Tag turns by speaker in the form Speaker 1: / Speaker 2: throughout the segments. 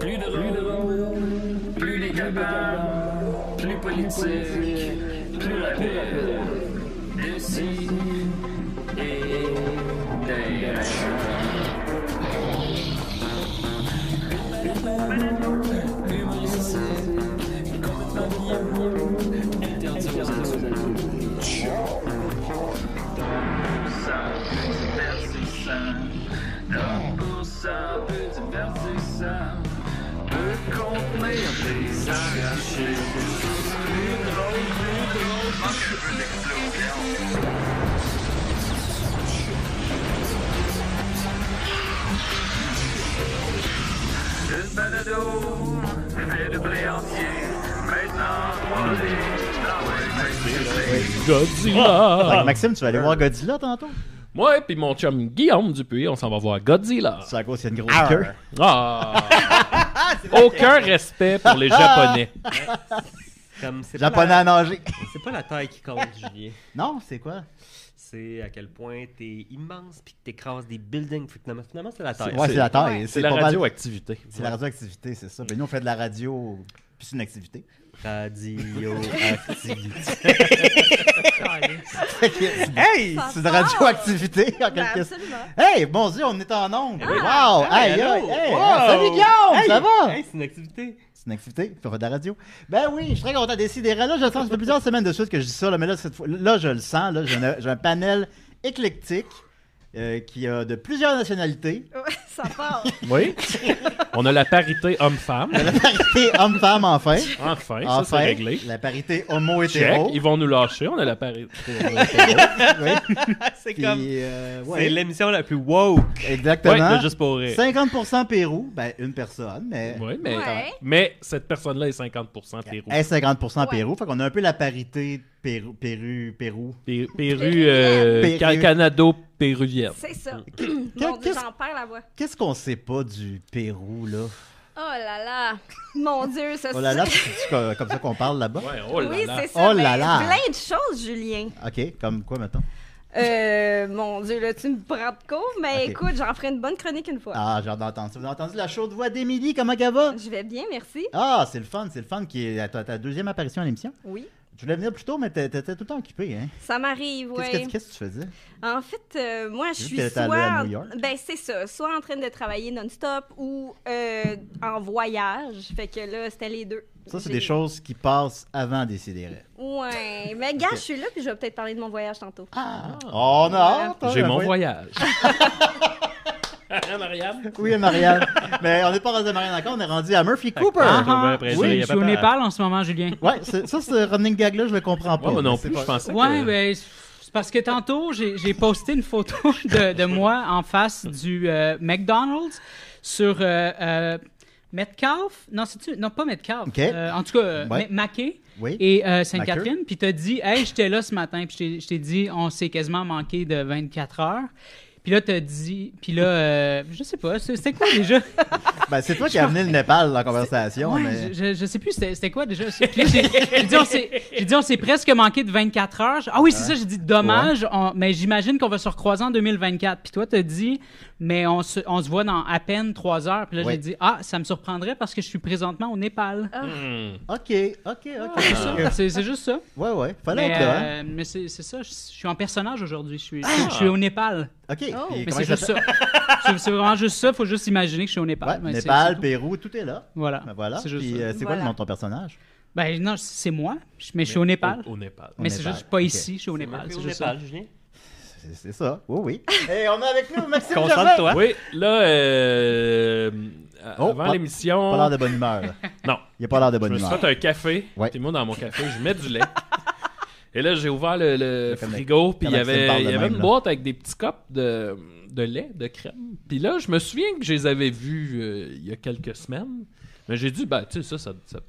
Speaker 1: Plus de rôle, plus décapable, plus politique, plus rapide. D'ici et d'ailleurs. Humoristique, compagnon, interdit aux adultes. Ça peut divertissant, donc pour ça peut divertissant, peut contenir des arrachés. Plus drôle, plus drôle, manque un peu d'explosion. Une balado, fait de blé entier, maintenant on est dans
Speaker 2: Fait
Speaker 3: Godzilla!
Speaker 2: que Maxime, tu vas aller voir Godzilla tantôt?
Speaker 3: Moi puis mon chum Guillaume Dupuis, on s'en va voir Godzilla.
Speaker 2: C'est à cause qu'il y a une grosse
Speaker 4: Arr.
Speaker 2: queue.
Speaker 3: Ah! Aucun respect pour les Japonais.
Speaker 4: Comme c'est pas,
Speaker 2: Japonais à
Speaker 4: la...
Speaker 2: nager.
Speaker 4: c'est pas la taille qui compte, Julien.
Speaker 2: Non, c'est quoi?
Speaker 4: C'est à quel point t'es immense puis que t'écrases des buildings. Fait que Finalement, finalement, c'est la taille.
Speaker 2: Ouais, c'est la taille.
Speaker 3: C'est
Speaker 2: C'est
Speaker 3: la
Speaker 2: pas mal-
Speaker 3: radioactivité.
Speaker 2: C'est la radioactivité, c'est ça. Ben, nous, on fait de la radio, puis c'est une activité.
Speaker 4: Radioactivité.
Speaker 2: Fait que c'est
Speaker 4: hey!
Speaker 2: c'est de la radioactivité, en
Speaker 5: Ben,
Speaker 2: quelque sorte.
Speaker 5: absolument.
Speaker 2: Hey, mon Dieu, on est en onde! Wow!
Speaker 4: Hey,
Speaker 2: Aïe,
Speaker 4: allô?
Speaker 2: aïe, aïe!
Speaker 4: Wow!
Speaker 2: Salut Guillaume!
Speaker 4: Hey!
Speaker 2: Ça va?
Speaker 4: Hey, c'est une activité.
Speaker 2: C'est une activité, puis on fait de la radio. Ben oui, je suis très content décider. Là, je le sens, ça fait plusieurs semaines de suite que je dis ça, là, mais là, cette fois, là je le sens. Là, j'ai, un, j'ai un panel éclectique euh, qui a de plusieurs nationalités.
Speaker 5: Ouais, ça part.
Speaker 3: Oui. On a la parité homme-femme.
Speaker 2: La parité homme-femme, enfin.
Speaker 3: Enfin, ça
Speaker 2: Enfin,
Speaker 3: c'est réglé.
Speaker 2: la parité
Speaker 3: Check,
Speaker 2: homo-hétéro.
Speaker 3: ils vont nous lâcher, on a la parité.
Speaker 2: Oui,
Speaker 4: c'est
Speaker 2: puis,
Speaker 4: comme.
Speaker 2: Ah, euh,
Speaker 4: C'est
Speaker 2: ouais,
Speaker 4: l'émission la plus woke.
Speaker 3: Ouais,
Speaker 2: exactement.
Speaker 3: de juste pour rire.
Speaker 2: 50% Pérou, ben une personne, mais...
Speaker 3: Ouais, mais,
Speaker 5: Ouais.
Speaker 3: mais cette personne-là est 50% Pérou.
Speaker 2: Hey, 50%
Speaker 5: Ouais.
Speaker 2: Pérou, fait qu'on a un peu la parité Pérou, Pérou, Pérou.
Speaker 3: Pé- Péru, euh,
Speaker 2: Péru.
Speaker 3: Ca- Canado-péruvienne.
Speaker 5: C'est ça. Mon
Speaker 2: Qu'est-
Speaker 5: Dieu, j'en perds la voix.
Speaker 2: Qu'est-ce qu'on sait pas du Pérou, là?
Speaker 5: Oh là là. Mon Dieu, ça
Speaker 2: Oh là là, c'est c'est co- comme ça qu'on parle là-bas?
Speaker 3: Ouais, oh là
Speaker 5: Oui,
Speaker 3: là.
Speaker 5: c'est ça.
Speaker 2: Oh
Speaker 5: ben,
Speaker 2: là là.
Speaker 5: Plein de choses, Julien.
Speaker 2: OK, comme quoi, mettons?
Speaker 5: Euh, mon Dieu, là, tu me prends de court, mais
Speaker 2: Ok.
Speaker 5: écoute, j'en ferai une bonne chronique une fois.
Speaker 2: Ah, j'ai hâte d'entendre ça. Vous avez entendu la chaude voix d'Émilie, comment qu'elle va?
Speaker 5: Je vais bien, merci.
Speaker 2: Ah, c'est le fun, c'est le fun qui est à ta, ta deuxième apparition à l'émission.
Speaker 5: Oui,
Speaker 2: Tu voulais venir plus tôt, mais t'é- t'étais tout le temps occupé, hein?
Speaker 5: ça m'arrive,
Speaker 2: Qu'est-ce
Speaker 5: oui.
Speaker 2: que- Qu'est-ce que tu faisais?
Speaker 5: En fait, euh, moi, je
Speaker 2: Vu
Speaker 5: suis
Speaker 2: que t'es allée
Speaker 5: soit...
Speaker 2: à New York.
Speaker 5: Ben, c'est ça. Soit en train de travailler non-stop ou euh, en voyage. Fait que là, c'était les deux.
Speaker 2: Ça, c'est
Speaker 5: J'ai-
Speaker 2: des choses qui passent avant des sidérés.
Speaker 5: Ouais. Mais gars,
Speaker 2: Ok.
Speaker 5: je suis là, puis je vais peut-être parler de mon voyage tantôt.
Speaker 2: Ah, on a hâte! hein,
Speaker 3: J'ai
Speaker 2: la
Speaker 3: mon
Speaker 2: voix-
Speaker 3: voyage. Hein, Marianne?
Speaker 2: Oui, Marianne. mais on n'est pas rendu à Marianne encore, on est rendu à Murphy Cooper.
Speaker 4: Ah,
Speaker 6: Ah,
Speaker 4: après ça,
Speaker 6: oui,
Speaker 4: il y a
Speaker 6: je suis au
Speaker 4: papa.
Speaker 6: Népal en ce moment, Julien.
Speaker 2: Ouais, c'est- ça, ce running gag-là, je le comprends pas.
Speaker 3: Ouais, moi non
Speaker 2: mais c'est
Speaker 3: plus,
Speaker 2: pas-
Speaker 3: je pensais
Speaker 6: Ouais,
Speaker 3: que...
Speaker 6: ben, c'est parce que tantôt, j'ai j'ai posté une photo de, de moi en face du euh, McDonald's sur euh, euh, Metcalf. Non, c'est-tu- non, pas Metcalf.
Speaker 2: Ok.
Speaker 6: Euh, en tout cas, euh,
Speaker 2: Ouais.
Speaker 6: Ma- Mackay
Speaker 2: Oui.
Speaker 6: et euh, Sainte-Catherine. Puis t'as dit, hey, j'étais là ce matin. Puis je t'ai- je t'ai dit, on s'est quasiment manqué de 24 heures. Puis là, t'as dit, puis là, euh, je sais pas, c'est- c'était quoi déjà?
Speaker 2: Ben, c'est toi qui as amené le Népal dans la conversation.
Speaker 6: Ouais,
Speaker 2: mais...
Speaker 6: je, je- je sais plus, c'était c'était quoi déjà? Puis là, J'ai j'ai dit, on s'est- j'ai dit, on s'est presque manqué de 24 heures. Ah oui, c'est ça, j'ai dit, dommage, on- mais j'imagine qu'on va se recroiser en 2024. Puis toi, t'as dit, mais on se, on se voit dans à peine 3 heures. Puis là,
Speaker 2: Oui.
Speaker 6: j'ai dit, ah, ça me surprendrait parce que je suis présentement au Népal.
Speaker 3: Hmm.
Speaker 2: Ok, ok, ok.
Speaker 6: C'est ça, c'est- c'est juste ça.
Speaker 2: Ouais, ouais, fallait
Speaker 6: Mais,
Speaker 2: être là. Ah. hein.
Speaker 6: euh, mais c'est c'est ça, je, je suis en personnage aujourd'hui. Je suis, je, suis- je suis au Népal.
Speaker 2: Ok, puis
Speaker 5: mais
Speaker 2: comment
Speaker 6: Mais
Speaker 2: il
Speaker 6: c'est juste ça.
Speaker 2: s'appelle?
Speaker 6: C'est c'est vraiment juste ça, faut juste imaginer que je suis au
Speaker 2: Ouais,
Speaker 6: Népal. Mais c'est- c'est
Speaker 2: Népal,
Speaker 6: tout.
Speaker 2: Pérou, tout est là.
Speaker 6: Voilà.
Speaker 2: Ben voilà.
Speaker 6: C'est juste
Speaker 2: Puis
Speaker 6: ça.
Speaker 2: euh, c'est quoi le
Speaker 5: Voilà.
Speaker 2: nom de ton personnage
Speaker 6: Ben non, c'est moi, je- mais je suis au Népal.
Speaker 3: Au, au Népal.
Speaker 2: Au
Speaker 6: Mais c'est
Speaker 2: Népal.
Speaker 6: juste pas
Speaker 2: Ok.
Speaker 6: ici, je suis au Népal.
Speaker 4: Au
Speaker 6: c'est juste
Speaker 4: Népal, Julien.
Speaker 2: C'est c'est ça, oui, oui. Et on est avec nous, Maxime Gervais.
Speaker 4: Concentre-toi.
Speaker 3: Oui, là, euh, à-
Speaker 2: Oh,
Speaker 3: avant
Speaker 2: pas- Pas l'air
Speaker 3: l'émission,
Speaker 2: de bonne humeur. là.
Speaker 3: Non.
Speaker 2: Il a pas l'air de
Speaker 3: je
Speaker 2: bonne
Speaker 3: me suis
Speaker 2: humeur.
Speaker 3: fait un café.
Speaker 2: Ouais.
Speaker 3: Puis moi, dans mon café, je mets du lait. Et là, j'ai ouvert le, le
Speaker 2: Comme-
Speaker 3: frigo, puis il y
Speaker 2: comme Maxime
Speaker 3: avait,
Speaker 2: parle de
Speaker 3: il y avait
Speaker 2: même,
Speaker 3: une
Speaker 2: là.
Speaker 3: boîte avec des petits copes de, de lait, de crème. Puis là, je me souviens que je les avais vus euh, il y a quelques semaines. Mais j'ai dit, bah, tu sais, ça, ça, ça-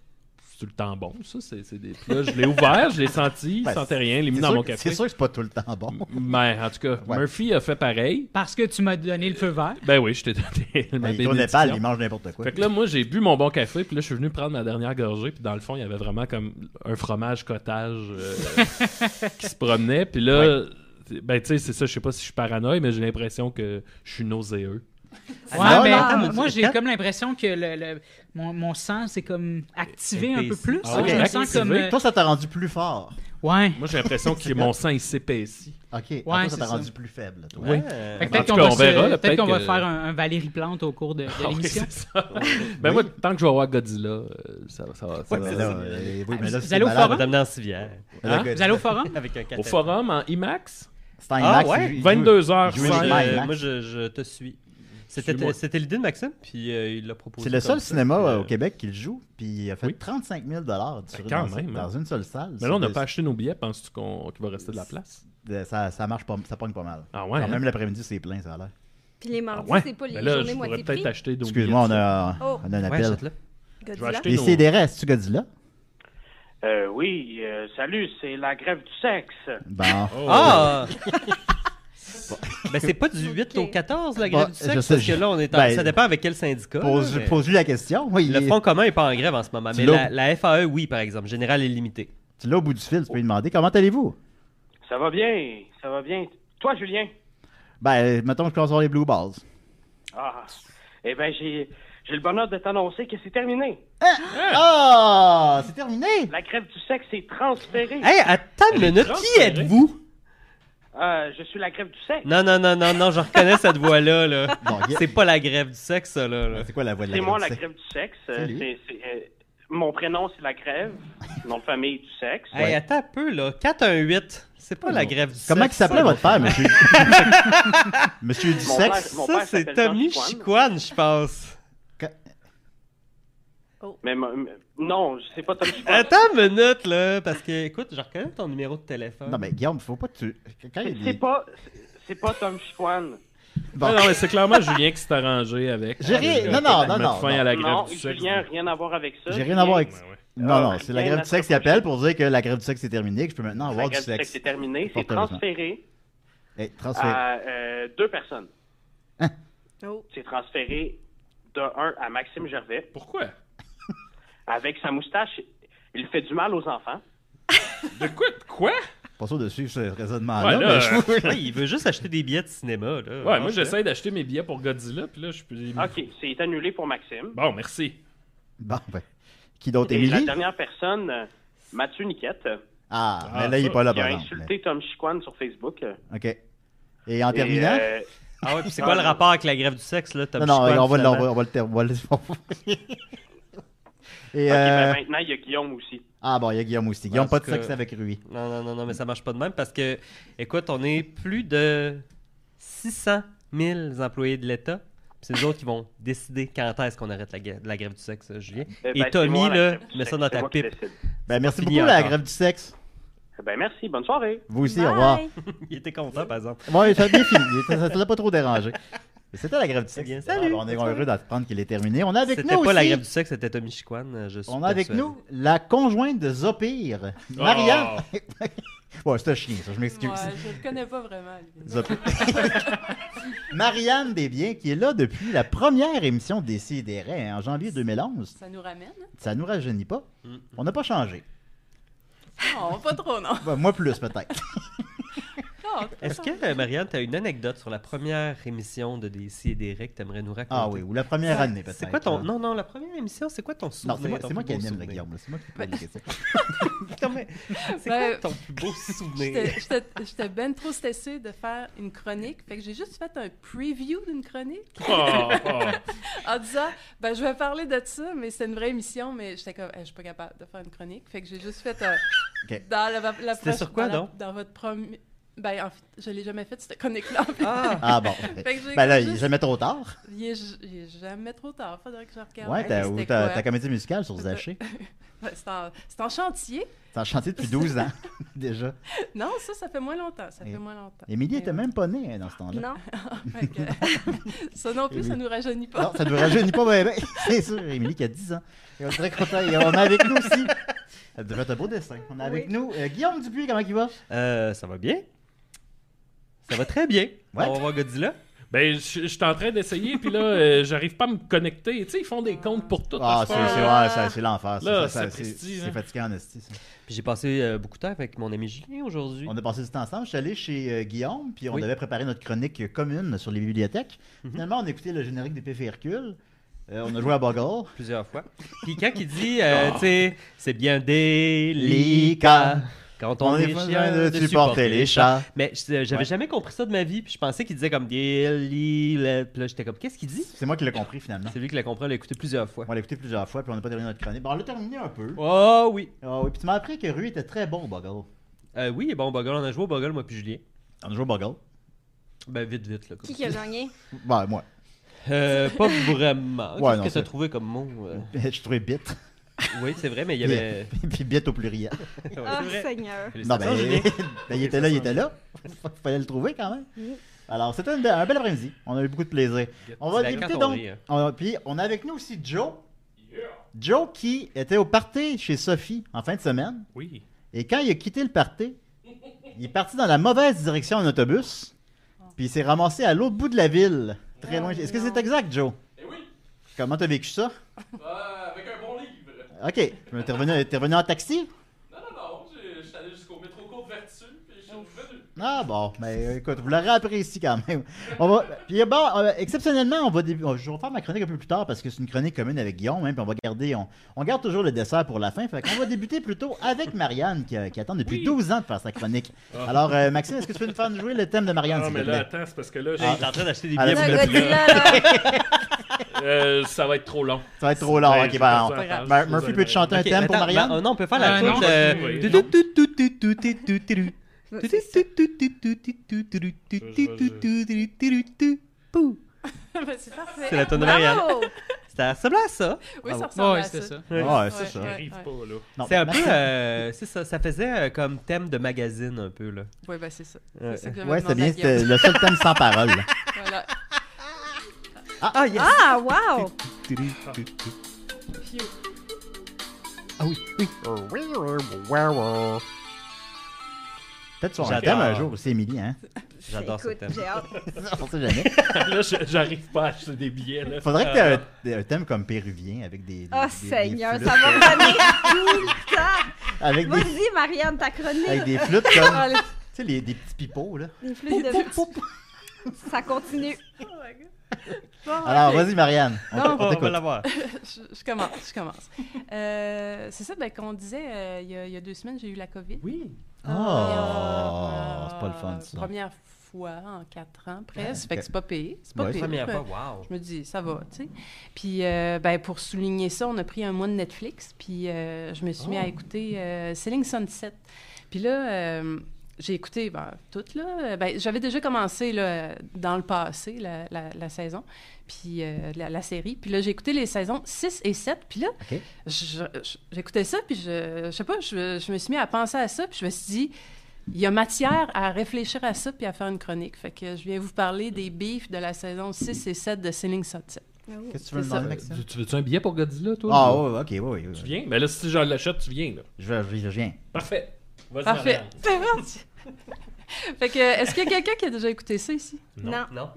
Speaker 3: c'est tout le temps bon, ça. C'est, c'est des... Puis là, je l'ai ouvert, je l'ai senti, je
Speaker 2: Ben,
Speaker 3: sentais rien, je l'ai mis
Speaker 2: C'est
Speaker 3: dans
Speaker 2: sûr-
Speaker 3: mon café.
Speaker 2: C'est sûr que c'est pas tout le temps bon.
Speaker 3: Mais en tout cas,
Speaker 2: Ouais.
Speaker 3: Murphy a fait pareil.
Speaker 6: Parce que tu m'as donné le feu vert.
Speaker 3: Ben oui, je t'ai donné ma
Speaker 2: Ben, Il est
Speaker 3: bénédiction.
Speaker 2: au Népal, il mange n'importe quoi.
Speaker 3: Fait que là, moi, j'ai bu mon bon café, puis là, je suis venu prendre ma dernière gorgée, puis dans le fond, il y avait vraiment comme un fromage cottage euh, qui se promenait, puis là, ben, tu sais, c'est ça, je sais pas si je suis paranoïe, mais j'ai l'impression que je suis nauséeux.
Speaker 6: Ouais,
Speaker 2: Non,
Speaker 6: mais
Speaker 2: non,
Speaker 6: attends,
Speaker 4: non,
Speaker 6: moi,
Speaker 4: c'est-
Speaker 6: j'ai
Speaker 4: quand-
Speaker 6: comme l'impression que le, le- mon, mon sang s'est comme activé un peu
Speaker 4: NPC.
Speaker 6: plus.
Speaker 3: Ah
Speaker 6: hein.
Speaker 3: oui,
Speaker 6: je me
Speaker 3: activé.
Speaker 6: sens comme. euh,
Speaker 2: Toi, ça t'a rendu plus fort.
Speaker 6: ouais.
Speaker 3: Moi, j'ai l'impression que mon sang il s'épaissit.
Speaker 2: OK. Ah, toi,
Speaker 6: Ouais,
Speaker 2: ça t'a
Speaker 6: c'est
Speaker 2: rendu
Speaker 6: ça.
Speaker 2: plus faible. toi.
Speaker 3: Oui.
Speaker 4: Euh,
Speaker 6: Fait que
Speaker 3: En
Speaker 6: Peut-être
Speaker 3: tout
Speaker 6: qu'on
Speaker 3: cas,
Speaker 6: va,
Speaker 3: on
Speaker 6: se-
Speaker 3: verra, là,
Speaker 6: peut-être qu'on va
Speaker 3: peut-être que-
Speaker 6: faire un, un Valérie Plante au cours de, de
Speaker 3: Ah oui,
Speaker 6: l'émission.
Speaker 3: c'est ça. ben moi, tant que je vais avoir Godzilla, euh, ça, ça va. ça
Speaker 2: Ouais,
Speaker 3: va-
Speaker 2: mais là, euh, oui, mais là,
Speaker 6: Vous
Speaker 2: c'est
Speaker 6: allez au
Speaker 2: malade.
Speaker 4: On
Speaker 6: forum?
Speaker 4: va t'amener en civière.
Speaker 2: Là,
Speaker 3: Hein?
Speaker 2: que-
Speaker 6: Vous allez au forum?
Speaker 4: Avec un
Speaker 3: Au
Speaker 4: cathéter.
Speaker 3: forum, en IMAX,
Speaker 2: Stein
Speaker 4: Ah,
Speaker 2: Max, il-
Speaker 4: ouais?
Speaker 2: il- il joue- hein,
Speaker 3: 22h05.
Speaker 2: Mike,
Speaker 4: Euh,
Speaker 2: Max.
Speaker 4: moi, je, je te suis.
Speaker 3: Suis-moi.
Speaker 4: C'était c'était l'idée de Maxime, puis euh, il l'a proposé.
Speaker 2: C'est le seul
Speaker 4: comme ça,
Speaker 2: cinéma
Speaker 4: puis,
Speaker 2: euh,
Speaker 4: euh,
Speaker 2: au Québec qui le joue, puis il a fait
Speaker 3: Oui.
Speaker 2: 35 000 dollars sur-
Speaker 3: quand
Speaker 2: dans,
Speaker 3: même, hein.
Speaker 2: dans une seule salle.
Speaker 3: Mais là, on n'a
Speaker 2: C'est-
Speaker 3: pas acheté nos billets. Penses-tu qu'on- qu'il va rester de la place?
Speaker 2: c'est- Ça, ça marche pas, ça pogne pas mal.
Speaker 3: Ah ouais,
Speaker 2: Quand
Speaker 3: hein?
Speaker 2: même l'après-midi, c'est plein, ça a l'air.
Speaker 5: Puis les
Speaker 3: Ah
Speaker 5: mardis,
Speaker 3: ouais?
Speaker 5: c'est pas les
Speaker 3: Ben là,
Speaker 5: journées
Speaker 3: je
Speaker 5: moitié
Speaker 3: pourrais
Speaker 5: prix.
Speaker 3: peut-être acheter nos
Speaker 2: Excuse-moi, on
Speaker 3: billets.
Speaker 2: a,
Speaker 5: Oh.
Speaker 2: on a un
Speaker 4: Ouais,
Speaker 2: appel.
Speaker 4: achète-le.
Speaker 3: Je vais
Speaker 5: Godzilla.
Speaker 3: acheter
Speaker 2: Les
Speaker 3: nos...
Speaker 2: CDRS, c'est-tu Godzilla?
Speaker 7: Euh, oui, euh, salut, c'est la grève du sexe.
Speaker 2: Bon.
Speaker 3: Oh,
Speaker 7: Oh.
Speaker 4: Ah! ben, c'est pas du 8 au
Speaker 5: Ok.
Speaker 4: 14, la
Speaker 2: Bon,
Speaker 4: grève du
Speaker 2: je
Speaker 4: sexe,
Speaker 2: sais,
Speaker 4: parce que
Speaker 2: je-
Speaker 4: là, on est en...
Speaker 2: ben,
Speaker 4: ça dépend avec quel syndicat.
Speaker 2: Pose-
Speaker 4: là, mais-
Speaker 2: Pose-lui la question. Oui,
Speaker 4: Le
Speaker 2: il-
Speaker 4: Fonds commun est pas en grève en ce moment,
Speaker 2: Tu
Speaker 4: mais
Speaker 2: l'as-
Speaker 4: la, la FAE, oui, par exemple. Général est limité.
Speaker 2: Tu l'as au bout du fil, tu peux lui demander comment allez-vous?
Speaker 7: Ça va bien, ça va bien. Toi, Julien?
Speaker 2: Ben, mettons que je commence à voir les Blue Balls.
Speaker 7: Ah, eh bien, j'ai, j'ai le bonheur de t'annoncer que c'est terminé.
Speaker 2: Ah! C'est terminé!
Speaker 7: Hein? La grève du sexe est transférée.
Speaker 4: Hey, attends une minute, qui êtes-vous?
Speaker 7: Euh, je suis la grève du sexe.
Speaker 4: Non, non, non, non, non, je reconnais cette voix-là, là.
Speaker 2: Bon, il y a-
Speaker 4: C'est pas la grève du sexe, ça, là. là.
Speaker 2: C'est quoi la voix de la
Speaker 7: C'est moi, la
Speaker 2: grève?
Speaker 7: grève du sexe. Euh,
Speaker 2: Salut.
Speaker 7: c'est- c'est, euh, mon prénom, c'est la grève. Nom de famille, du sexe.
Speaker 4: Hey, attends un peu, là. 418, c'est pas la grève du sexe.
Speaker 2: Comment il s'appelait
Speaker 4: ça,
Speaker 2: votre
Speaker 4: là.
Speaker 2: père, monsieur? monsieur du
Speaker 7: Mon
Speaker 2: sexe?
Speaker 7: Mon
Speaker 4: Ça,
Speaker 7: père
Speaker 4: c'est
Speaker 7: s'appelle
Speaker 4: Tommy
Speaker 7: Jean
Speaker 4: Chiquan, je pense.
Speaker 7: Mais, m- m- non, c'est pas Tom Chicoine.
Speaker 4: Attends une minute, là, parce que, écoute, je reconnais ton numéro de téléphone.
Speaker 2: Non, mais Guillaume, faut pas que tu. Quand il y a
Speaker 7: C'est,
Speaker 2: des-
Speaker 7: c'est pas, c'est- c'est pas Tom Chicoine.
Speaker 2: Bon.
Speaker 3: Non, non, mais c'est clairement Julien qui s'est arrangé avec. Ah,
Speaker 2: J'ai rien-
Speaker 3: avec-
Speaker 2: non, non,
Speaker 3: avec
Speaker 2: non,
Speaker 3: mettre
Speaker 2: non,
Speaker 3: fin
Speaker 2: non.
Speaker 3: à la grève
Speaker 7: Non,
Speaker 3: du sexe.
Speaker 7: Julien, rien à voir avec ça.
Speaker 2: J'ai rien à voir avec.
Speaker 3: Ouais, ouais.
Speaker 2: Non, non,
Speaker 7: Ah,
Speaker 2: c'est la
Speaker 7: bien,
Speaker 2: grève
Speaker 7: la
Speaker 2: du sexe qui
Speaker 7: semaine
Speaker 2: appelle pour dire que la grève du sexe est terminée, que je peux maintenant
Speaker 7: La
Speaker 2: avoir du
Speaker 7: grève du sexe
Speaker 2: sexe.
Speaker 7: est terminée. C'est
Speaker 2: Porte-le-en.
Speaker 7: transféré.
Speaker 2: Eh, transfert.
Speaker 7: à euh, deux personnes.
Speaker 2: Hein?
Speaker 5: Oh.
Speaker 7: C'est transféré de un à Maxime Gervais.
Speaker 3: Pourquoi?
Speaker 7: Avec sa moustache, il fait du mal aux enfants.
Speaker 3: De quoi? De quoi?
Speaker 2: Pas sûr de suivre ce
Speaker 3: Ouais,
Speaker 2: raisonnement-là,
Speaker 3: là,
Speaker 2: mais je
Speaker 3: euh,
Speaker 2: trouve-
Speaker 4: Ouais, il veut juste acheter des billets de cinéma, là.
Speaker 3: Ouais, moi, j'essaie d'acheter mes billets pour Godzilla, puis là, je peux...
Speaker 2: Ah.
Speaker 7: OK, c'est annulé pour Maxime.
Speaker 3: Bon, merci.
Speaker 2: Bon, ben. Qui d'autre,
Speaker 7: Et la
Speaker 2: Émilie?
Speaker 7: dernière personne, euh, Mathieu Niquette, euh,
Speaker 2: Ah,
Speaker 3: Ah,
Speaker 2: mais là, il est
Speaker 3: ça,
Speaker 2: pas là,
Speaker 7: qui
Speaker 2: par
Speaker 7: a
Speaker 2: exemple.
Speaker 7: insulté Tom Chiquan sur Facebook. euh,
Speaker 2: mais- OK. Et en
Speaker 7: et,
Speaker 2: terminant?
Speaker 7: euh,
Speaker 4: Ah ouais, puis c'est quoi le rapport avec la grève du sexe, là, Tommy
Speaker 2: Non, non,
Speaker 4: Chicoine,
Speaker 2: on va, le- on
Speaker 4: finalement?
Speaker 2: va, on va le ter- on va le- Et
Speaker 7: OK, ben
Speaker 2: euh,
Speaker 7: maintenant, il y a Guillaume aussi.
Speaker 2: Ah bon, il y a Guillaume aussi. Guillaume,
Speaker 4: En
Speaker 2: pas de
Speaker 4: tout
Speaker 2: sexe
Speaker 4: cas-
Speaker 2: avec lui.
Speaker 4: Non, non, non, non, mais ça marche pas de même parce que, écoute, on est plus de 600 000 employés de l'État. puis C'est eux autres qui vont décider quand est-ce qu'on arrête la, gra- la grève du sexe, euh, Julien.
Speaker 7: Euh,
Speaker 4: Et
Speaker 7: ben, c'est
Speaker 4: Tommy,
Speaker 7: moi, la
Speaker 4: là,
Speaker 7: grève du
Speaker 4: mets
Speaker 7: sexe,
Speaker 4: ça dans
Speaker 7: c'est
Speaker 4: ta
Speaker 7: moi qui
Speaker 4: pipe.
Speaker 7: décide.
Speaker 2: Ben, merci
Speaker 4: Fini
Speaker 2: beaucoup, la
Speaker 4: encore.
Speaker 2: grève du sexe.
Speaker 7: Ben merci, bonne soirée.
Speaker 2: Vous aussi,
Speaker 5: Bye.
Speaker 2: au revoir.
Speaker 4: Il était content, par exemple.
Speaker 2: Ouais, ça a bien fini. Ça- Ça t'a pas trop dérangé. Mais C'était la grève du sexe.
Speaker 4: bien.
Speaker 2: C'est
Speaker 4: Salut.
Speaker 2: bon, on est heureux d'apprendre qu'il est terminé. On a avec
Speaker 4: C'était
Speaker 2: nous
Speaker 4: pas
Speaker 2: aussi.
Speaker 4: la grève du sexe, c'était Tommy Chiquan. euh, Je suis
Speaker 2: On a avec
Speaker 4: persuadé.
Speaker 2: nous la conjointe de Zopir, Marianne. ouais, c'est un chien, ça, je m'excuse.
Speaker 8: Ouais, je le connais pas vraiment. lui.
Speaker 2: Zopir. Marianne Desbiens, qui est là depuis la première émission des Sidérés hein, en janvier 2011.
Speaker 8: Ça nous ramène? hein?
Speaker 2: Ça nous rajeunit pas.
Speaker 4: Mm.
Speaker 2: On n'a pas changé.
Speaker 8: Non, pas trop, non.
Speaker 2: Ben, moi plus, peut-être.
Speaker 8: Non,
Speaker 4: Est-ce que, euh, Marianne, tu as une anecdote sur la première émission de DC et des que tu aimerais nous raconter?
Speaker 2: Ah oui, ou la première année, peut-être.
Speaker 4: C'est quoi ton. Non, non, la première émission, c'est quoi ton
Speaker 2: Non,
Speaker 4: souvenir?
Speaker 2: c'est moi,
Speaker 4: ton
Speaker 2: c'est moi
Speaker 4: plus
Speaker 2: qui
Speaker 4: beau
Speaker 2: anime le
Speaker 4: souvenir?
Speaker 2: Guillaume. là. C'est moi qui pose les questions.
Speaker 4: Non, mais C'est
Speaker 8: Ben,
Speaker 4: quoi ton plus beau souvenir?
Speaker 8: J'étais- j'étais- J'étais ben trop stressée de faire une chronique. Fait que j'ai juste fait un preview d'une chronique
Speaker 3: Oh, oh.
Speaker 8: en disant ben, je vais parler de ça, mais c'est une vraie émission. Mais j'étais comme Eh, je suis pas capable de faire une chronique. Fait que j'ai juste fait un.
Speaker 2: Ok.
Speaker 8: Dans la, la
Speaker 4: C'était
Speaker 8: proche-
Speaker 4: sur quoi,
Speaker 8: dans la-
Speaker 4: donc?
Speaker 8: Dans votre premier. Ben, en fait, je l'ai jamais fait, cette chronique-là. en fait.
Speaker 4: Ah!
Speaker 2: Ah bon.
Speaker 8: Fait que j'ai
Speaker 2: Ben là, il
Speaker 8: juste-
Speaker 2: est jamais trop tard.
Speaker 8: il est j- il est jamais trop tard. Faudrait que je regarde.
Speaker 2: Ouais,
Speaker 8: Hey,
Speaker 2: t'as- ou
Speaker 8: c'était
Speaker 2: ta,
Speaker 8: quoi?
Speaker 2: ta comédie musicale sur Zaché.
Speaker 8: Ouais, C'est en, c'est en chantier.
Speaker 2: T'as chanté depuis 12 ans, déjà.
Speaker 8: Non, ça, ça fait moins longtemps. Ça
Speaker 2: Et-
Speaker 8: fait moins longtemps.
Speaker 2: Émilie
Speaker 8: Mais
Speaker 2: était
Speaker 8: ouais.
Speaker 2: même pas née hein, dans ce temps-là.
Speaker 5: Non.
Speaker 8: Fait que- ça non plus, ça nous rajeunit pas.
Speaker 2: Non, ça ne nous rajeunit pas, ben, ben, c'est sûr. Émilie qui a 10 ans. Et on est très content. Et on est avec nous aussi. Elle devait être un beau dessin. On est avec nous. Euh, Guillaume Dupuis, comment il va?
Speaker 4: Euh, ça va bien? Ça va très bien.
Speaker 2: Ouais.
Speaker 4: On va voir Godzilla.
Speaker 3: Ben, je je suis en train d'essayer, puis là, euh, j'arrive pas à me connecter. Tu sais, ils font des comptes pour tout.
Speaker 2: Ah,
Speaker 3: à ce
Speaker 2: c'est
Speaker 3: moment-là.
Speaker 2: c'est- ouais, ça- c'est l'enfer. ça.
Speaker 3: Là,
Speaker 2: Ça, ça,
Speaker 3: c'est
Speaker 2: C'est
Speaker 3: prestigieux,
Speaker 2: c'est
Speaker 3: hein.
Speaker 2: fatigant en esti, ça.
Speaker 4: Puis j'ai passé euh, beaucoup de temps avec mon ami Julien aujourd'hui.
Speaker 2: On a passé du temps ensemble. Je suis allé chez euh, Guillaume, puis on
Speaker 4: Oui.
Speaker 2: devait préparer notre chronique commune sur les bibliothèques. Finalement, on a écouté le générique des Péfercules. on a joué à Boggle.
Speaker 4: Plusieurs fois. Puis quand il dit, euh, tu sais, c'est bien délicat.
Speaker 2: Lica.
Speaker 4: Quand on,
Speaker 2: On est
Speaker 4: est chien
Speaker 2: besoin de supporter les chats.
Speaker 4: Mais je- euh, j'avais jamais compris ça de ma vie, puis je pensais qu'il disait comme délit. Puis là, j'étais comme, qu'est-ce qu'il dit
Speaker 2: C'est moi qui l'ai compris finalement.
Speaker 4: C'est lui qui l'a compris, on l'a écouté plusieurs fois.
Speaker 2: On l'a écouté plusieurs fois, puis on n'a pas terminé notre chronique. Bon, on l'a terminé un peu.
Speaker 4: Oh oui.
Speaker 2: Ah oui, puis tu m'as appris que Rue était très bon au Boggle.
Speaker 4: Euh, oui, bon, Boggle, on a joué au Boggle, moi puis Julien.
Speaker 2: On a joué au Boggle.
Speaker 4: Ben, vite, vite, là. comme
Speaker 5: Qui
Speaker 4: ça.
Speaker 5: qui a gagné?
Speaker 2: Ben, moi.
Speaker 4: Euh, pas vraiment.
Speaker 2: Ouais, non,
Speaker 4: Qu'est-ce que
Speaker 2: c'est-
Speaker 4: t'as trouvé comme mot euh?
Speaker 2: Je trouvais bit.
Speaker 4: Oui, c'est vrai, mais il y avait.
Speaker 2: puis bit au pluriel.
Speaker 4: Ouais, c'est
Speaker 5: Ah,
Speaker 4: vrai.
Speaker 5: Seigneur.
Speaker 2: Non, ben,
Speaker 4: Julien.
Speaker 2: ben, il était là, il était là. Il fallait le trouver quand même. Alors, c'était une be- un bel après-midi. On a eu beaucoup de plaisir. euh, On va
Speaker 4: C'est la
Speaker 2: débuter
Speaker 4: grande
Speaker 2: donc.
Speaker 4: envie, hein.
Speaker 2: on- puis, on a avec nous aussi Joe. Joe qui était au party chez Sophie en fin de semaine.
Speaker 3: Oui.
Speaker 2: Et quand il a quitté le party, il est parti dans la mauvaise direction en autobus. Puis il s'est ramassé à l'autre bout de la ville. Très loin. Est-ce que c'est exact, Joe? Comment t'as vécu ça?
Speaker 1: Avec un bon livre.
Speaker 2: Ok. Mais T'es revenu, t'es revenu en taxi?
Speaker 1: Non, non, non, je suis allé jusqu'au métro Côte Vertu, puis je suis revenu.
Speaker 2: Ah bon, mais euh, écoute, vous l'aurez apprécié quand même. On va, puis euh, bon, euh, exceptionnellement, on va, dé- on- je vais faire ma chronique un peu plus tard parce que c'est une chronique commune avec Guillaume, hein, puis on va garder, on, on garde toujours le dessert pour la fin. Fait qu'on va débuter plutôt avec Marianne qui, euh, qui attend depuis 12 ans de faire sa chronique. Alors euh, Maxime, est-ce que tu peux nous faire jouer le thème de Marianne,
Speaker 3: Ah,
Speaker 2: s'il te
Speaker 3: mais là,
Speaker 2: plaît?
Speaker 3: attends, c'est parce que là,
Speaker 4: J'étais en train d'acheter des
Speaker 2: Ah,
Speaker 4: billets
Speaker 5: Là,
Speaker 4: pour
Speaker 5: gars,
Speaker 4: le
Speaker 5: dis-le, là.
Speaker 3: euh, ça va être trop long.
Speaker 2: Ça va être trop long,
Speaker 3: Ouais,
Speaker 2: ok,
Speaker 3: j'ai
Speaker 2: ben,
Speaker 3: pas ça à faire,
Speaker 2: on- Mar-
Speaker 3: je suis
Speaker 2: Murphy
Speaker 3: désolé.
Speaker 2: peut te chanter
Speaker 4: Ok,
Speaker 2: un thème
Speaker 4: attends,
Speaker 2: pour Marianne?
Speaker 4: ben, euh, non, on peut faire
Speaker 6: Euh,
Speaker 4: la
Speaker 6: non,
Speaker 4: chose.
Speaker 3: oui,
Speaker 4: euh,
Speaker 3: non.
Speaker 5: C'est ça.
Speaker 8: Ben, c'est parfait.
Speaker 4: C'est la tonne de Marianne.
Speaker 5: Bravo!
Speaker 4: C'était à ça, là, ça.
Speaker 8: Oui,
Speaker 4: Bravo.
Speaker 8: ça ressemble
Speaker 6: Ouais,
Speaker 8: à
Speaker 6: c'était
Speaker 8: ça.
Speaker 6: ça.
Speaker 2: Ah Ouais,
Speaker 4: Ouais.
Speaker 2: c'est ça.
Speaker 8: Ouais.
Speaker 3: J'arrive pas, là.
Speaker 2: Non,
Speaker 4: C'est un peu.
Speaker 2: Maxime-
Speaker 4: euh, c'est ça, ça faisait euh, comme thème de magazine, un peu, là.
Speaker 8: Oui, ben c'est ça.
Speaker 4: Ouais.
Speaker 8: C'est ça que j'avais
Speaker 2: Ouais, c'était
Speaker 8: demandé
Speaker 2: bien,
Speaker 8: à Guillaume.
Speaker 2: c'était le seul thème sans parole.
Speaker 8: Voilà.
Speaker 4: Ah, yes!
Speaker 5: Ah, wow!
Speaker 8: Phew.
Speaker 4: Ah oui, oui.
Speaker 2: Peut-être sur un
Speaker 4: J'adore.
Speaker 2: thème un jour aussi, Émilie, hein?
Speaker 4: J'adore ce
Speaker 5: Écoute,
Speaker 4: thème.
Speaker 5: j'ai hâte.
Speaker 2: On sait jamais.
Speaker 3: là, je- j'arrive pas à acheter des billets, là.
Speaker 2: Faudrait que t'aies un, un thème comme péruvien avec des.
Speaker 5: Oh,
Speaker 8: Ah,
Speaker 2: des- des-
Speaker 5: Seigneur,
Speaker 2: des
Speaker 5: ça
Speaker 2: flûtes,
Speaker 5: va revenir tout le temps.
Speaker 2: euh, Avec des,
Speaker 5: Vas-y, Marianne, ta
Speaker 2: avec
Speaker 5: chronique.
Speaker 2: des flûtes comme.
Speaker 5: Ah,
Speaker 2: tu sais, les, des petits pipeaux, là.
Speaker 5: Les flûtes de... Ça continue.
Speaker 2: Alors, vas-y, Marianne. On
Speaker 4: Ah,
Speaker 2: t- on
Speaker 4: on va
Speaker 2: t'écoute.
Speaker 4: l'avoir.
Speaker 8: je, ben, je commence, je commence. Euh, c'est ça, ben, qu'on disait euh, il y, a, il y a deux semaines, j'ai eu la COVID. Ah.
Speaker 3: Oui.
Speaker 2: Oh, Ah, c'est pas le fun, ça.
Speaker 8: Première fois en quatre ans, presque.
Speaker 2: Ah,
Speaker 8: Fait
Speaker 2: ok.
Speaker 8: que c'est pas payé. C'est pas
Speaker 2: Ouais,
Speaker 8: pire.
Speaker 4: Première fois, wow.
Speaker 8: Je me dis, ça va, tu sais. Puis, euh, ben, pour souligner ça, on a pris un mois de Netflix, puis euh, je me suis mis à écouter euh, Selling Sunset. Puis là, euh, j'ai écouté ben, tout, là. Ben, J'avais déjà commencé là, dans le passé, la, la- la saison, puis euh, la, la série. Puis là, j'ai écouté les saisons 6 et 7. Puis là,
Speaker 2: Ok.
Speaker 8: je- je- j'écoutais ça, puis je, je sais pas, je, je me suis mis à penser à ça, puis je me suis dit, il y a matière à réfléchir à ça puis à faire une chronique. Fait que je viens vous parler des beefs de la saison 6 et 7 de Selling Sunset.
Speaker 2: Qu'est-ce que tu veux me
Speaker 8: C'est ça.
Speaker 2: demander, Maxime?
Speaker 3: Tu, tu veux-tu un billet pour Godzilla, toi?
Speaker 2: Ah,
Speaker 3: ou-
Speaker 2: ouais, ok, oui, oui.
Speaker 3: Tu
Speaker 2: oui.
Speaker 3: viens? Mais là, si je l'achète, tu viens, là.
Speaker 2: Je, je, je viens.
Speaker 3: Parfait. Vas-y,
Speaker 8: Parfait.
Speaker 3: Marianne.
Speaker 8: C'est parti. fait que, est-ce qu'il y a quelqu'un qui a déjà écouté ça ici?
Speaker 3: Non.
Speaker 5: Non.
Speaker 4: Non?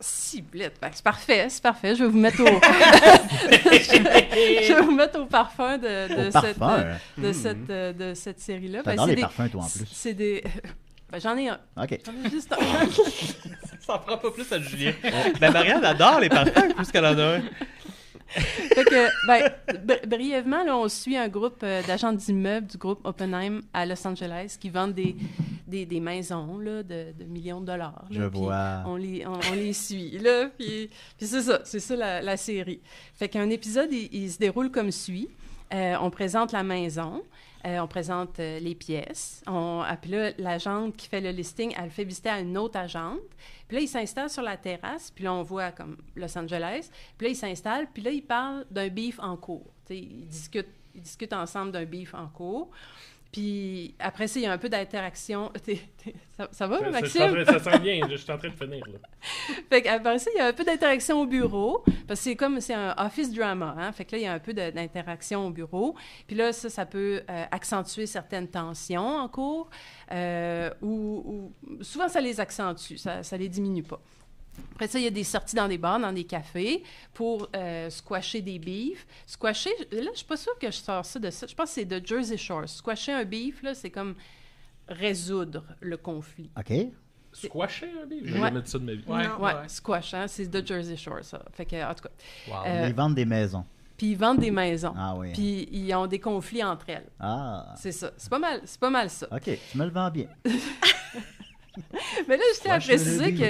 Speaker 8: Ciblette. Fait que c'est parfait, c'est parfait. Je vais vous mettre au... je vais vous mettre au parfum de, de
Speaker 2: Au
Speaker 8: cette,
Speaker 2: parfum.
Speaker 8: de, cette, euh, de cette série-là. Ben,
Speaker 2: T'adores
Speaker 8: c'est
Speaker 2: les
Speaker 8: des-
Speaker 2: parfums, toi, en plus.
Speaker 8: C'est des... Ben, j'en ai un.
Speaker 2: Ok.
Speaker 8: J'en ai juste un.
Speaker 4: Ça en prend pas plus à Julien. ben, Marianne adore les parfums, plus qu'elle en a un.
Speaker 8: Fait que, ben, br- brièvement, là, on suit un groupe euh, d'agents d'immeubles du groupe Oppenheim à Los Angeles qui vendent des, des, des maisons là, de, de millions de dollars. là,
Speaker 2: Je
Speaker 8: puis euh,
Speaker 2: vois.
Speaker 8: On les, on, on les suit, là, puis, puis c'est ça, c'est ça la, la série. Fait qu'un épisode, il, il se déroule comme suit. Euh, on présente la maison, euh, on présente euh, les pièces, on, ah, puis là, l'agente qui fait le listing, elle le fait visiter à une autre agente, puis là, il s'installe sur la terrasse, puis là, on voit comme Los Angeles, puis là, il s'installe, puis là, il parle d'un beef en cours. Tu sais, ils discutent, ils discutent ensemble d'un beef en cours. Puis après ça, il y a un peu d'interaction. T'es- t'es- Ça, ça va,
Speaker 3: Ça- ça- je suis en
Speaker 8: Maxime?
Speaker 3: train- Ça sent bien, je suis en train de finir, là.
Speaker 8: Fait qu'après ça, il y a un peu d'interaction au bureau, parce que c'est comme, c'est un office drama, hein? Fait que là, il y a un peu de- d'interaction au bureau. Puis là, ça, ça peut euh, accentuer certaines tensions en cours, euh, ou, ou- souvent, ça les accentue, ça, ça les diminue pas. Après ça, il y a des sorties dans des bars, dans des cafés pour euh, squasher des beefs. Squasher, là, je suis pas sûre que je sors ça de ça. Je pense que c'est de Jersey Shore. Squasher un beef, là, c'est comme résoudre le conflit.
Speaker 2: OK.
Speaker 3: Squasher, un livre. Je
Speaker 8: Ouais.
Speaker 3: vais mettre ça de ma vie.
Speaker 6: Ouais,
Speaker 8: Ouais, squash, hein, c'est de Jersey Shore, ça. Fait que, en tout cas. Euh,
Speaker 2: Ils vendent des maisons.
Speaker 8: puis ils vendent des maisons.
Speaker 2: Ah oui.
Speaker 8: Puis ils ont des conflits entre elles.
Speaker 2: Ah.
Speaker 8: C'est ça. C'est pas mal, c'est pas mal ça.
Speaker 2: OK, tu me le vends bien.
Speaker 8: Mais là, je tiens à
Speaker 2: Squash the
Speaker 8: préciser
Speaker 2: Lady.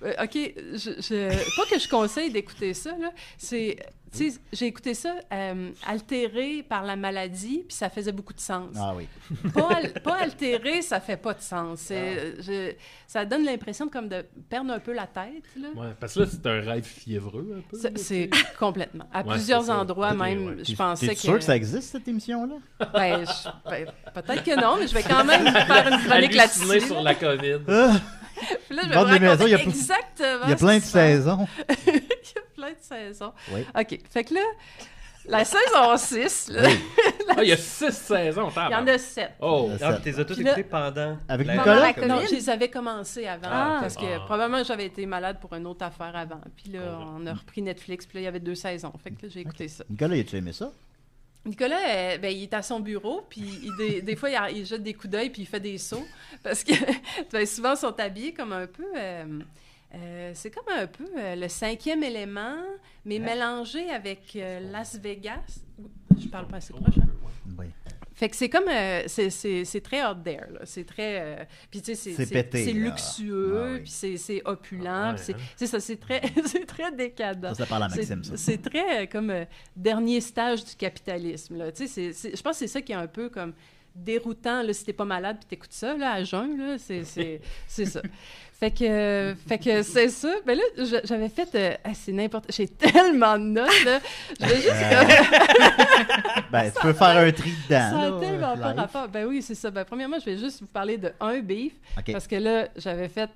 Speaker 8: que, euh, OK, je, je- pas que je conseille d'écouter ça, là. C'est, tu sais, j'ai écouté ça euh, altéré par la maladie, puis ça faisait beaucoup de sens.
Speaker 2: Ah oui.
Speaker 8: Pas, al- pas altéré, ça fait pas de sens. C'est-
Speaker 2: Ah.
Speaker 8: je- ça donne l'impression de, comme de perdre un peu la tête, là.
Speaker 3: Ouais, parce que là, c'est un rêve fiévreux, un peu. là,
Speaker 8: C'est- C'est
Speaker 3: tu sais.
Speaker 8: complètement. À
Speaker 3: Ouais,
Speaker 8: plusieurs
Speaker 3: c'est ça.
Speaker 8: endroits,
Speaker 3: Ok,
Speaker 8: même,
Speaker 3: ouais.
Speaker 8: je pensais
Speaker 2: T'es
Speaker 8: que.
Speaker 2: sûr que ça existe, cette émission-là?
Speaker 8: Ben, je- ben, peut-être que non, mais je vais quand même faire une chronique là-dessus.
Speaker 3: Halluciné sur la COVID.
Speaker 2: Ah,
Speaker 8: Puis là, je vais
Speaker 2: Vendre
Speaker 8: vous
Speaker 2: des maisons,
Speaker 8: raconter
Speaker 2: il y a plein-
Speaker 8: exactement.
Speaker 2: il y a
Speaker 8: ce
Speaker 2: plein
Speaker 8: qui
Speaker 2: de
Speaker 8: se passe.
Speaker 2: saisons.
Speaker 8: il y a plein de saisons.
Speaker 2: Oui.
Speaker 8: OK. Fait que là, la saison 6, là,
Speaker 3: Ah, il y a six saisons,
Speaker 8: il y en
Speaker 3: tabarnak.
Speaker 8: a 7.
Speaker 3: Oh,
Speaker 2: Le
Speaker 4: Ah,
Speaker 2: sept.
Speaker 4: puis t'es tous
Speaker 8: Puis là-
Speaker 4: écoutés pendant.
Speaker 2: Avec
Speaker 4: la-
Speaker 2: Nicolas?
Speaker 5: la
Speaker 8: Non,
Speaker 5: commune.
Speaker 8: je les avais commencés avant.
Speaker 5: Ah,
Speaker 8: parce que
Speaker 3: Ah.
Speaker 8: probablement j'avais été malade pour une autre affaire avant. Puis
Speaker 2: Oh,
Speaker 8: là,
Speaker 3: Ah.
Speaker 8: on a repris Netflix. Puis là, il y avait deux saisons. Fait que là, j'ai écouté ça.
Speaker 2: Nicolas, as-tu aimé ça?
Speaker 8: Nicolas, euh, ben, il est à son bureau, puis il- des, des fois, il, a- il jette des coups d'œil, puis il fait des sauts, parce que ben, souvent, ils sont habillés comme un peu... euh, euh, c'est comme un peu euh, le cinquième élément, mais mélangé avec euh, Las Vegas. Je parle pas assez proche, hein?
Speaker 2: Oui.
Speaker 8: Fait que c'est comme... euh, c'est- c'est c'est très out there, là. C'est très... euh, puis tu sais, c'est-
Speaker 2: C'est
Speaker 8: c'est
Speaker 2: pété,
Speaker 8: c'est
Speaker 2: là.
Speaker 8: luxueux,
Speaker 2: Ah oui.
Speaker 8: puis c'est- c'est opulent,
Speaker 3: Ah ouais,
Speaker 8: puis c'est-
Speaker 3: hein?
Speaker 8: c'est ça, c'est très, c'est très décadent.
Speaker 2: Ça, ça parle à Maxime, ça.
Speaker 8: C'est c'est très euh, comme euh, dernier stage du capitalisme. Là. Tu sais, c'est- c'est- je pense que c'est ça qui est un peu comme déroutant là, si t'es pas malade puis t'écoutes ça là, à jeun. Là, c'est, c'est, c'est ça. Fait que, euh, fait que c'est ça. Ben là, je- j'avais fait... euh, ah, c'est n'importe... J'ai tellement de notes, là. Je vais juste...
Speaker 2: Euh,
Speaker 8: comme-
Speaker 2: Ben, tu peux faire un tri dedans.
Speaker 8: ça
Speaker 2: là, euh,
Speaker 8: a tellement pas
Speaker 2: live.
Speaker 8: rapport. Ben oui, c'est ça. Ben, premièrement, je vais juste vous parler de un beef.
Speaker 2: OK.
Speaker 8: Parce que là, j'avais fait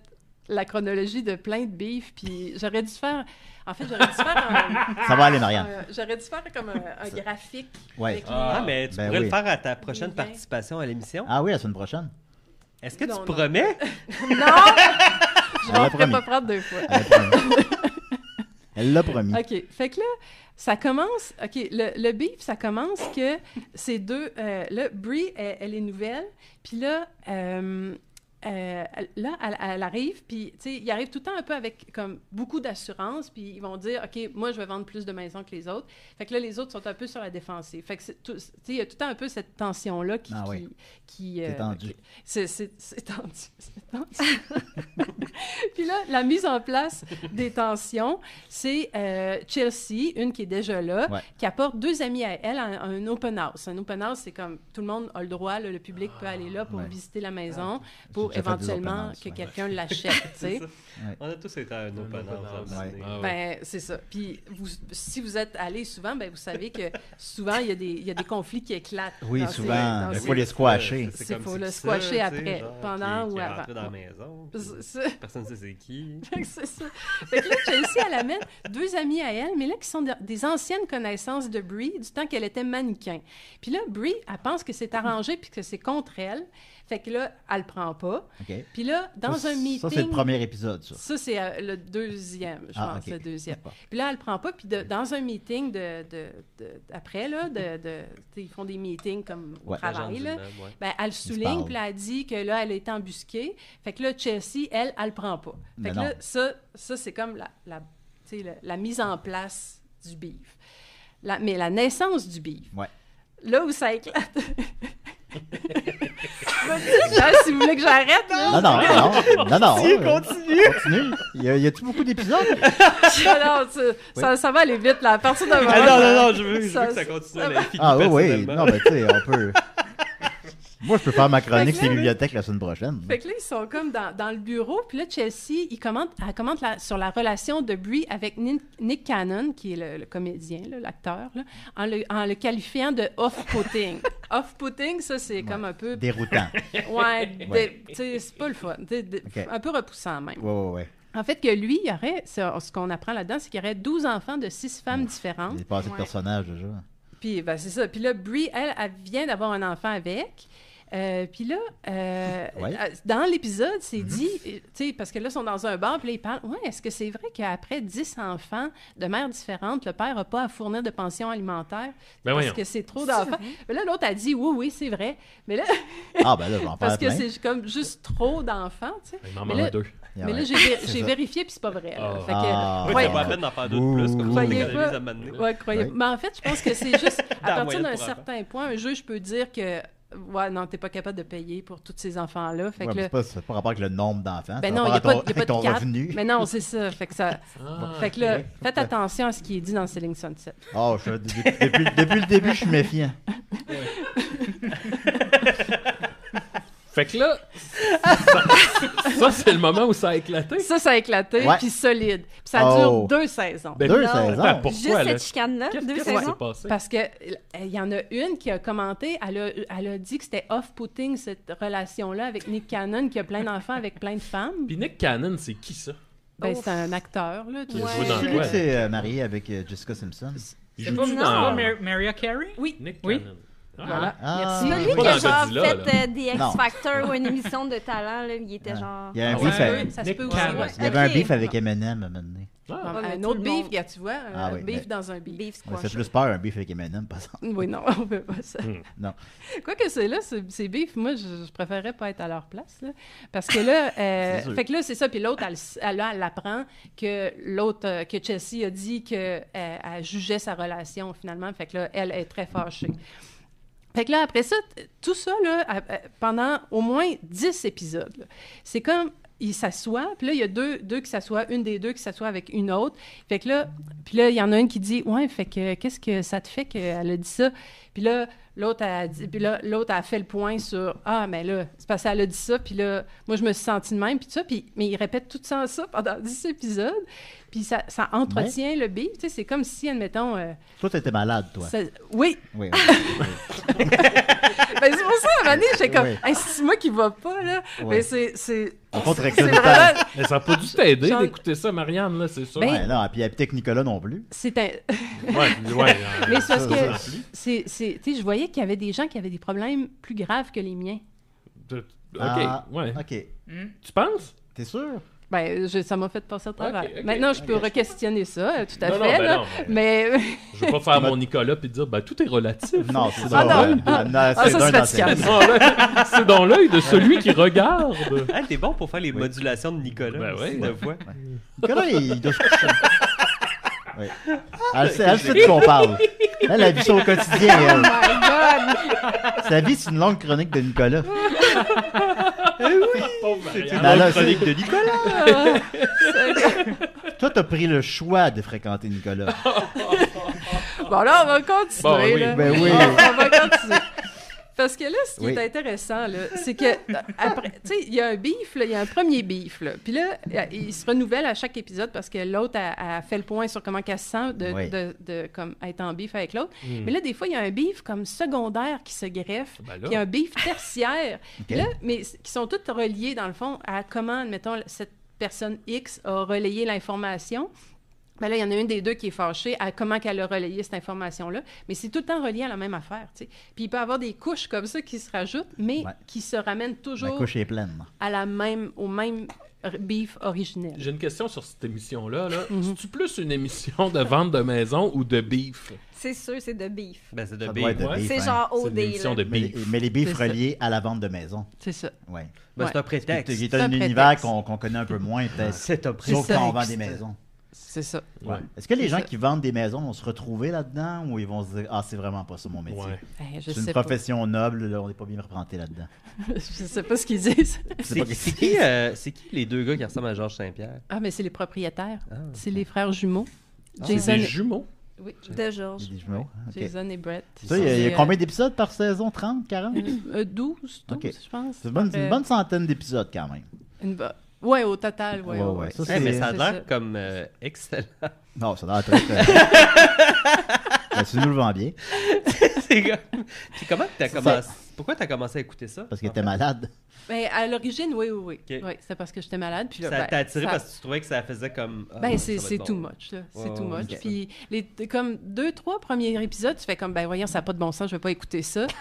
Speaker 8: la chronologie de plein de beefs, puis j'aurais dû faire... En fait, j'aurais dû faire un...
Speaker 2: Ça va aller, Marianne.
Speaker 8: Euh, J'aurais dû faire comme un, un graphique.
Speaker 2: Ouais.
Speaker 8: avec les-
Speaker 4: Ah, mais tu
Speaker 2: Ben
Speaker 4: pourrais
Speaker 2: oui.
Speaker 4: le faire à ta prochaine
Speaker 8: Oui, ben.
Speaker 4: participation à l'émission.
Speaker 2: Ah oui, à la semaine prochaine.
Speaker 4: Est-ce que
Speaker 8: Non, non.
Speaker 4: tu promets?
Speaker 2: Elle
Speaker 8: Je
Speaker 2: l'a
Speaker 8: m'en ferai
Speaker 2: promis.
Speaker 8: pas prendre deux fois.
Speaker 2: Elle l'a promis. Elle l'a promis.
Speaker 8: OK. Fait que là, ça commence. OK. Le, le beef, ça commence que ces deux. euh, là, Brie, elle, elle est nouvelle. Puis là, euh, euh, elle- là, elle, elle arrive. Puis, tu sais, il arrive tout le temps un peu avec comme beaucoup d'assurance. Puis ils vont dire OK, moi, je vais vendre plus de maisons que les autres. Fait que là, les autres sont un peu sur la défensive. Fait que, c'est tout- tu sais, il y a tout le temps un peu cette tension-là qui.
Speaker 2: Ah oui.
Speaker 8: qui, qui, euh,
Speaker 2: C'est tendu.
Speaker 8: C'est c'est- c'est tendu. C'est tendu. Puis là, la mise en place des tensions, c'est euh, Chelsea, une qui est déjà là,
Speaker 2: Ouais.
Speaker 8: qui apporte deux amis à elle à un, à un open house. Un open house, c'est comme tout le monde a le droit, là, le public peut aller là pour
Speaker 2: Ah, Ouais.
Speaker 8: visiter la maison,
Speaker 2: J'ai
Speaker 8: pour
Speaker 2: déjà fait des open
Speaker 8: éventuellement
Speaker 2: house,
Speaker 8: que
Speaker 2: ouais.
Speaker 8: quelqu'un l'achète. tu sais.
Speaker 4: On a tous été à un open house.
Speaker 2: Ouais.
Speaker 4: Ouais.
Speaker 3: Ah ouais.
Speaker 8: Ben, c'est ça. Puis, vous- si vous êtes allé souvent, ben, vous savez que souvent, il y, a des- il y a des conflits qui éclatent.
Speaker 2: Oui,
Speaker 8: dans ces-
Speaker 2: souvent.
Speaker 8: dans
Speaker 2: Il
Speaker 8: ces-
Speaker 2: faut les squasher.
Speaker 8: Ah, C'est faut le squasher après, pendant ou avant.
Speaker 4: Rentrer dans la maison. puis
Speaker 8: C'est- c'est-
Speaker 4: Personne ne sait c'est qui.
Speaker 8: Fait que c'est ça. Fait que là, Chelsea, elle amène deux amis à elle, mais là, qui sont de- des anciennes connaissances de Brie, du temps qu'elle était mannequin. Puis là, Brie, elle pense que c'est arrangé puis que c'est contre elle. Fait que là, elle le prend pas.
Speaker 2: OK.
Speaker 8: Puis là, dans
Speaker 2: Ça,
Speaker 8: un meeting...
Speaker 2: Ça, c'est le premier épisode, ça.
Speaker 8: Ça, c'est euh, le deuxième, je
Speaker 2: Ah,
Speaker 8: pense,
Speaker 2: ok.
Speaker 8: le deuxième.
Speaker 2: D'accord.
Speaker 8: Puis là, elle le prend pas. Puis de- dans un meeting de, de- de- après, là, de, de- tu sais, ils font des meetings comme au
Speaker 2: Ouais.
Speaker 4: L'agent
Speaker 8: travail,
Speaker 4: du
Speaker 8: là.
Speaker 4: meuble, ouais.
Speaker 8: Ben, elle souligne,
Speaker 2: parlent.
Speaker 8: puis elle dit que là, elle a été embusquée. Fait que là, Chelsea, elle, elle le prend pas.
Speaker 2: Mais
Speaker 8: Fait que
Speaker 2: non.
Speaker 8: là, ça, ça c'est comme la, la, tu sais, la, la mise en place du beef. La- mais la naissance du beef.
Speaker 2: Ouais.
Speaker 8: Là où ça éclate. Là, si vous voulez que j'arrête, là.
Speaker 2: Non, non, non. Non, non. Continue. Continue. Il y a- il y a-tu beaucoup d'épisodes?
Speaker 8: Ah non, tu- ça, ça va aller vite, là. À partir de maintenant.
Speaker 4: Ah non, non, non, je veux, je veux
Speaker 8: Ça-
Speaker 4: que ça continue.
Speaker 8: ça
Speaker 4: mais il finit
Speaker 2: Ah oui, oui.
Speaker 4: personnellement.
Speaker 2: Non, mais tu sais, on peut. Moi, je peux faire ma chronique
Speaker 8: Fait que
Speaker 2: sur les
Speaker 8: là-
Speaker 2: bibliothèques la semaine prochaine.
Speaker 8: Fait que là, ils sont comme dans, dans le bureau. Puis là, Chelsea, il commente, elle commente la- sur la relation de Brie avec Nin- Nick Cannon, qui est le, le comédien, là, l'acteur, là, en, le, en le qualifiant de off-putting. off-putting, ça, c'est comme un peu.
Speaker 2: Déroutant.
Speaker 8: Ouais, dé-
Speaker 2: Ouais.
Speaker 8: tu sais, c'est pas le fun. Dé- dé-
Speaker 2: Ok.
Speaker 8: Un peu repoussant, même.
Speaker 2: Ouais, ouais, ouais.
Speaker 8: En fait, que lui, il y aurait, ça, ce qu'on apprend là-dedans, c'est qu'il y aurait 12 enfants de 6 femmes différentes.
Speaker 2: Il est passé de
Speaker 5: Ouais.
Speaker 2: personnage déjà.
Speaker 8: Puis ben, c'est ça. Puis là, Brie, elle, elle vient d'avoir un enfant avec. Euh, puis là, euh,
Speaker 2: Ouais. Mm-hmm.
Speaker 8: à- dans l'épisode, c'est dit, euh, tu sais, parce que là, ils sont dans un bar, puis là, ils parlent, ouais, est-ce que c'est vrai qu'après 10 enfants de mères différentes, le père n'a pas à fournir de pension alimentaire
Speaker 3: Ben
Speaker 8: parce
Speaker 3: voyons.
Speaker 8: que c'est trop d'enfants? Mais là, l'autre a dit, oui, oui, c'est vrai. Mais là,
Speaker 2: Ah, ben là, je vais en
Speaker 8: parce
Speaker 2: faire
Speaker 8: que
Speaker 2: plein.
Speaker 8: c'est comme juste trop d'enfants, tu sais.
Speaker 3: Il m'en
Speaker 8: Mais
Speaker 3: manque
Speaker 8: là-
Speaker 3: deux.
Speaker 2: Ah
Speaker 8: Mais
Speaker 2: ouais.
Speaker 8: là, j'ai vé- j'ai
Speaker 2: ça.
Speaker 8: vérifié, puis c'est pas vrai. là.
Speaker 3: Ah.
Speaker 8: Fait que,
Speaker 2: Ah.
Speaker 4: Ouais,
Speaker 8: ouais,
Speaker 4: ça vaut la peine d'en faire deux de
Speaker 2: Ouh,
Speaker 4: plus, comme ça,
Speaker 8: ouh.
Speaker 4: on économise
Speaker 8: Pas-
Speaker 4: à m'amener.
Speaker 8: Ouais, croyez.
Speaker 2: Oui.
Speaker 8: Mais en fait, je pense que c'est juste
Speaker 4: Dans
Speaker 8: à
Speaker 4: la
Speaker 8: partir
Speaker 4: moyenne
Speaker 8: d'un
Speaker 4: pour
Speaker 8: certain point, un juge peut dire que ouais, non, t'es pas capable de payer pour tous ces enfants-là. Fait
Speaker 2: Ouais,
Speaker 8: que
Speaker 2: mais
Speaker 8: là-
Speaker 2: c'est pas, ça a pas rapport avec le nombre d'enfants.
Speaker 8: ben
Speaker 2: ça a
Speaker 8: non,
Speaker 2: rapport
Speaker 8: il n'y a pas,
Speaker 2: à
Speaker 8: y
Speaker 2: ton-
Speaker 8: a pas
Speaker 2: avec ton
Speaker 8: de cap.
Speaker 2: revenu.
Speaker 8: Mais non, c'est ça. Fait que ça.
Speaker 3: Ah.
Speaker 8: fait que là, faites attention à ce qui est dit dans Selling Sunset.
Speaker 2: Oh, je- depuis, depuis- depuis le début, je suis méfiant.
Speaker 3: Fait que là, ça, ça, c'est le moment où ça a éclaté.
Speaker 8: Ça, ça a éclaté,
Speaker 2: Ouais.
Speaker 8: puis solide. Puis ça
Speaker 2: Oh.
Speaker 8: dure deux saisons.
Speaker 3: Ben,
Speaker 2: Deux
Speaker 5: non.
Speaker 2: saisons.
Speaker 3: pourquoi,
Speaker 5: Juste
Speaker 3: là?
Speaker 5: cette chicane-là,
Speaker 3: Qu'est-ce
Speaker 5: deux
Speaker 3: qu'est-ce qui s'est
Speaker 5: saisons.
Speaker 3: passé?
Speaker 8: Parce que euh, il y en a une qui a commenté, elle a, elle a dit que c'était off-putting cette relation-là avec Nick Cannon qui a plein d'enfants avec plein de femmes.
Speaker 3: Puis Nick Cannon, c'est qui ça?
Speaker 8: Ben,
Speaker 5: Ouf.
Speaker 8: c'est un acteur là. tout
Speaker 5: Il a
Speaker 8: ça.
Speaker 5: joué dans
Speaker 2: C'est lui
Speaker 3: Ouais.
Speaker 2: qui s'est euh, marié avec euh, Jessica Simpson.
Speaker 3: Il
Speaker 6: C'est
Speaker 3: joue
Speaker 6: pas, c'est
Speaker 5: non.
Speaker 6: pas Mar- Maria Carey?
Speaker 3: Nick
Speaker 6: Oui.
Speaker 3: Cannon. Ah.
Speaker 8: Voilà.
Speaker 2: Ah.
Speaker 8: Merci.
Speaker 5: Celui
Speaker 3: Pas
Speaker 5: qui
Speaker 3: dans
Speaker 5: a genre
Speaker 3: Godzilla, là.
Speaker 5: fait euh, des X
Speaker 2: Non.
Speaker 5: Factor ou une émission de talent, là, il était
Speaker 2: Ouais.
Speaker 5: genre.
Speaker 2: Il y a un
Speaker 3: Ah
Speaker 8: Ça
Speaker 3: ouais.
Speaker 2: beef avec-
Speaker 8: se peut, ça se
Speaker 3: Nick
Speaker 8: peut
Speaker 3: Cannon.
Speaker 8: aussi.
Speaker 2: il y avait un
Speaker 5: Ok.
Speaker 2: beef avec Eminem à un moment donné.
Speaker 3: Ah.
Speaker 8: Ouais.
Speaker 5: mais
Speaker 8: Un
Speaker 5: tout
Speaker 8: autre
Speaker 5: le
Speaker 8: beef,
Speaker 5: monde.
Speaker 8: regarde, tu vois, un
Speaker 2: Ah oui,
Speaker 8: beef
Speaker 2: mais-
Speaker 8: dans un beef.
Speaker 5: Beef
Speaker 2: Ça fait
Speaker 5: squash.
Speaker 2: plus peur un beef avec Eminem, par exemple.
Speaker 8: Oui, non, on peut pas ça.
Speaker 3: Hmm.
Speaker 2: Non.
Speaker 8: Quoique c'est là, c'est c'est beef, moi, je, je préférais pas être à leur place. là. Parce que là, euh,
Speaker 2: C'est sûr.
Speaker 8: fait que là, c'est ça. Puis l'autre, elle, s- elle, là, elle apprend que l'autre, euh, que Chelsea a dit qu'elle elle jugeait sa relation finalement. Fait que là, elle est très fâchée. Fait que là, après ça, t- tout ça, là, à- à- pendant au moins 10 épisodes, là. c'est comme ils s'assoient, puis là, il y a deux, deux qui s'assoient, une des deux qui s'assoit avec une autre. Fait que là, puis là, il y en a une qui dit Ouais, fait que qu'est-ce que ça te fait qu'elle a dit ça Puis là, l'autre a dit, puis là, l'autre a fait le point sur Ah, mais là, c'est parce qu'elle a dit ça, puis là, moi, je me suis sentie de même, puis tout ça. Puis, mais ils répètent tout ça, ça pendant 10 épisodes, puis ça, ça entretient le beat. Tu sais, c'est comme si, admettons. euh,
Speaker 2: Toi, t'étais malade, Ben. toi.
Speaker 8: ça- oui,
Speaker 2: Oui, oui.
Speaker 8: Ben, c'est pour ça, à un moment donné, j'étais comme,
Speaker 2: Oui.
Speaker 8: Hey, c'est moi qui va pas, là.
Speaker 2: Oui.
Speaker 8: Mais c'est. C'est
Speaker 2: Au contraire,
Speaker 8: c'est
Speaker 2: ça nous
Speaker 8: vraiment-
Speaker 3: Mais ça a pas dû t'aider
Speaker 8: J'en-
Speaker 3: d'écouter ça, Marianne, là, c'est sûr.
Speaker 8: Ben,
Speaker 2: Ouais, non, et puis avec Nicolas non plus.
Speaker 8: c'est un-
Speaker 3: ouais, ouais, ouais.
Speaker 8: Mais c'est parce
Speaker 2: Ça,
Speaker 8: que. c'est- c'est- Tu sais, je voyais qu'il y avait des gens qui avaient des problèmes plus graves que les miens.
Speaker 3: Tu- Ok,
Speaker 2: Ah,
Speaker 3: ouais.
Speaker 2: OK.
Speaker 3: Tu penses?
Speaker 2: T'es sûr?
Speaker 8: Ben, je- ça m'a fait passer au travers.
Speaker 3: Ok, ok,
Speaker 8: Maintenant, je peux
Speaker 3: ok.
Speaker 8: re-questionner ça, euh, tout à
Speaker 3: Non, non,
Speaker 8: fait,
Speaker 3: ben
Speaker 8: là.
Speaker 3: non,
Speaker 8: mais.
Speaker 3: Je veux pas faire mon Nicolas puis dire, ben, tout est relatif.
Speaker 2: Non, c'est
Speaker 8: Ah,
Speaker 2: drôle.
Speaker 8: non. Ah, ah,
Speaker 2: c'est
Speaker 8: ça,
Speaker 2: d'un
Speaker 8: c'est
Speaker 2: dans
Speaker 8: fatigant.
Speaker 2: cette-
Speaker 3: C'est dans l'œil- c'est dans l'œil de celui qui regarde.
Speaker 4: Ah, t'es bon pour faire les modulations de Nicolas.
Speaker 3: Ben ouais.
Speaker 4: aussi, de voix.
Speaker 2: Nicolas, il il doit se coucher. Oui. Elle sait elle sait de quoi on parle. Elle a vu ça au quotidien. elle. Sa vie, c'est une longue chronique de Nicolas.
Speaker 3: Pauvre Marianne.
Speaker 2: Mais là,
Speaker 4: chronique
Speaker 2: c'est-
Speaker 4: de Nicolas.
Speaker 2: Toi, t'as pris le choix de fréquenter Nicolas.
Speaker 8: Bon, là, on va continuer.
Speaker 3: Bon, ben oui.
Speaker 8: là.
Speaker 2: Ben oui.
Speaker 8: On, on va continuer. Parce que là, ce qui
Speaker 2: Oui.
Speaker 8: est intéressant, là, c'est que, euh, après, tu sais, il y a un beef, là, il y a un premier beef, là. Puis là, euh, il se renouvelle à chaque épisode parce que l'autre a, a fait le point sur comment qu'elle se sent de,
Speaker 2: Oui.
Speaker 8: de- de, comme, être en beef avec l'autre.
Speaker 3: Hmm.
Speaker 8: Mais là, des fois, il y a un beef comme secondaire qui se greffe,
Speaker 3: Ben là.
Speaker 8: puis un beef tertiaire.
Speaker 2: OK?
Speaker 8: Là, mais c- qui sont toutes reliées, dans le fond, à comment, admettons, cette personne X a relayé l'information. Ben là, il y en a une des deux qui est fâchée à comment qu'elle a relayé cette information-là. Mais c'est tout le temps relié à la même affaire, tu sais. Puis il peut y avoir des couches comme ça qui se rajoutent, mais
Speaker 2: Ouais.
Speaker 8: qui se ramènent
Speaker 2: La
Speaker 8: toujours
Speaker 2: couche est pleine.
Speaker 8: à la même, au même r- beef originel.
Speaker 3: J'ai une question sur cette émission-là. Là.
Speaker 8: Mhm.
Speaker 3: C'est-tu plus une émission de vente de maison ou de beef?
Speaker 5: C'est sûr, c'est de beef.
Speaker 4: Ben, c'est de
Speaker 2: Ça
Speaker 4: B.
Speaker 2: doit être de
Speaker 3: Ouais.
Speaker 2: beef,
Speaker 5: C'est
Speaker 2: hein.
Speaker 5: genre
Speaker 3: C'est une
Speaker 5: OD.
Speaker 3: émission
Speaker 5: là.
Speaker 3: de
Speaker 2: Mais,
Speaker 3: beef.
Speaker 2: mais les
Speaker 8: C'est
Speaker 2: beefs
Speaker 8: ça.
Speaker 2: reliés à la vente de maison.
Speaker 8: C'est ça.
Speaker 2: Ouais.
Speaker 4: Ben, c'est un prétexte.
Speaker 2: Qui est
Speaker 8: C'est
Speaker 2: un
Speaker 8: un
Speaker 2: univers
Speaker 8: prétexte.
Speaker 2: qu'on qu'on connaît un peu moins, peut-être.
Speaker 4: C'est un
Speaker 2: Sauf
Speaker 4: prétexte.
Speaker 2: quand on vend des maisons.
Speaker 8: C'est ça.
Speaker 3: Ouais.
Speaker 2: Est-ce que les
Speaker 8: C'est
Speaker 2: gens
Speaker 8: ça.
Speaker 2: qui vendent des maisons vont se retrouver là-dedans ou ils vont se dire Ah, c'est vraiment pas ça mon métier
Speaker 3: Ouais.
Speaker 8: Ben, je
Speaker 2: C'est une
Speaker 8: sais pas.
Speaker 2: profession noble, là, on n'est pas bien représenté là-dedans.
Speaker 8: je sais pas ce qu'ils disent.
Speaker 2: C'est pas
Speaker 4: C'est c'est qui, euh, c'est qui les deux gars qui ressemblent à Georges Saint-Pierre?
Speaker 8: Ah, mais c'est les propriétaires.
Speaker 4: Ah.
Speaker 8: C'est les frères jumeaux.
Speaker 4: Ah.
Speaker 3: C'est
Speaker 8: Jason,
Speaker 3: des jumeaux.
Speaker 8: oui,
Speaker 5: De Georges.
Speaker 2: Des jumeaux, hein? Ok.
Speaker 8: Jason et Brett.
Speaker 2: Ça, il y a, il y a
Speaker 8: C'est, euh,
Speaker 2: combien d'épisodes par saison 30, 40
Speaker 8: Euh, 12, 12,
Speaker 2: Ok.
Speaker 8: je pense.
Speaker 2: C'est une bonne,
Speaker 8: Euh,
Speaker 2: une bonne centaine d'épisodes quand même.
Speaker 8: une bo- Ouais, au total, ouais.
Speaker 2: Ouais,
Speaker 8: ouais,
Speaker 2: ouais,
Speaker 8: ouais.
Speaker 2: ça,
Speaker 4: Eh, mais ça a
Speaker 8: C'est ça.
Speaker 4: l'air comme euh, excellent.
Speaker 2: Non, ça doit être. euh, Ben, tu nous le vends bien,
Speaker 4: C'est comme- Puis comment t'as commencé Pourquoi t'as commencé à écouter ça
Speaker 2: parce que t'es malade.
Speaker 8: Ah Ben, à l'origine, oui, oui, oui.
Speaker 4: Ok.
Speaker 8: Oui, c'est parce que j'étais malade. Puis là,
Speaker 4: Ça
Speaker 8: ben,
Speaker 4: t'a attiré
Speaker 8: ça-
Speaker 4: parce que tu trouvais que ça faisait comme. ah,
Speaker 8: Ben,
Speaker 4: ça va
Speaker 8: c'est
Speaker 4: être
Speaker 8: c'est
Speaker 4: bon.
Speaker 8: too much, là.
Speaker 4: Ouais,
Speaker 8: C'est too
Speaker 4: ouais,
Speaker 8: much.
Speaker 4: ok.
Speaker 8: Puis, les, comme deux, trois premiers épisodes, tu fais comme, ben, voyons, ça n'a pas de bon sens, je vais pas écouter ça.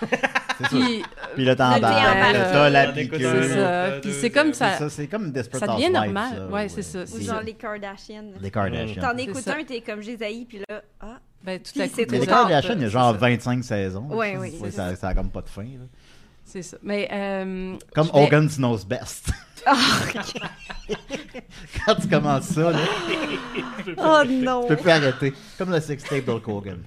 Speaker 2: C'est ça.
Speaker 8: Puis, euh,
Speaker 2: Puis là, t'en
Speaker 5: Le
Speaker 2: parles.
Speaker 5: diable.
Speaker 2: là, T'as la
Speaker 4: On écoute
Speaker 2: piqûre.
Speaker 4: un
Speaker 8: c'est
Speaker 4: autre,
Speaker 8: ça.
Speaker 4: un
Speaker 8: Puis,
Speaker 4: deuxième.
Speaker 8: c'est comme
Speaker 2: C'est
Speaker 8: ça.
Speaker 2: ça, C'est comme Desperate
Speaker 8: ça devient
Speaker 2: Housewives,
Speaker 8: normal.
Speaker 2: ça,
Speaker 8: Ouais, c'est ça. Mm.
Speaker 5: Ou
Speaker 2: C'est
Speaker 5: genre les Kardashians.
Speaker 2: Les Kardashians.
Speaker 5: T'en
Speaker 8: C'est
Speaker 5: écoutes
Speaker 8: ça.
Speaker 5: un, t'es comme j'ai zaï, puis là, ah,
Speaker 8: Ben, tout
Speaker 5: Puis
Speaker 8: à
Speaker 5: c'est
Speaker 8: coup,
Speaker 2: Mais les
Speaker 5: trop tard.
Speaker 2: Kardashians, il y a genre
Speaker 8: C'est ça.
Speaker 2: 25 saisons.
Speaker 5: Ouais,
Speaker 2: Ça,
Speaker 5: oui,
Speaker 2: c'est-
Speaker 5: c'est
Speaker 2: Ça, ça a comme pas de fin. là.
Speaker 8: C'est ça. Mais, euh,
Speaker 2: Comme
Speaker 8: je vais- Ah,
Speaker 2: Hogan Knows Best. Quand tu commences ça, là,
Speaker 5: oh non!
Speaker 2: tu peux plus arrêter. Comme le sextape d'Hulk Hogan.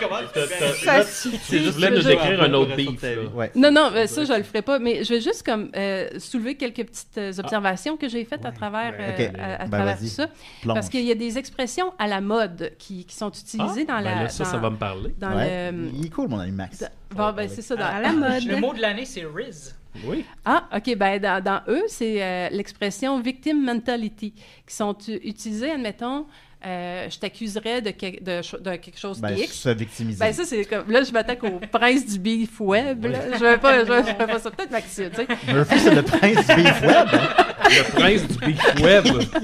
Speaker 4: Comment tu fais?
Speaker 5: Ça
Speaker 3: Tu
Speaker 5: suffit.
Speaker 3: voulais
Speaker 8: je-
Speaker 3: nous
Speaker 8: je-
Speaker 3: décrire un autre
Speaker 4: je-
Speaker 3: beef. là.
Speaker 2: Ouais.
Speaker 8: Non, non, ben, ça, je le ferai pas. Mais je vais juste comme euh, soulever quelques petites
Speaker 4: Ah.
Speaker 8: euh, observations que j'ai faites à travers,
Speaker 2: ouais.
Speaker 8: euh, à, à
Speaker 2: Ben,
Speaker 8: travers tout
Speaker 2: vas-y.
Speaker 8: ça.
Speaker 2: Plonge.
Speaker 8: Parce qu'il y a des expressions à la mode qui, qui sont utilisées dans
Speaker 3: Ah, ben
Speaker 8: la.
Speaker 3: là, ça, ça
Speaker 8: dans-
Speaker 3: va me parler.
Speaker 8: dans
Speaker 2: Ouais.
Speaker 8: le- euh,
Speaker 2: Il est cool, mon ami Max.
Speaker 8: Bon, ben, c'est ça. dans-
Speaker 5: À la
Speaker 6: Le
Speaker 5: mode.
Speaker 6: mot de l'année, c'est Riz.
Speaker 3: Oui.
Speaker 8: Ah, OK. Ben, dans, dans eux, c'est euh, l'expression victim mentality qui sont u- utilisées, admettons, euh, je t'accuserais de, que- de, cho- de quelque chose
Speaker 2: Ben,
Speaker 8: X.
Speaker 2: se victimiser.
Speaker 8: Ben ça, c'est comme... Là, je m'attaque au prince du beef web. là. Je vais pas, je vais, je vais pas ça. Peut-être Maxime, tu sais.
Speaker 2: Murphy, c'est le prince du beef web. hein.
Speaker 3: Le prince du beef web.
Speaker 2: Ben,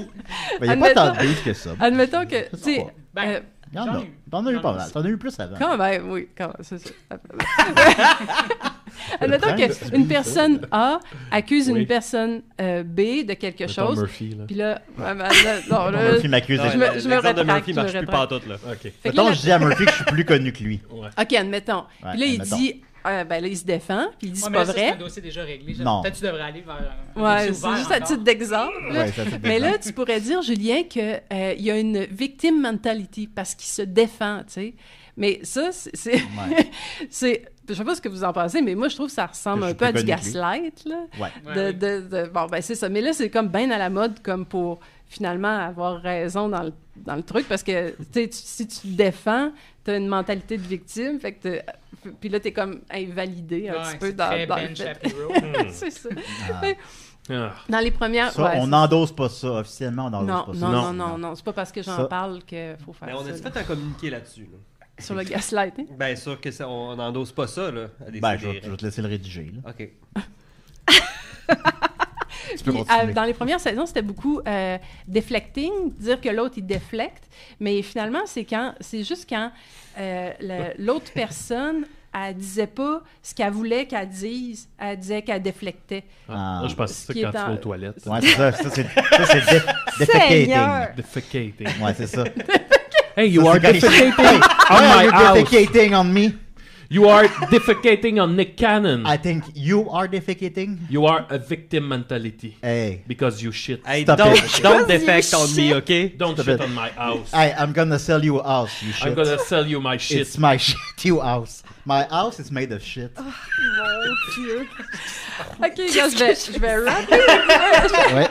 Speaker 2: il n'y a pas tant de beef que ça.
Speaker 8: Admettons que, tu sais...
Speaker 2: Il
Speaker 6: Ben,
Speaker 8: euh,
Speaker 2: y en
Speaker 6: J'en
Speaker 2: a.
Speaker 6: ai eu.
Speaker 2: T'en as eu
Speaker 6: J'en
Speaker 2: pas
Speaker 6: ai
Speaker 2: mal.
Speaker 6: eu.
Speaker 2: T'en as eu plus avant.
Speaker 8: Quand même, oui, quand même, c'est ça.
Speaker 2: Le
Speaker 8: Admettons
Speaker 2: prince du
Speaker 8: qu'une
Speaker 2: beef
Speaker 8: personne A accuse
Speaker 3: Oui.
Speaker 8: une personne euh, B de quelque
Speaker 3: Mettons
Speaker 8: chose,
Speaker 3: Murphy, là.
Speaker 8: puis là, ah, ben, là, non,
Speaker 2: Mettons,
Speaker 8: là,
Speaker 2: Murphy m'accuse.
Speaker 8: je
Speaker 2: d'être-
Speaker 8: me- je me
Speaker 4: L'exemple de
Speaker 8: rétracte,
Speaker 4: Murphy
Speaker 8: je me
Speaker 4: marche plus
Speaker 8: rétracte.
Speaker 4: pantoute, là.
Speaker 3: OK.
Speaker 8: Fait que là,
Speaker 2: Mettons,
Speaker 8: la-
Speaker 2: je dis à Murphy que je suis plus connu que lui.
Speaker 8: OK, admettons.
Speaker 2: Ouais,
Speaker 8: puis là, il
Speaker 2: admettons.
Speaker 8: dit, euh, ben là, il se défend, puis il dit,
Speaker 6: Ouais,
Speaker 8: c'est
Speaker 6: mais là,
Speaker 8: pas
Speaker 6: ça,
Speaker 8: vrai.
Speaker 6: un dossier déjà réglé. Je-
Speaker 2: Non.
Speaker 6: Peut-être tu devrais aller vers. un- un
Speaker 8: Ouais,
Speaker 6: dossier
Speaker 8: c'est
Speaker 6: ouvert
Speaker 8: juste à
Speaker 6: encore.
Speaker 8: titre d'exemple. là.
Speaker 2: Ouais, ça, c'est
Speaker 8: Mais
Speaker 2: bien.
Speaker 8: là, tu pourrais dire, Julien, qu'il il y a une victime mentality parce qu'il se défend, tu sais. Mais ça, c'est- c'est.
Speaker 2: Ouais.
Speaker 8: c'est- je sais pas ce que vous en pensez, mais moi, je trouve que ça ressemble
Speaker 2: Que je
Speaker 8: un peu à
Speaker 2: suis
Speaker 8: du
Speaker 2: plus connu que lui.
Speaker 8: gaslight, là.
Speaker 2: Ouais.
Speaker 6: Ouais,
Speaker 8: De- de- de- bon, ben, c'est ça. Mais là, c'est comme bien à la mode, comme pour finalement avoir raison dans le, dans le truc, parce que tu sais, tu- si tu te défends, tu as une mentalité de victime, fait que t'es- puis là, tu es comme invalidé un
Speaker 6: Ouais,
Speaker 8: petit peu
Speaker 6: c'est
Speaker 8: dans,
Speaker 6: très
Speaker 8: dans le
Speaker 6: Ben
Speaker 8: fait.
Speaker 6: Shapiro.
Speaker 8: C'est ça.
Speaker 2: Ah.
Speaker 3: Ah.
Speaker 8: Dans les premières.
Speaker 2: Ça,
Speaker 8: ouais,
Speaker 2: on
Speaker 8: c'est-
Speaker 2: n'endosse pas ça. Officiellement, on n'endosse
Speaker 8: non,
Speaker 2: pas ça.
Speaker 8: non, non, non, non, c'est pas parce que j'en
Speaker 2: Ça-
Speaker 8: parle qu'il faut faire
Speaker 4: Mais Ben, on
Speaker 8: ça.
Speaker 4: a
Speaker 8: là.
Speaker 4: fait un communiqué là-dessus. là.
Speaker 8: Sur le gaslight. hein.
Speaker 4: Ben, sûr que ça, on n'endosse pas ça, là. à des
Speaker 2: Ben, je vais,
Speaker 4: CDR.
Speaker 2: je vais te laisser le rédiger. Là.
Speaker 4: Ok.
Speaker 2: Tu peux
Speaker 8: Puis,
Speaker 2: continuer.
Speaker 8: euh, dans les premières saisons, c'était beaucoup euh, deflecting, dire que l'autre, il déflecte. Mais finalement, c'est quand c'est juste quand euh, le- l'autre personne, elle disait pas ce qu'elle voulait qu'elle dise, elle disait qu'elle déflectait.
Speaker 3: Ah,
Speaker 2: Ah.
Speaker 3: je pense que
Speaker 8: Ce
Speaker 3: c'est ça
Speaker 8: qui
Speaker 3: quand
Speaker 8: est
Speaker 3: tu vas
Speaker 8: en-
Speaker 3: aux toilettes.
Speaker 2: Ouais, c'est ça. Ça, c'est ça, c'est def- defecating.
Speaker 5: Seigneur!
Speaker 3: Defecating.
Speaker 2: Ouais, c'est ça.
Speaker 3: Hey, you
Speaker 2: Ça,
Speaker 3: are
Speaker 2: c'est quand il-
Speaker 3: defecating on
Speaker 2: Why are
Speaker 3: my
Speaker 2: you
Speaker 3: house.
Speaker 2: defecating on me?
Speaker 3: You are defecating on Nick Cannon.
Speaker 2: I think you are defecating.
Speaker 3: You are a victim mentality.
Speaker 2: Hey.
Speaker 3: Because you shit.
Speaker 4: Hey,
Speaker 2: Stop
Speaker 4: don't,
Speaker 2: it.
Speaker 4: don't defect on me, ok?
Speaker 3: Don't
Speaker 2: Stop
Speaker 3: shit
Speaker 2: it.
Speaker 3: on my house.
Speaker 2: Hey, I'm gonna sell you a house, you shit.
Speaker 3: I'm gonna sell you my shit.
Speaker 2: It's my shit, you house. My house is made of shit.
Speaker 8: Oh, OK, gars, je vais, je vais rapper,
Speaker 2: Ouais.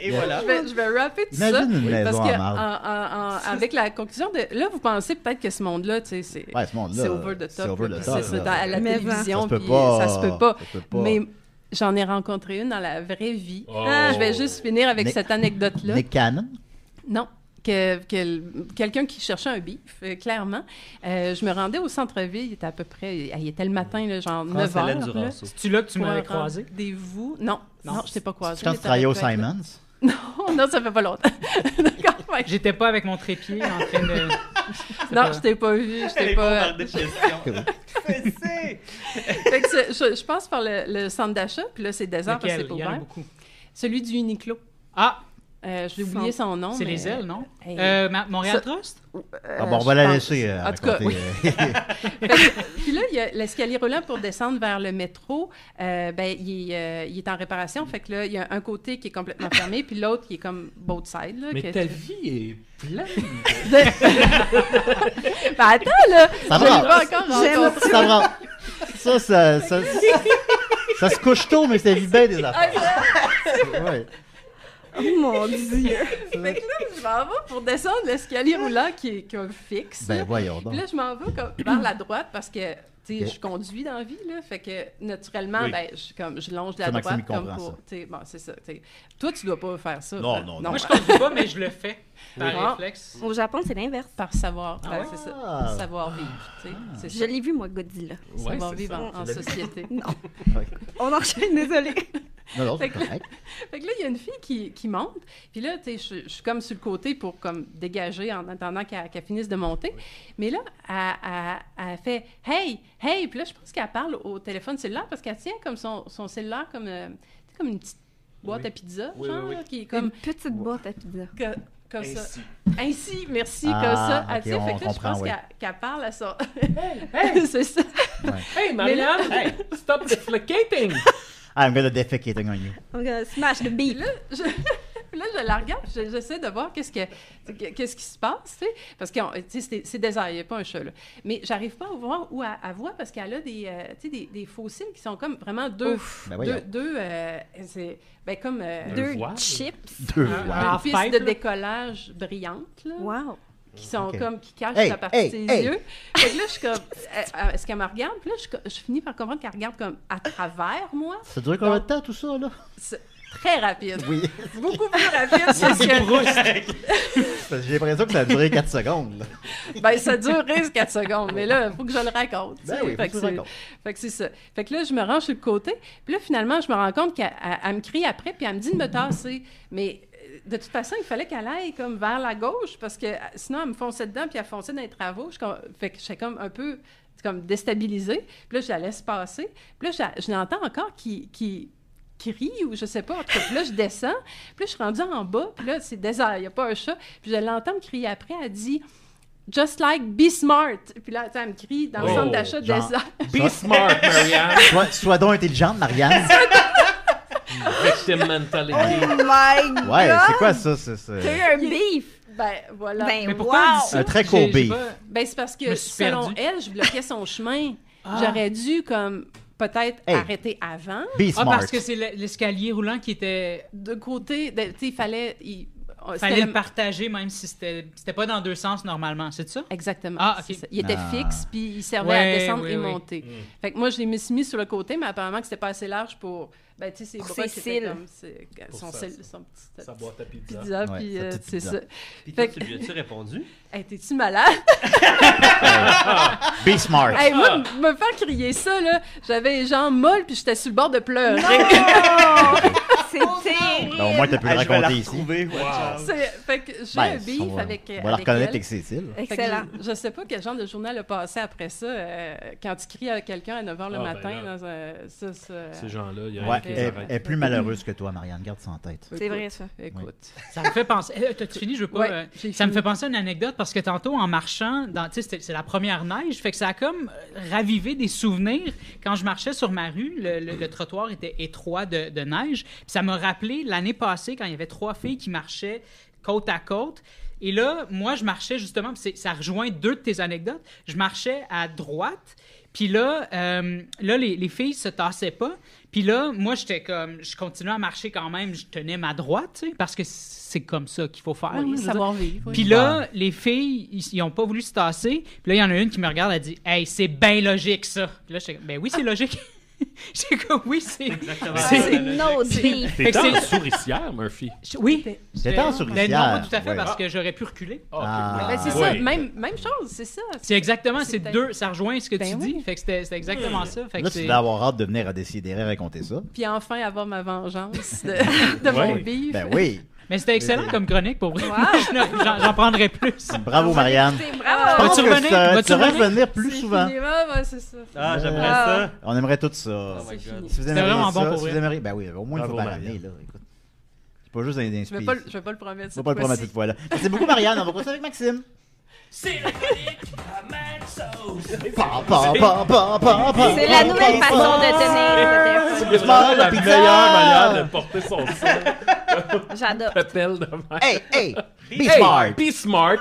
Speaker 4: Et voilà.
Speaker 8: je vais, je vais rapper tout ça.
Speaker 2: Imagine une
Speaker 8: Parce
Speaker 2: maison
Speaker 8: que,
Speaker 2: en marbre.
Speaker 8: en- en- en- avec la conclusion de. Là, vous pensez peut-être que ce monde-là, tu sais, c'est.
Speaker 2: Ouais, ce monde-là.
Speaker 8: c'est over the top.
Speaker 2: C'est over
Speaker 8: là,
Speaker 2: the
Speaker 8: puis
Speaker 2: top.
Speaker 8: c'est ça,
Speaker 2: là.
Speaker 8: dans- à la
Speaker 5: Mais
Speaker 8: télévision,
Speaker 2: Ça se peut
Speaker 8: puis euh,
Speaker 2: pas.
Speaker 8: ça se peut pas.
Speaker 2: Ça se peut pas.
Speaker 8: Mais j'en ai rencontré une dans la vraie vie.
Speaker 3: Oh.
Speaker 8: Je vais juste finir avec
Speaker 2: Nick-
Speaker 8: cette anecdote-là.
Speaker 2: Nick Cannon.
Speaker 8: Non. Que, que l- quelqu'un qui cherchait un bif, euh, clairement. Euh, je me rendais au centre-ville, il était à peu près, il était le matin, là, genre 9 h.
Speaker 4: Hélène Duranceau.
Speaker 6: C'est-tu là que tu
Speaker 8: pour
Speaker 6: m'avais
Speaker 8: un
Speaker 6: croisé?
Speaker 8: rendez-vous. Non, non,
Speaker 6: Non.
Speaker 8: je t'ai pas croisé.
Speaker 2: Je pense que
Speaker 8: mais
Speaker 2: tu travaillais au
Speaker 8: t'aurais pu être là.
Speaker 2: Simons.
Speaker 8: Non, non, ça fait pas longtemps. D'accord, ouais.
Speaker 6: J'étais pas avec mon trépied en train de.
Speaker 8: Non, je t'ai pas vu, je
Speaker 4: Elle
Speaker 8: t'ai
Speaker 4: est bonne
Speaker 8: pas.
Speaker 4: par définition. Je sais.
Speaker 8: Fait que c'est- je, je passe par le, le centre d'achat, puis là, c'est désert parce
Speaker 6: Lequel?
Speaker 8: que c'est pas
Speaker 6: Il y en a
Speaker 8: ouvert.
Speaker 6: beaucoup.
Speaker 8: Celui du Uniqlo.
Speaker 6: Ah,
Speaker 8: Euh, je l'ai oublié son nom.
Speaker 6: c'est
Speaker 8: mais-
Speaker 6: les ailes, non?
Speaker 8: Hey.
Speaker 6: Euh, Ma- Montréal
Speaker 8: Ça-
Speaker 6: Trust?
Speaker 8: Euh,
Speaker 2: Ah bon, on
Speaker 8: je
Speaker 2: va la
Speaker 8: pense-
Speaker 2: laisser. euh,
Speaker 8: En tout cas,
Speaker 2: raconter,
Speaker 8: oui.
Speaker 2: euh,
Speaker 8: Puis là, il y a l'escalier roulant pour descendre vers le métro. Euh, ben, il, est, euh, il est en réparation. Fait que là, il y a un côté qui est complètement fermé, puis l'autre qui est comme both sides. Là, que
Speaker 3: Mais
Speaker 8: tu-
Speaker 3: ta vie est pleine.
Speaker 8: Ben, attends, là!
Speaker 2: Ça
Speaker 8: je l'ai
Speaker 2: va.
Speaker 8: pas encore rencontré.
Speaker 2: Ça prend- Ça, ça, ça,
Speaker 8: Ah,
Speaker 2: ça se couche tôt, mais ça vit bien des affaires. Ouais.
Speaker 5: Oh mon Dieu!
Speaker 8: Fait que là, je m'en vais pour descendre l'escalier roulant qui est comme fixe.
Speaker 2: Ben voyons donc.
Speaker 8: Puis là, je m'en vais comme vers la droite parce que, tu sais, je conduis dans la vie, là. Fait que, naturellement,
Speaker 4: Oui.
Speaker 8: ben, je, comme, je longe de la
Speaker 2: Ça, Maxime,
Speaker 8: droite
Speaker 2: il
Speaker 8: comme
Speaker 2: comprend
Speaker 8: pour.
Speaker 2: ça.
Speaker 8: tu sais, Bon, c'est ça. tu sais. Toi, tu dois pas faire ça.
Speaker 2: Non,
Speaker 8: hein?
Speaker 2: non, non.
Speaker 6: Moi, je
Speaker 8: hein?
Speaker 6: comprends pas, mais je le fais par
Speaker 8: Oui.
Speaker 6: réflexe.
Speaker 5: Au Japon, c'est l'inverse.
Speaker 8: Par savoir.
Speaker 6: Ah
Speaker 8: ouais,
Speaker 6: ouais?
Speaker 8: c'est ça.
Speaker 2: Ah.
Speaker 8: Par Savoir vivre. tu sais, C'est
Speaker 5: Je
Speaker 8: ça.
Speaker 5: l'ai vu, moi, Godzilla.
Speaker 3: Ah. Ouais,
Speaker 8: savoir
Speaker 3: c'est
Speaker 8: vivre
Speaker 3: ça.
Speaker 8: en- en, société.
Speaker 5: Non. On enchaîne, désolé.
Speaker 2: Non, non, c'est
Speaker 8: Fait que là-
Speaker 2: correct.
Speaker 8: Fait que là, il y a une fille qui, qui monte. Puis là, tu sais, je, je suis comme sur le côté pour comme dégager en attendant qu'elle qu'elle finisse de monter. Mais là, elle, elle- elle fait Hey, hey. Puis là, je pense qu'elle parle au téléphone cellulaire parce qu'elle tient comme son, son cellulaire comme, euh, tu sais, comme une petite boîte à pizza,
Speaker 3: Oui,
Speaker 8: genre,
Speaker 3: oui, oui.
Speaker 8: là, qui est
Speaker 5: Une
Speaker 8: comme,
Speaker 5: petite boîte à pizza.
Speaker 8: que- comme ça.
Speaker 1: Ainsi.
Speaker 8: Ainsi, merci,
Speaker 2: Ah,
Speaker 8: comme ça.
Speaker 2: ok,
Speaker 8: Elle tient.
Speaker 2: on
Speaker 8: fait que là, je
Speaker 2: comprend,
Speaker 8: pense
Speaker 2: oui.
Speaker 8: qu'elle- qu'elle parle à son.
Speaker 3: Hey,
Speaker 8: C'est ça.
Speaker 3: hey,
Speaker 8: Marianne,
Speaker 3: hey, stop deflecating!
Speaker 2: Ah, I'm gonna defecating on you.
Speaker 5: On va smash the beat.
Speaker 8: je, puis là, je la regarde, puis je- j'essaie de voir qu'est-ce, que, qu'est-ce qui se passe, tu sais, parce que tu sais, c'est, c'est désert, il n'y a pas un chat, là. Mais j'arrive pas à voir où elle, elle voit, parce qu'elle a des, euh, tu sais, des, des fossiles qui sont comme vraiment deux...
Speaker 2: Ben
Speaker 8: deux,
Speaker 2: voyons.
Speaker 8: deux, euh, c'est, ben, comme euh,
Speaker 3: Un
Speaker 5: Deux
Speaker 3: voile.
Speaker 5: chips.
Speaker 2: Deux
Speaker 6: Ah,
Speaker 2: fois.
Speaker 6: ah.
Speaker 8: une piste
Speaker 6: pipe,
Speaker 8: de
Speaker 6: là.
Speaker 8: décollage brillante, là,
Speaker 5: Wow.
Speaker 8: qui sont
Speaker 2: Ok.
Speaker 8: comme, qui cachent
Speaker 2: Hey,
Speaker 8: la partie
Speaker 2: hey,
Speaker 8: de ses
Speaker 2: hey.
Speaker 8: yeux. Fait que là, je suis comme, euh, euh, est-ce qu'elle me regarde? Puis là, je, suis co- je finis par comprendre qu'elle regarde comme à travers moi,
Speaker 2: Ça dure combien de temps tout ça, là?
Speaker 8: C'est très rapide.
Speaker 2: Oui.
Speaker 8: Beaucoup plus rapide parce que...
Speaker 2: Parce que J'ai l'impression que ça a duré 4 secondes. là.
Speaker 8: Ben, ça dure 4 secondes, mais là, il faut que je le raconte. tu
Speaker 2: Ben
Speaker 8: sais.
Speaker 2: oui, faut
Speaker 8: fait,
Speaker 2: que
Speaker 8: que
Speaker 2: tu
Speaker 8: c'est-
Speaker 2: racontes.
Speaker 8: fait que c'est ça. Fait que là, je me range sur le côté. Puis là, finalement, je me rends compte qu'elle elle- elle me crie après, puis elle me dit de me tasser. Mais euh, de toute façon, il fallait qu'elle aille comme vers la gauche, parce que euh, sinon, elle me fonçait dedans, puis elle fonçait dans les travaux. Je com- fait que j'étais comme un peu comme déstabilisée. Puis là, je la laisse passer. Puis là, je, la- je l'entends encore qui... qui qui rit ou je sais pas. En tout cas, puis là, je descends. Puis là, je suis rendue en bas. Puis là, c'est désert. Il n'y a pas un chat. Puis je l'entends me crier après. Elle dit Just like be smart. Puis là, tu sais, elle me crie dans le
Speaker 3: Oh,
Speaker 8: centre d'achat de
Speaker 2: genre.
Speaker 8: désert.
Speaker 3: Be smart, Marianne!
Speaker 2: Sois, sois donc intelligente, Marianne.
Speaker 3: Victim mentality.
Speaker 5: Oh my God!
Speaker 2: Ouais, c'est quoi ça? c'est-
Speaker 5: T'as eu
Speaker 2: c'est-
Speaker 5: un beef!
Speaker 8: Ben, voilà. Ben,
Speaker 5: Ben,
Speaker 6: Mais pourquoi elle dit
Speaker 5: wow!
Speaker 6: ça?
Speaker 2: Un très court
Speaker 6: J'ai- j'ai
Speaker 2: beef.
Speaker 6: pas-
Speaker 8: c'est parce
Speaker 6: Je
Speaker 8: que
Speaker 6: me suis
Speaker 8: selon
Speaker 6: perdue.
Speaker 8: elle, je bloquais son chemin.
Speaker 6: Ah.
Speaker 8: J'aurais dû, comme, peut-être
Speaker 2: Hey.
Speaker 8: arrêter avant.
Speaker 2: Be
Speaker 6: Ah,
Speaker 2: smart.
Speaker 6: parce que c'est le- l'escalier roulant qui était.
Speaker 8: De côté, de- tu sais, il fallait. il- on-
Speaker 6: Fallait
Speaker 8: c'était-
Speaker 6: le partager, même si c'était c'était pas dans deux sens normalement, c'est ça?
Speaker 8: Exactement.
Speaker 6: Ah, ok.
Speaker 8: c'est ça. Il était
Speaker 2: Ah.
Speaker 8: fixe, puis il servait
Speaker 6: Ouais, Mm.
Speaker 8: à descendre
Speaker 6: oui,
Speaker 8: et
Speaker 6: oui.
Speaker 8: monter. Fait que moi, je l'ai mis, mis sur le côté, mais apparemment que c'était pas assez large pour. Ben, tu sais, ses
Speaker 5: Pour ses
Speaker 8: bras qui
Speaker 5: cils.
Speaker 8: étaient comme. c'est-
Speaker 3: Pour
Speaker 8: son,
Speaker 3: ça,
Speaker 8: cil-
Speaker 3: ça.
Speaker 8: son petit.
Speaker 3: Sa boîte à pizza.
Speaker 8: Pizza,
Speaker 2: Ouais,
Speaker 8: puis
Speaker 2: sa
Speaker 8: euh,
Speaker 2: petite
Speaker 8: c'est
Speaker 2: pizza.
Speaker 8: ça.
Speaker 4: Puis toi,
Speaker 8: Fait
Speaker 4: tu lui as-tu répondu?
Speaker 8: Hey, t'es-tu malade?
Speaker 2: Be smart.
Speaker 6: Ah.
Speaker 8: Hey, moi, m- me faire crier ça, là, j'avais les jambes molles puis j'étais sur le bord de pleurer.
Speaker 5: C'est terrible!
Speaker 2: Ben, au moins, t'as pu le
Speaker 4: Ah, je vais la
Speaker 2: raconter ici.
Speaker 4: retrouver. watch out.
Speaker 8: C'est- Fait que j'ai
Speaker 2: Ben,
Speaker 8: un beef
Speaker 2: on va-
Speaker 8: avec.
Speaker 2: On va la
Speaker 8: avec
Speaker 2: reconnaître
Speaker 8: elle.
Speaker 2: avec Cécile.
Speaker 8: Fait que je-
Speaker 5: Excellent.
Speaker 8: Je sais pas quel genre de journal a passé après ça. euh, quand tu cries à quelqu'un à 9 h le
Speaker 3: Ah, ben
Speaker 8: matin,
Speaker 3: là.
Speaker 8: dans un- ça, ça-
Speaker 3: Ces gens-là, il y a
Speaker 2: Ouais, eh.
Speaker 3: rien qui les
Speaker 2: elle elle
Speaker 3: arrête.
Speaker 2: est plus malheureuse que toi, Marianne. Garde ça en tête.
Speaker 5: C'est vrai, ça.
Speaker 8: Écoute.
Speaker 6: Ça me fait penser. Eh, T'as-tu fini? Je veux pas.
Speaker 8: Ouais,
Speaker 6: euh,
Speaker 8: j'ai
Speaker 6: ça me
Speaker 8: fini.
Speaker 6: fait penser à une anecdote parce que tantôt, en marchant, dans- tu sais, c'était- c'est la première neige, fait que ça a comme euh, ravivé des souvenirs. Quand je marchais sur ma rue, le, le- le trottoir était étroit de, de neige. Puis ça m'a rappelé l'année passée quand il y avait trois filles qui marchaient côte à côte. Et là, moi, je marchais justement, puis c'est- ça rejoint deux de tes anecdotes. Je marchais à droite, puis là, euh, là les, les filles se tassaient pas. Puis là, moi, j'étais comme, je continuais à marcher quand même, je tenais ma droite, tu sais, parce que c'est comme ça qu'il faut faire.
Speaker 8: Ah,
Speaker 6: là, je veux dire.
Speaker 8: savoir vivre.
Speaker 6: Puis là, les filles, ils- ils ont pas voulu se tasser. Puis là, il y en a une qui me regarde, elle dit Hey, c'est bien logique ça. Puis là, j'étais comme Ben oui, c'est logique. J'étais comme Oui, c'est.
Speaker 4: Exactement.
Speaker 5: C'est une autre beef.
Speaker 6: Fait
Speaker 3: T'es
Speaker 6: que
Speaker 3: en
Speaker 6: c'est-
Speaker 3: souricière, Murphy.
Speaker 6: Oui.
Speaker 2: J'étais en
Speaker 6: Ben non, pas
Speaker 2: souricière.
Speaker 6: tout à fait,
Speaker 2: Ouais.
Speaker 6: parce que j'aurais pu reculer.
Speaker 2: Ah.
Speaker 8: Ben, c'est
Speaker 2: Ah,
Speaker 8: ça,
Speaker 3: oui.
Speaker 8: même, même chose, c'est ça.
Speaker 6: C'est exactement, c'est
Speaker 8: peut-être-
Speaker 6: deux, ça rejoint ce que tu
Speaker 8: Ben oui.
Speaker 6: dis. Fait que c'était c'était exactement ça. Fait que
Speaker 2: Là, tu
Speaker 6: c'est-
Speaker 2: devais avoir hâte de venir à Décider raconter ça.
Speaker 8: Puis enfin avoir ma vengeance de, de mon
Speaker 3: Ouais.
Speaker 8: beef.
Speaker 2: Ben oui.
Speaker 6: Mais c'était excellent comme chronique pour vrai. J'en- J'en prendrais plus.
Speaker 2: Bravo, Marianne.
Speaker 5: C'est
Speaker 2: Je
Speaker 5: bravo!
Speaker 2: pense
Speaker 6: Vas-tu
Speaker 2: que
Speaker 6: revenir?
Speaker 2: ça-
Speaker 6: Vas-tu
Speaker 2: tu devrais
Speaker 6: revenir?
Speaker 2: revenir plus
Speaker 8: C'est
Speaker 2: souvent.
Speaker 8: fini, ouais, ouais, c'est ça.
Speaker 4: Ah, j'aimerais
Speaker 5: Ah.
Speaker 4: ça.
Speaker 2: On aimerait tout ça.
Speaker 4: Oh my
Speaker 8: C'est
Speaker 4: God.
Speaker 8: fini.
Speaker 2: Si vous
Speaker 6: C'était
Speaker 2: aimeriez
Speaker 6: vraiment bon
Speaker 2: ça,
Speaker 6: pour
Speaker 2: si
Speaker 6: vrai.
Speaker 2: vous aimeriez... Ben oui, au moins, il faut
Speaker 4: Bravo,
Speaker 2: pas
Speaker 4: Marianne.
Speaker 2: l'amener, là. Écoute. C'est pas juste
Speaker 8: Je vais
Speaker 2: d'inspirer.
Speaker 8: pas, le- je vais pas le promettre.
Speaker 2: Je vais
Speaker 8: cette
Speaker 2: pas le promettre
Speaker 8: fois-ci.
Speaker 2: cette fois-là. C'est beaucoup, Marianne. On va continuer avec Maxime. Pa, pa, pa, pa, pa, pa,
Speaker 5: C'est la
Speaker 2: pa,
Speaker 5: nouvelle
Speaker 2: pa,
Speaker 5: façon
Speaker 2: pa.
Speaker 5: de tenir le
Speaker 3: C'est vraiment la
Speaker 2: Pizza!
Speaker 3: meilleure manière de porter son sang.
Speaker 5: téléphone. J'adore.
Speaker 3: Appel de même.
Speaker 2: Hey, hey, be
Speaker 3: Hey, Euh,
Speaker 2: smart.
Speaker 3: Be smart.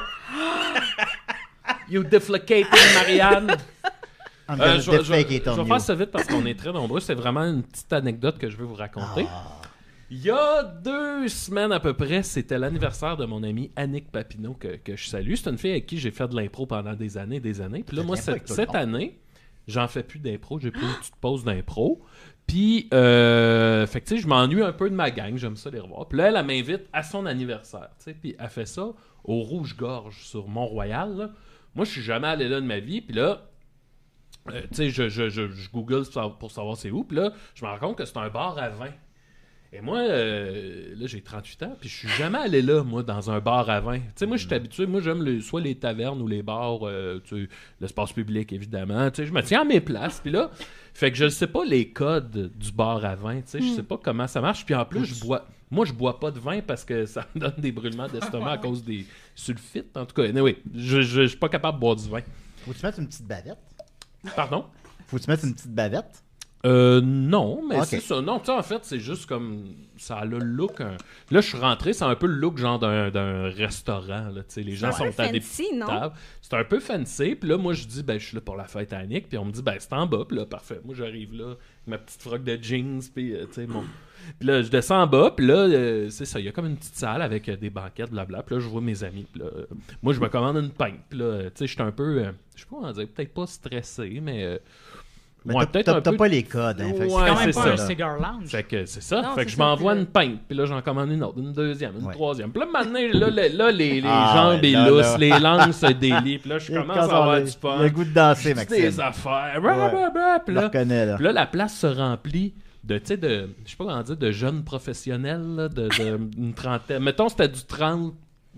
Speaker 3: You deflecating, Marianne. Euh,
Speaker 2: I'm gonna
Speaker 3: je, vais- je vais-
Speaker 2: defecate
Speaker 3: je
Speaker 2: on
Speaker 3: vais
Speaker 2: you.
Speaker 3: faire ça vite parce qu'on est très nombreux. C'est vraiment une petite anecdote que je veux vous raconter. Il y a deux semaines à peu près, c'était l'anniversaire de mon amie Annick Papineau que, que je salue. C'est une fille avec qui j'ai fait de l'impro pendant des années des années. Puis là,
Speaker 2: Faites
Speaker 3: moi,
Speaker 2: de l'impro
Speaker 3: cette,
Speaker 2: avec tout le
Speaker 3: cette
Speaker 2: monde. Ah!
Speaker 3: année, j'en fais plus d'impro. J'ai pris une petite pause d'impro. Puis, euh, fait que, tu sais, je m'ennuie un peu de ma gang. J'aime ça les revoir. Puis là, elle, elle m'invite à son anniversaire. tu sais. Puis elle fait ça au Rouge-Gorge sur Mont-Royal. là. Moi, je suis jamais allé là de ma vie. Puis là, euh, tu sais, je, je, je, je Google pour savoir- pour savoir c'est où. Puis là, je me rends compte que c'est un bar à vin. Et moi, euh, là, j'ai 38 ans, puis je suis jamais allé là, moi, dans un bar à vin. Tu sais, moi, je suis habitué, moi, j'aime le- soit les tavernes ou les bars, euh, tu sais, l'espace public, évidemment. Tu sais, je me tiens à mes places, puis là, fait que je ne sais pas les codes du bar à vin, tu sais, je sais pas comment ça marche. Puis en plus, je bois, moi, je bois pas de vin parce que ça me donne des brûlements d'estomac à cause des sulfites, en tout cas. Anyway, je, je, je suis pas capable de boire du vin.
Speaker 2: Faut-tu mettre une petite bavette?
Speaker 3: Pardon?
Speaker 2: Faut-tu mettre une petite bavette?
Speaker 3: Euh, non, mais
Speaker 2: Ah, Ok.
Speaker 3: c'est ça. Non, tu sais, en fait, c'est juste comme. Ça a le look. un- Là, je suis rentré, c'est un peu le look genre d'un, d'un restaurant. Là, tu sais, les gens
Speaker 5: un peu
Speaker 3: sont à des
Speaker 5: fancy, non?
Speaker 3: tables. C'est un peu fancy. Puis là, moi, je dis, ben, je suis là pour la fête à Nick. Puis on me dit, ben, c'est en bas. Puis là, parfait. Moi, j'arrive là, avec ma petite froc de jeans. Puis, euh, tu sais, mon. Puis là, je descends en bas. Puis là, euh, c'est ça. Il y a comme une petite salle avec euh, des banquettes, blabla. Puis là, je vois mes amis. Puis là, euh, moi, je me commande une pinte. Puis là, euh, tu sais, je suis un peu. euh, je sais pas comment dire. Peut-être pas stressé, mais. euh,
Speaker 2: Mais
Speaker 3: ouais,
Speaker 2: t'as- t'as t'as
Speaker 3: peu
Speaker 2: pas les codes, hein. fait que
Speaker 3: Ouais,
Speaker 6: quand même
Speaker 3: c'est
Speaker 6: pas
Speaker 3: ça,
Speaker 6: un
Speaker 3: là.
Speaker 6: cigar lounge.
Speaker 3: fait que c'est ça.
Speaker 8: Non,
Speaker 3: fait
Speaker 8: c'est
Speaker 3: que je
Speaker 8: ça,
Speaker 3: m'envoie
Speaker 8: puis- euh,
Speaker 3: une pinte, puis là j'en commande une autre, une deuxième, une
Speaker 2: Ouais.
Speaker 3: troisième. Puis là, maintenant, là, le- là, les, les
Speaker 2: Ah,
Speaker 3: jambes
Speaker 2: ouais,
Speaker 3: et
Speaker 2: là, là.
Speaker 3: lousses, les langues se délient, puis là je
Speaker 2: Et
Speaker 3: commence à
Speaker 2: quand on a-
Speaker 3: avoir du
Speaker 2: Il a
Speaker 3: punch.
Speaker 2: le goût de danser,
Speaker 3: je dis
Speaker 2: Maxime.
Speaker 3: des affaires, bla,
Speaker 2: Ouais.
Speaker 3: bla, bla, puis
Speaker 2: Je le
Speaker 3: là,
Speaker 2: reconnais, là.
Speaker 3: puis là, la place se remplit de, tu sais, de, je sais pas comment dire, de jeunes professionnels, là, de, de une trentaine. Mettons, c'était du 30,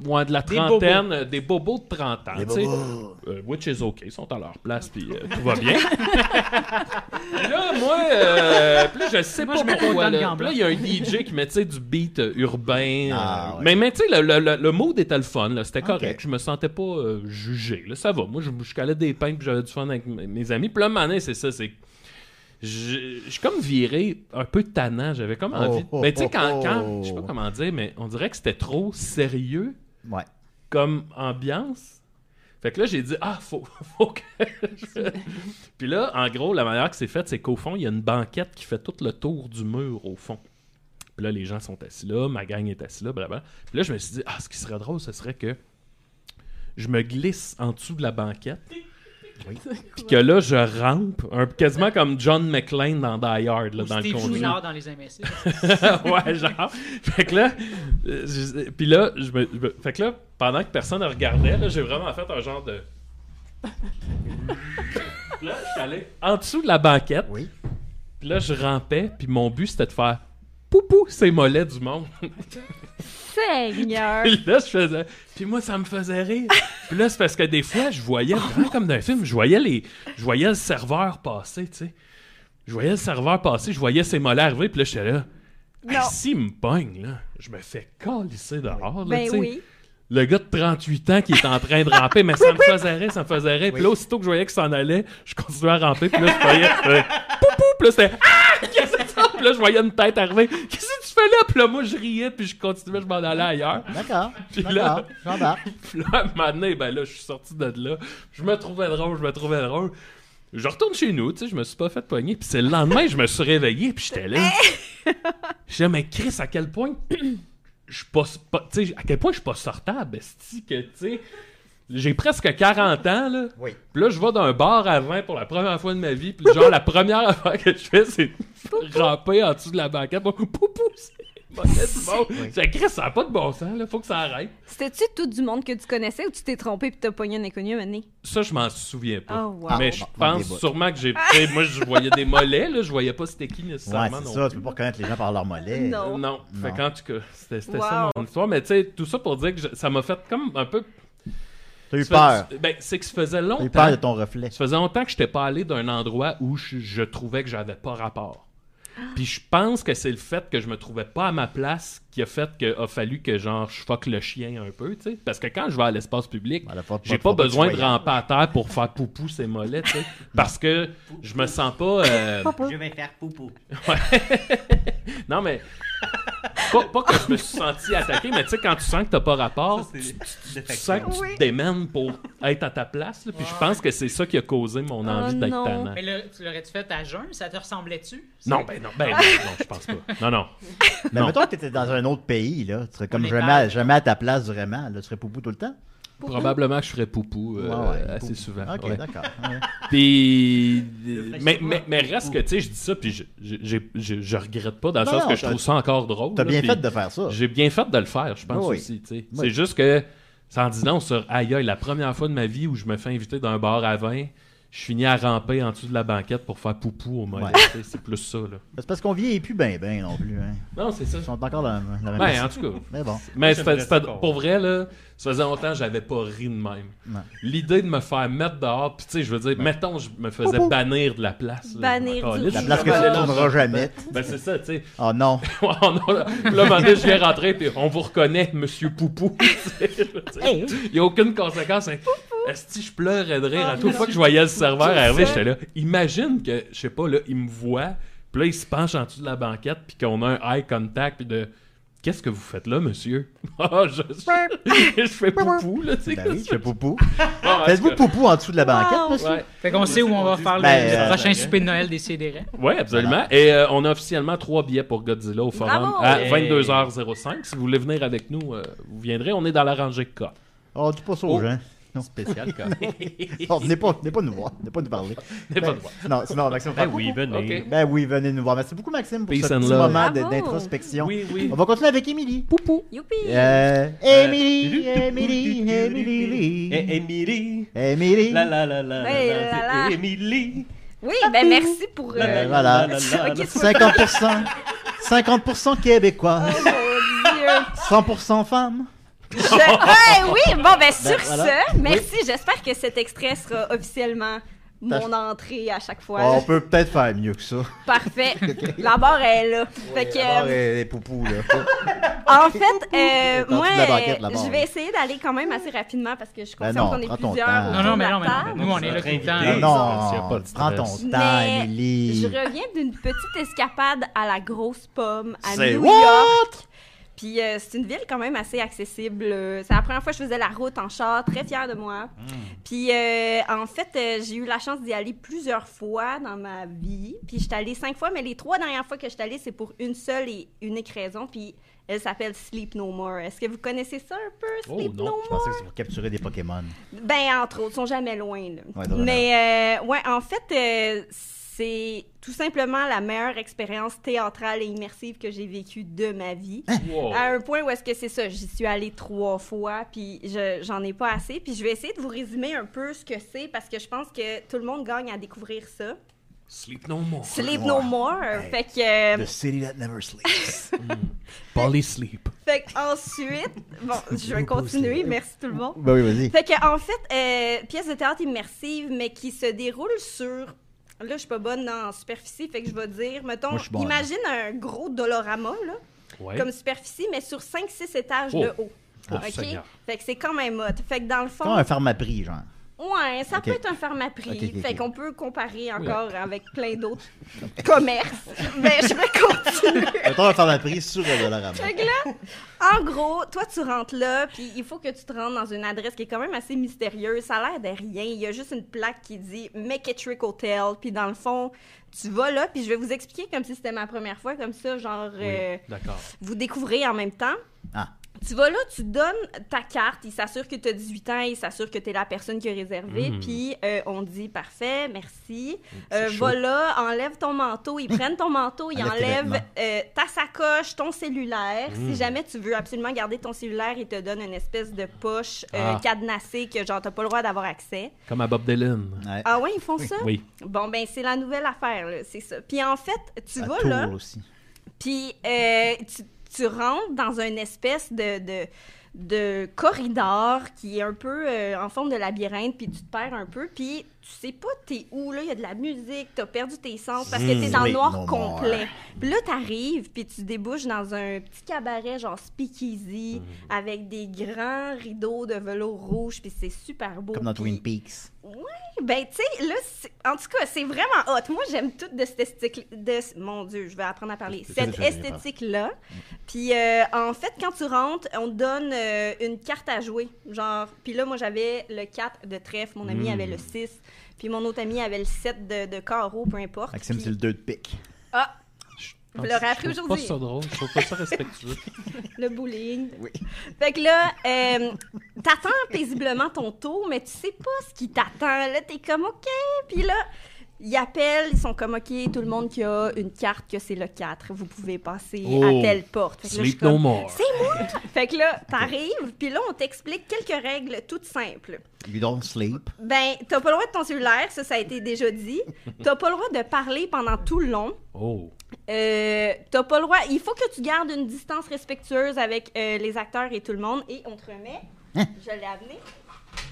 Speaker 3: ouais, de la
Speaker 6: Des
Speaker 3: trentaine, euh, des bobos, de 30 ans,
Speaker 2: Des
Speaker 3: tu sais.
Speaker 2: bobos.
Speaker 3: Euh, which is OK, ils sont à leur place, puis euh, tout va bien. Puis là, moi, euh, puis là, je sais
Speaker 6: Moi,
Speaker 3: pas
Speaker 6: je mets
Speaker 3: pourquoi,
Speaker 6: autant de
Speaker 3: là.
Speaker 6: gants
Speaker 3: Puis là, il y a un DJ qui met, tu sais, du beat euh, urbain.
Speaker 2: Ah,
Speaker 3: euh,
Speaker 2: ouais.
Speaker 3: Mais, mais, tu sais, le, le- le- le mood était le fun, là. C'était correct.
Speaker 2: Ok.
Speaker 3: Je me sentais pas euh, jugé, là. Ça va. Moi, je, je calais des peintes, puis j'avais du fun avec m- mes amis. Puis là, mané, c'est ça, c'est... Je je suis comme viré un peu tannant. J'avais comme
Speaker 2: Oh,
Speaker 3: envie...
Speaker 2: oh,
Speaker 3: mais tu sais,
Speaker 2: oh,
Speaker 3: quand...
Speaker 2: oh.
Speaker 3: quand- je sais pas comment dire, mais on dirait que c'était trop sérieux
Speaker 2: Ouais.
Speaker 3: comme ambiance. Fait que là, j'ai dit, ah, faut, faut que je- Puis là, en gros, la manière que c'est fait, c'est qu'au fond, il y a une banquette qui fait tout le tour du mur, au fond. Puis là, les gens sont assis là, ma gang est assis là, blablabla. Puis là, je me suis dit, ah, ce qui serait drôle, ce serait que je me glisse en dessous de la banquette. Puis que là, je rampe, un, quasiment comme John McClane dans Die Hard, là,
Speaker 6: Ou
Speaker 3: dans le
Speaker 6: Steve
Speaker 3: conduit.
Speaker 6: Chouinard dans Les Invincibles.
Speaker 3: ouais, genre. Fait que là, euh, je- puis là, je me, je me- fait que là, pendant que personne ne regardait, là, j'ai vraiment fait un genre de. là, je suis allé en dessous de la banquette.
Speaker 2: Oui.
Speaker 3: Puis là, je rampais, puis mon but c'était de faire poupou ces mollets du monde.
Speaker 5: Seigneur!
Speaker 3: Puis là, je faisais. Puis moi, ça me faisait rire. Puis là, c'est parce que des fois, je voyais, vraiment comme dans un film, je voyais, les... je voyais le serveur passer, tu sais. Je voyais le serveur passer, je voyais ses mollets arriver, puis là, j'étais là. Hey,
Speaker 5: Non.
Speaker 3: S'il me pogne, là, je me fais calisser dehors, là,
Speaker 5: Ben
Speaker 3: tu sais.
Speaker 5: oui.
Speaker 3: Le gars de 38 ans qui est en train de ramper, mais ça me faisait rire, ça me faisait rire. Puis là, aussitôt que je voyais qu'il s'en allait, je continuais à ramper, puis là, je voyais. euh, poupou! Puis là, c'était. Ah! Qu'est-ce que c'est ça? Puis là, je voyais une tête arriver. Qu'est-ce que tu fais là? Puis là, moi, je riais, puis je continuais, je m'en allais ailleurs.
Speaker 2: D'accord.
Speaker 3: Puis là-
Speaker 2: D'accord. J'embarque.
Speaker 3: Puis là, à un moment donné, ben là, je suis sorti de là. Je me trouvais drôle, je me trouvais drôle. Je retourne chez nous, tu sais, je me suis pas fait pogner. Puis c'est le lendemain, je me suis réveillé, puis j'étais là. J'étais là, mais Chris, à quel point je suis pas, pas- tu sais, à quel point je suis pas sortable, esti, que, tu sais, j'ai presque 40 ans, là.
Speaker 2: Oui.
Speaker 3: Puis là, je vais dans un bar à vin pour la première fois de ma vie, puis genre, la première affaire que je fais, c'est ramper en dessous de la banquette. Bon, poupou, c'est bon, c'est bon. J'ai Chris, ça n'a pas de bon sens, là, faut que ça arrête.
Speaker 5: C'était-tu tout du monde que tu connaissais ou tu t'es trompé puis t'as pogné un inconnu à mener?
Speaker 3: Ça, je m'en souviens pas.
Speaker 5: Oh, wow.
Speaker 3: Mais
Speaker 2: Ah,
Speaker 3: je
Speaker 2: bon, bon, des
Speaker 3: pense
Speaker 2: bouts.
Speaker 3: sûrement que j'ai. tu sais, moi, je voyais des mollets, là, je voyais pas c'était qui
Speaker 2: Ouais,
Speaker 3: nécessairement.
Speaker 2: c'est
Speaker 3: non
Speaker 2: ça. Tu
Speaker 3: plus.
Speaker 2: peux pas reconnaître les gens par leur mollet.
Speaker 5: Non.
Speaker 3: Euh, Non. Fait
Speaker 2: Non.
Speaker 3: qu'en tout cas, c'était c'était
Speaker 5: Wow.
Speaker 3: ça mon histoire. Mais tu sais, tout ça pour dire que je- ça m'a fait comme un peu.
Speaker 2: T'as eu
Speaker 3: ça
Speaker 2: peur.
Speaker 3: fait- Ben, c'est que ça faisait
Speaker 2: T'as eu peur de
Speaker 3: longtemps.
Speaker 2: ton reflet.
Speaker 3: Ça faisait longtemps que j'étais pas allé d'un endroit où je, je trouvais que j'avais pas rapport. Puis je pense que c'est le fait que je me trouvais pas à ma place qui a fait que a fallu que genre je fuck le chien un peu, tu sais. Parce que quand je vais à l'espace public,
Speaker 2: Voilà, faut-
Speaker 3: j'ai
Speaker 2: faut
Speaker 3: pas besoin
Speaker 2: que
Speaker 3: de
Speaker 2: tu
Speaker 3: ramper à terre pour faire poupou ses mollets, tu sais, parce que je me sens pas. euh,
Speaker 9: Je vais faire poupou.
Speaker 3: non mais Pas, pas que je me suis senti attaqué, mais tu sais, quand tu sens que t'as pas rapport,
Speaker 4: Ça, c'est
Speaker 3: Oh, tu, tu- tu
Speaker 4: défectueux.
Speaker 3: sens que tu
Speaker 5: Oui.
Speaker 3: te démènes pour être à ta place. là, puis je pense que c'est ça qui a causé mon
Speaker 2: Ah,
Speaker 3: envie d'être
Speaker 5: non.
Speaker 3: tannant.
Speaker 6: Mais là, tu l'aurais-tu fait à jeun? Ça te ressemblait-tu?
Speaker 3: Non, ben non, ben non, non, je pense pas. Non, non.
Speaker 2: Mais
Speaker 3: Non.
Speaker 2: mettons que t'étais dans un autre pays, là. Tu serais comme
Speaker 6: est
Speaker 2: jamais,
Speaker 6: mal.
Speaker 2: jamais à ta place, vraiment. Là, tu serais poupou tout le temps.
Speaker 3: Probablement que je ferais poupou euh,
Speaker 2: Ouais, ouais,
Speaker 3: assez
Speaker 2: poupou.
Speaker 3: souvent.
Speaker 2: Ok,
Speaker 3: ouais.
Speaker 2: d'accord. ouais.
Speaker 3: Puis, mais,
Speaker 4: flexible.
Speaker 3: mais, mais reste que, tu sais, je dis ça, puis je, je, j'ai- je- je regrette pas, dans le
Speaker 2: Non,
Speaker 3: sens
Speaker 2: non,
Speaker 3: que je
Speaker 2: t'as-
Speaker 3: trouve ça encore drôle.
Speaker 2: T'as
Speaker 3: là,
Speaker 2: bien
Speaker 3: puis
Speaker 2: fait de faire ça.
Speaker 3: J'ai bien fait de le faire, je pense
Speaker 2: Oui.
Speaker 3: aussi, tu sais.
Speaker 2: Oui.
Speaker 3: C'est juste que, sans dis non, sur aïe, aïe, la première fois de ma vie où je me fais inviter d'un bar à vin, je finis à ramper en dessous de la banquette pour faire poupou au moins.
Speaker 2: Ouais.
Speaker 3: C'est plus ça, là.
Speaker 2: C'est parce qu'on vieillit plus ben ben non plus. Hein.
Speaker 3: Non, c'est ça.
Speaker 2: Ils sont encore dans, dans la même
Speaker 3: Ben, en tout cas. Mais
Speaker 2: Mais bon.
Speaker 4: Moi,
Speaker 3: c'était-
Speaker 4: j'aimerais
Speaker 3: c'était-
Speaker 4: ça qu'on-
Speaker 3: pour vrai, là, ça faisait longtemps que j'avais pas ri de même.
Speaker 2: Ouais.
Speaker 3: L'idée de me faire mettre dehors, puis tu sais, je veux dire, mettons, je me faisais
Speaker 2: Poupou.
Speaker 3: bannir de la place. là.
Speaker 5: Bannir
Speaker 3: Je me calais,
Speaker 5: du-
Speaker 2: La
Speaker 3: je
Speaker 2: place que
Speaker 3: me
Speaker 2: tu
Speaker 3: calais
Speaker 2: ne
Speaker 3: là.
Speaker 2: tourneras jamais.
Speaker 3: Ben, c'est ça, tu sais.
Speaker 2: Oh non.
Speaker 3: Ouais, on a- Puis là, un moment donné, je viens rentrer, puis on vous reconnaît, monsieur Poupou. Tu sais, je veux dire, Il n'y a aucune conséquence. hein. Est-ce que je pleurais de rire
Speaker 2: Ah,
Speaker 3: à toute fois que je voyais le serveur arriver? J'étais là, imagine que, je sais pas, là, il me voit, puis là, il se penche en dessous de la banquette, puis qu'on a un eye contact, puis de. Qu'est-ce que vous faites là, monsieur? Ah, je, je, je fais poupou, là, tu sais.
Speaker 2: Ben oui, je fais poupou.
Speaker 3: Ah, en tout
Speaker 2: Faites-vous
Speaker 3: cas,
Speaker 2: poupou en dessous de la banquette, monsieur?
Speaker 3: Ouais,
Speaker 6: Fait qu'on sait où on va faire le,
Speaker 2: Ben,
Speaker 6: le
Speaker 2: euh,
Speaker 6: prochain souper de Noël des CDR.
Speaker 3: Ouais, absolument. Et euh, on a officiellement trois billets pour Godzilla au forum
Speaker 5: Bravo!
Speaker 3: à
Speaker 4: Hey!
Speaker 3: 22h05. Si vous voulez venir avec nous, euh, vous viendrez. On est dans la rangée K.
Speaker 2: Oh, dis pas ça aux
Speaker 3: Oh.
Speaker 2: gens. Non.
Speaker 4: Spécial, quand
Speaker 2: Oh, venez pas, venez pas nous voir. Venez pas nous parler.
Speaker 3: Venez pas
Speaker 2: Ben,
Speaker 3: nous voir.
Speaker 2: Non, sinon, Maxime,
Speaker 4: Ben
Speaker 2: fais
Speaker 4: oui,
Speaker 2: poupou.
Speaker 4: venez.
Speaker 3: Ok.
Speaker 2: Ben oui, venez nous voir. Merci beaucoup, Maxime, pour
Speaker 3: Peace
Speaker 2: ce
Speaker 3: and
Speaker 2: petit
Speaker 3: love.
Speaker 2: moment de-
Speaker 5: Bravo.
Speaker 2: d'introspection.
Speaker 3: Oui, oui.
Speaker 2: On va continuer avec Émilie. Poupou.
Speaker 5: Youpi!
Speaker 2: Euh, Émilie, Émilie,
Speaker 4: Eh,
Speaker 2: Émilie.
Speaker 4: Émilie.
Speaker 2: Émilie.
Speaker 4: La la la la.
Speaker 5: Hey,
Speaker 4: la, la,
Speaker 5: là, là.
Speaker 4: c'est Émilie.
Speaker 5: Oui, ben merci pour.
Speaker 4: La, la,
Speaker 5: euh,
Speaker 4: la,
Speaker 2: voilà.
Speaker 4: la, la, la.
Speaker 5: Ok, c'est-
Speaker 2: 50%. 50% québécois.
Speaker 5: Oh mon dieu!
Speaker 2: 100% femmes.
Speaker 5: Je- Ouais, oui, bon, ben sur
Speaker 2: voilà.
Speaker 5: ce, merci. J'espère que cet extrait sera officiellement mon entrée à chaque fois.
Speaker 2: on peut peut-être faire mieux que ça.
Speaker 5: Parfait. La barre est là. Fait que,
Speaker 2: Ah,
Speaker 5: euh,
Speaker 2: les, les poupous, là.
Speaker 5: en fait, euh,
Speaker 2: Dans
Speaker 5: moi,
Speaker 2: toute la banquette, la
Speaker 5: euh,
Speaker 2: barre,
Speaker 5: je vais essayer d'aller quand même assez rapidement parce que je suis
Speaker 2: Ben
Speaker 5: consciente
Speaker 2: non,
Speaker 5: qu'on
Speaker 2: prends
Speaker 5: est
Speaker 2: ton
Speaker 5: plusieurs.
Speaker 2: temps.
Speaker 5: autour
Speaker 6: Non, non,
Speaker 5: de
Speaker 6: mais
Speaker 5: la
Speaker 6: non, mais non.
Speaker 5: table.
Speaker 6: Nous, on est là tout le
Speaker 2: Ah,
Speaker 3: s'il y a
Speaker 4: Hey,
Speaker 6: temps.
Speaker 2: non,
Speaker 3: pas de stress.
Speaker 2: prends ton temps,
Speaker 5: Mais
Speaker 2: Émilie.
Speaker 5: Je reviens d'une petite escapade à la grosse pomme à
Speaker 2: C'est
Speaker 5: New
Speaker 2: what?
Speaker 5: York. Puis euh, c'est une ville quand même assez accessible. Euh, C'est la première fois que je faisais la route en char, très fière de moi. Puis euh, en fait, euh, j'ai eu la chance d'y aller plusieurs fois dans ma vie. Puis je suis allée cinq fois, mais les trois dernières fois que je suis allée, c'est pour une seule et unique raison. Puis elle s'appelle Sleep No More. Est-ce que vous connaissez ça un peu,
Speaker 3: Oh,
Speaker 5: Sleep
Speaker 3: non.
Speaker 5: No
Speaker 2: Je pensais que c'était pour capturer des Pokémon.
Speaker 5: ben, entre autres, ils sont jamais loin. Là.
Speaker 2: Ouais, drôle,
Speaker 5: Mais, euh, ouais, en fait, euh, c'est tout simplement la meilleure expérience théâtrale et immersive que j'ai vécue de ma vie.
Speaker 2: Oh.
Speaker 3: Wow.
Speaker 5: À un point où est-ce que c'est ça, j'y suis allée trois fois, puis je- j'en ai pas assez. Puis je vais essayer de vous résumer un peu ce que c'est, parce que je pense que tout le monde gagne à découvrir ça.
Speaker 3: Sleep no more.
Speaker 5: Sleep
Speaker 2: Ouais.
Speaker 5: No More, fait que... euh,
Speaker 2: The city that never sleeps.
Speaker 3: Polly sleep.
Speaker 5: Fait que ensuite, bon, je vais continuer, merci tout le monde.
Speaker 2: ben oui, vas-y.
Speaker 5: Fait que, en fait, euh, pièce de théâtre immersive, mais qui se déroule sur. Là, je suis pas bonne en superficie, fait que je vais dire, mettons,
Speaker 2: Moi, je suis bonne.
Speaker 5: imagine un gros dolorama, là,
Speaker 3: Ouais.
Speaker 5: comme superficie, mais sur 5-6 étages
Speaker 3: Oh.
Speaker 5: de haut.
Speaker 3: Oh,
Speaker 5: OK?
Speaker 3: Seigneur.
Speaker 5: Fait que c'est quand même hot. Fait que dans le fond,
Speaker 2: Comme un pharmaprix, genre.
Speaker 5: ouais, ça
Speaker 2: Ok.
Speaker 5: peut être un pharmaprix.
Speaker 2: Ok, ok, ok.
Speaker 5: Fait qu'on peut comparer encore avec plein d'autres commerces. mais je vais continuer.
Speaker 2: Mettons un pharmaprix sur le dollar à
Speaker 5: Fait que là, en gros, toi, tu rentres là, puis il faut que tu te rendes dans une adresse qui est quand même assez mystérieuse. Ça a l'air de rien. Il y a juste une plaque qui dit Make Trick Hotel. Puis dans le fond, tu vas là, puis je vais vous expliquer comme si c'était ma première fois, comme ça, genre, euh,
Speaker 3: D'accord.
Speaker 5: vous découvrez en même temps.
Speaker 2: Ah.
Speaker 5: Tu vas là, tu donnes ta carte, il s'assure que tu as 18 ans, il s'assure que tu es la personne qui a réservé,
Speaker 3: Mm.
Speaker 5: puis euh, on dit parfait, merci.
Speaker 3: c'est
Speaker 5: Euh,
Speaker 3: chaud.
Speaker 5: voilà, enlève ton manteau, ils prennent ton manteau, ils
Speaker 2: Enlève tes
Speaker 5: enlèvent
Speaker 2: vêtements.
Speaker 5: euh, ta sacoche, ton cellulaire.
Speaker 3: Mm.
Speaker 5: Si jamais tu veux absolument garder ton cellulaire, ils te donnent une espèce de poche euh,
Speaker 3: Ah.
Speaker 5: cadenassée que genre t'as pas le droit d'avoir accès.
Speaker 3: Comme à Bob Dylan.
Speaker 2: Ouais.
Speaker 5: Ah ouais, ils font ça?
Speaker 3: Oui.
Speaker 5: Bon, ben c'est la nouvelle affaire, là, c'est ça. Puis en fait, tu
Speaker 2: À
Speaker 5: vas
Speaker 2: Tours
Speaker 5: là.
Speaker 2: aussi.
Speaker 5: Puis euh, tu, tu rentres dans une espèce de, de, de corridor qui est un peu euh, en forme de labyrinthe, puis tu te perds un peu, puis tu sais pas t'es où, là, il y a de la musique, t'as perdu tes sens parce que t'es dans le
Speaker 2: Sleep
Speaker 5: noir
Speaker 2: no more.
Speaker 5: complet. Puis là, t'arrives, puis tu débouches dans un petit cabaret genre speakeasy
Speaker 2: Mhm.
Speaker 5: avec des grands rideaux de velours rouge, puis c'est super beau.
Speaker 2: Comme dans
Speaker 5: puis-
Speaker 2: Twin Peaks.
Speaker 5: ben, tu sais, là, c'est- en tout cas, c'est vraiment hot. Moi, j'aime tout de cette esthétique. De... Mon Dieu, je vais apprendre à parler.
Speaker 2: C'est
Speaker 5: Cette
Speaker 2: ça, je viens pas.
Speaker 5: esthétique-là. Puis, euh, en fait, quand tu rentres, on te donne euh, une carte à jouer. Genre, puis là, moi, j'avais le 4 de trèfle, mon
Speaker 2: Mm.
Speaker 5: ami avait le 6, puis mon autre ami avait le 7 de, de carreau, peu importe.
Speaker 2: Maxime,
Speaker 5: Puis-
Speaker 2: c'est le 2 de pique.
Speaker 5: Ah! Vous l'aurez appris
Speaker 3: Je trouve pas
Speaker 5: aujourd'hui.
Speaker 3: ça drôle, je trouve pas ça respectueux.
Speaker 5: Le bowling.
Speaker 2: Oui.
Speaker 5: Fait que là, euh, t'attends paisiblement ton tour, mais tu sais pas ce qui t'attend. Là, t'es comme OK. Puis là, ils appellent, ils sont comme OK, tout le monde qui a une carte, que c'est le 4, vous pouvez passer
Speaker 3: Oh.
Speaker 5: à telle porte. Fait que là, je suis
Speaker 3: Sleep no
Speaker 5: comme,
Speaker 3: more.
Speaker 5: C'est moi! Fait que là, t'arrives, puis là, on t'explique quelques règles toutes simples.
Speaker 2: You don't sleep.
Speaker 5: Ben, t'as pas le droit de ton cellulaire, ça, ça a été déjà dit. T'as pas le droit de parler pendant tout le long.
Speaker 3: Oh.
Speaker 5: Euh, t'as pas le droit. Il faut que tu gardes une distance respectueuse avec euh, les acteurs et tout le monde. Et on te remet,
Speaker 2: Hein?
Speaker 5: je l'ai amené,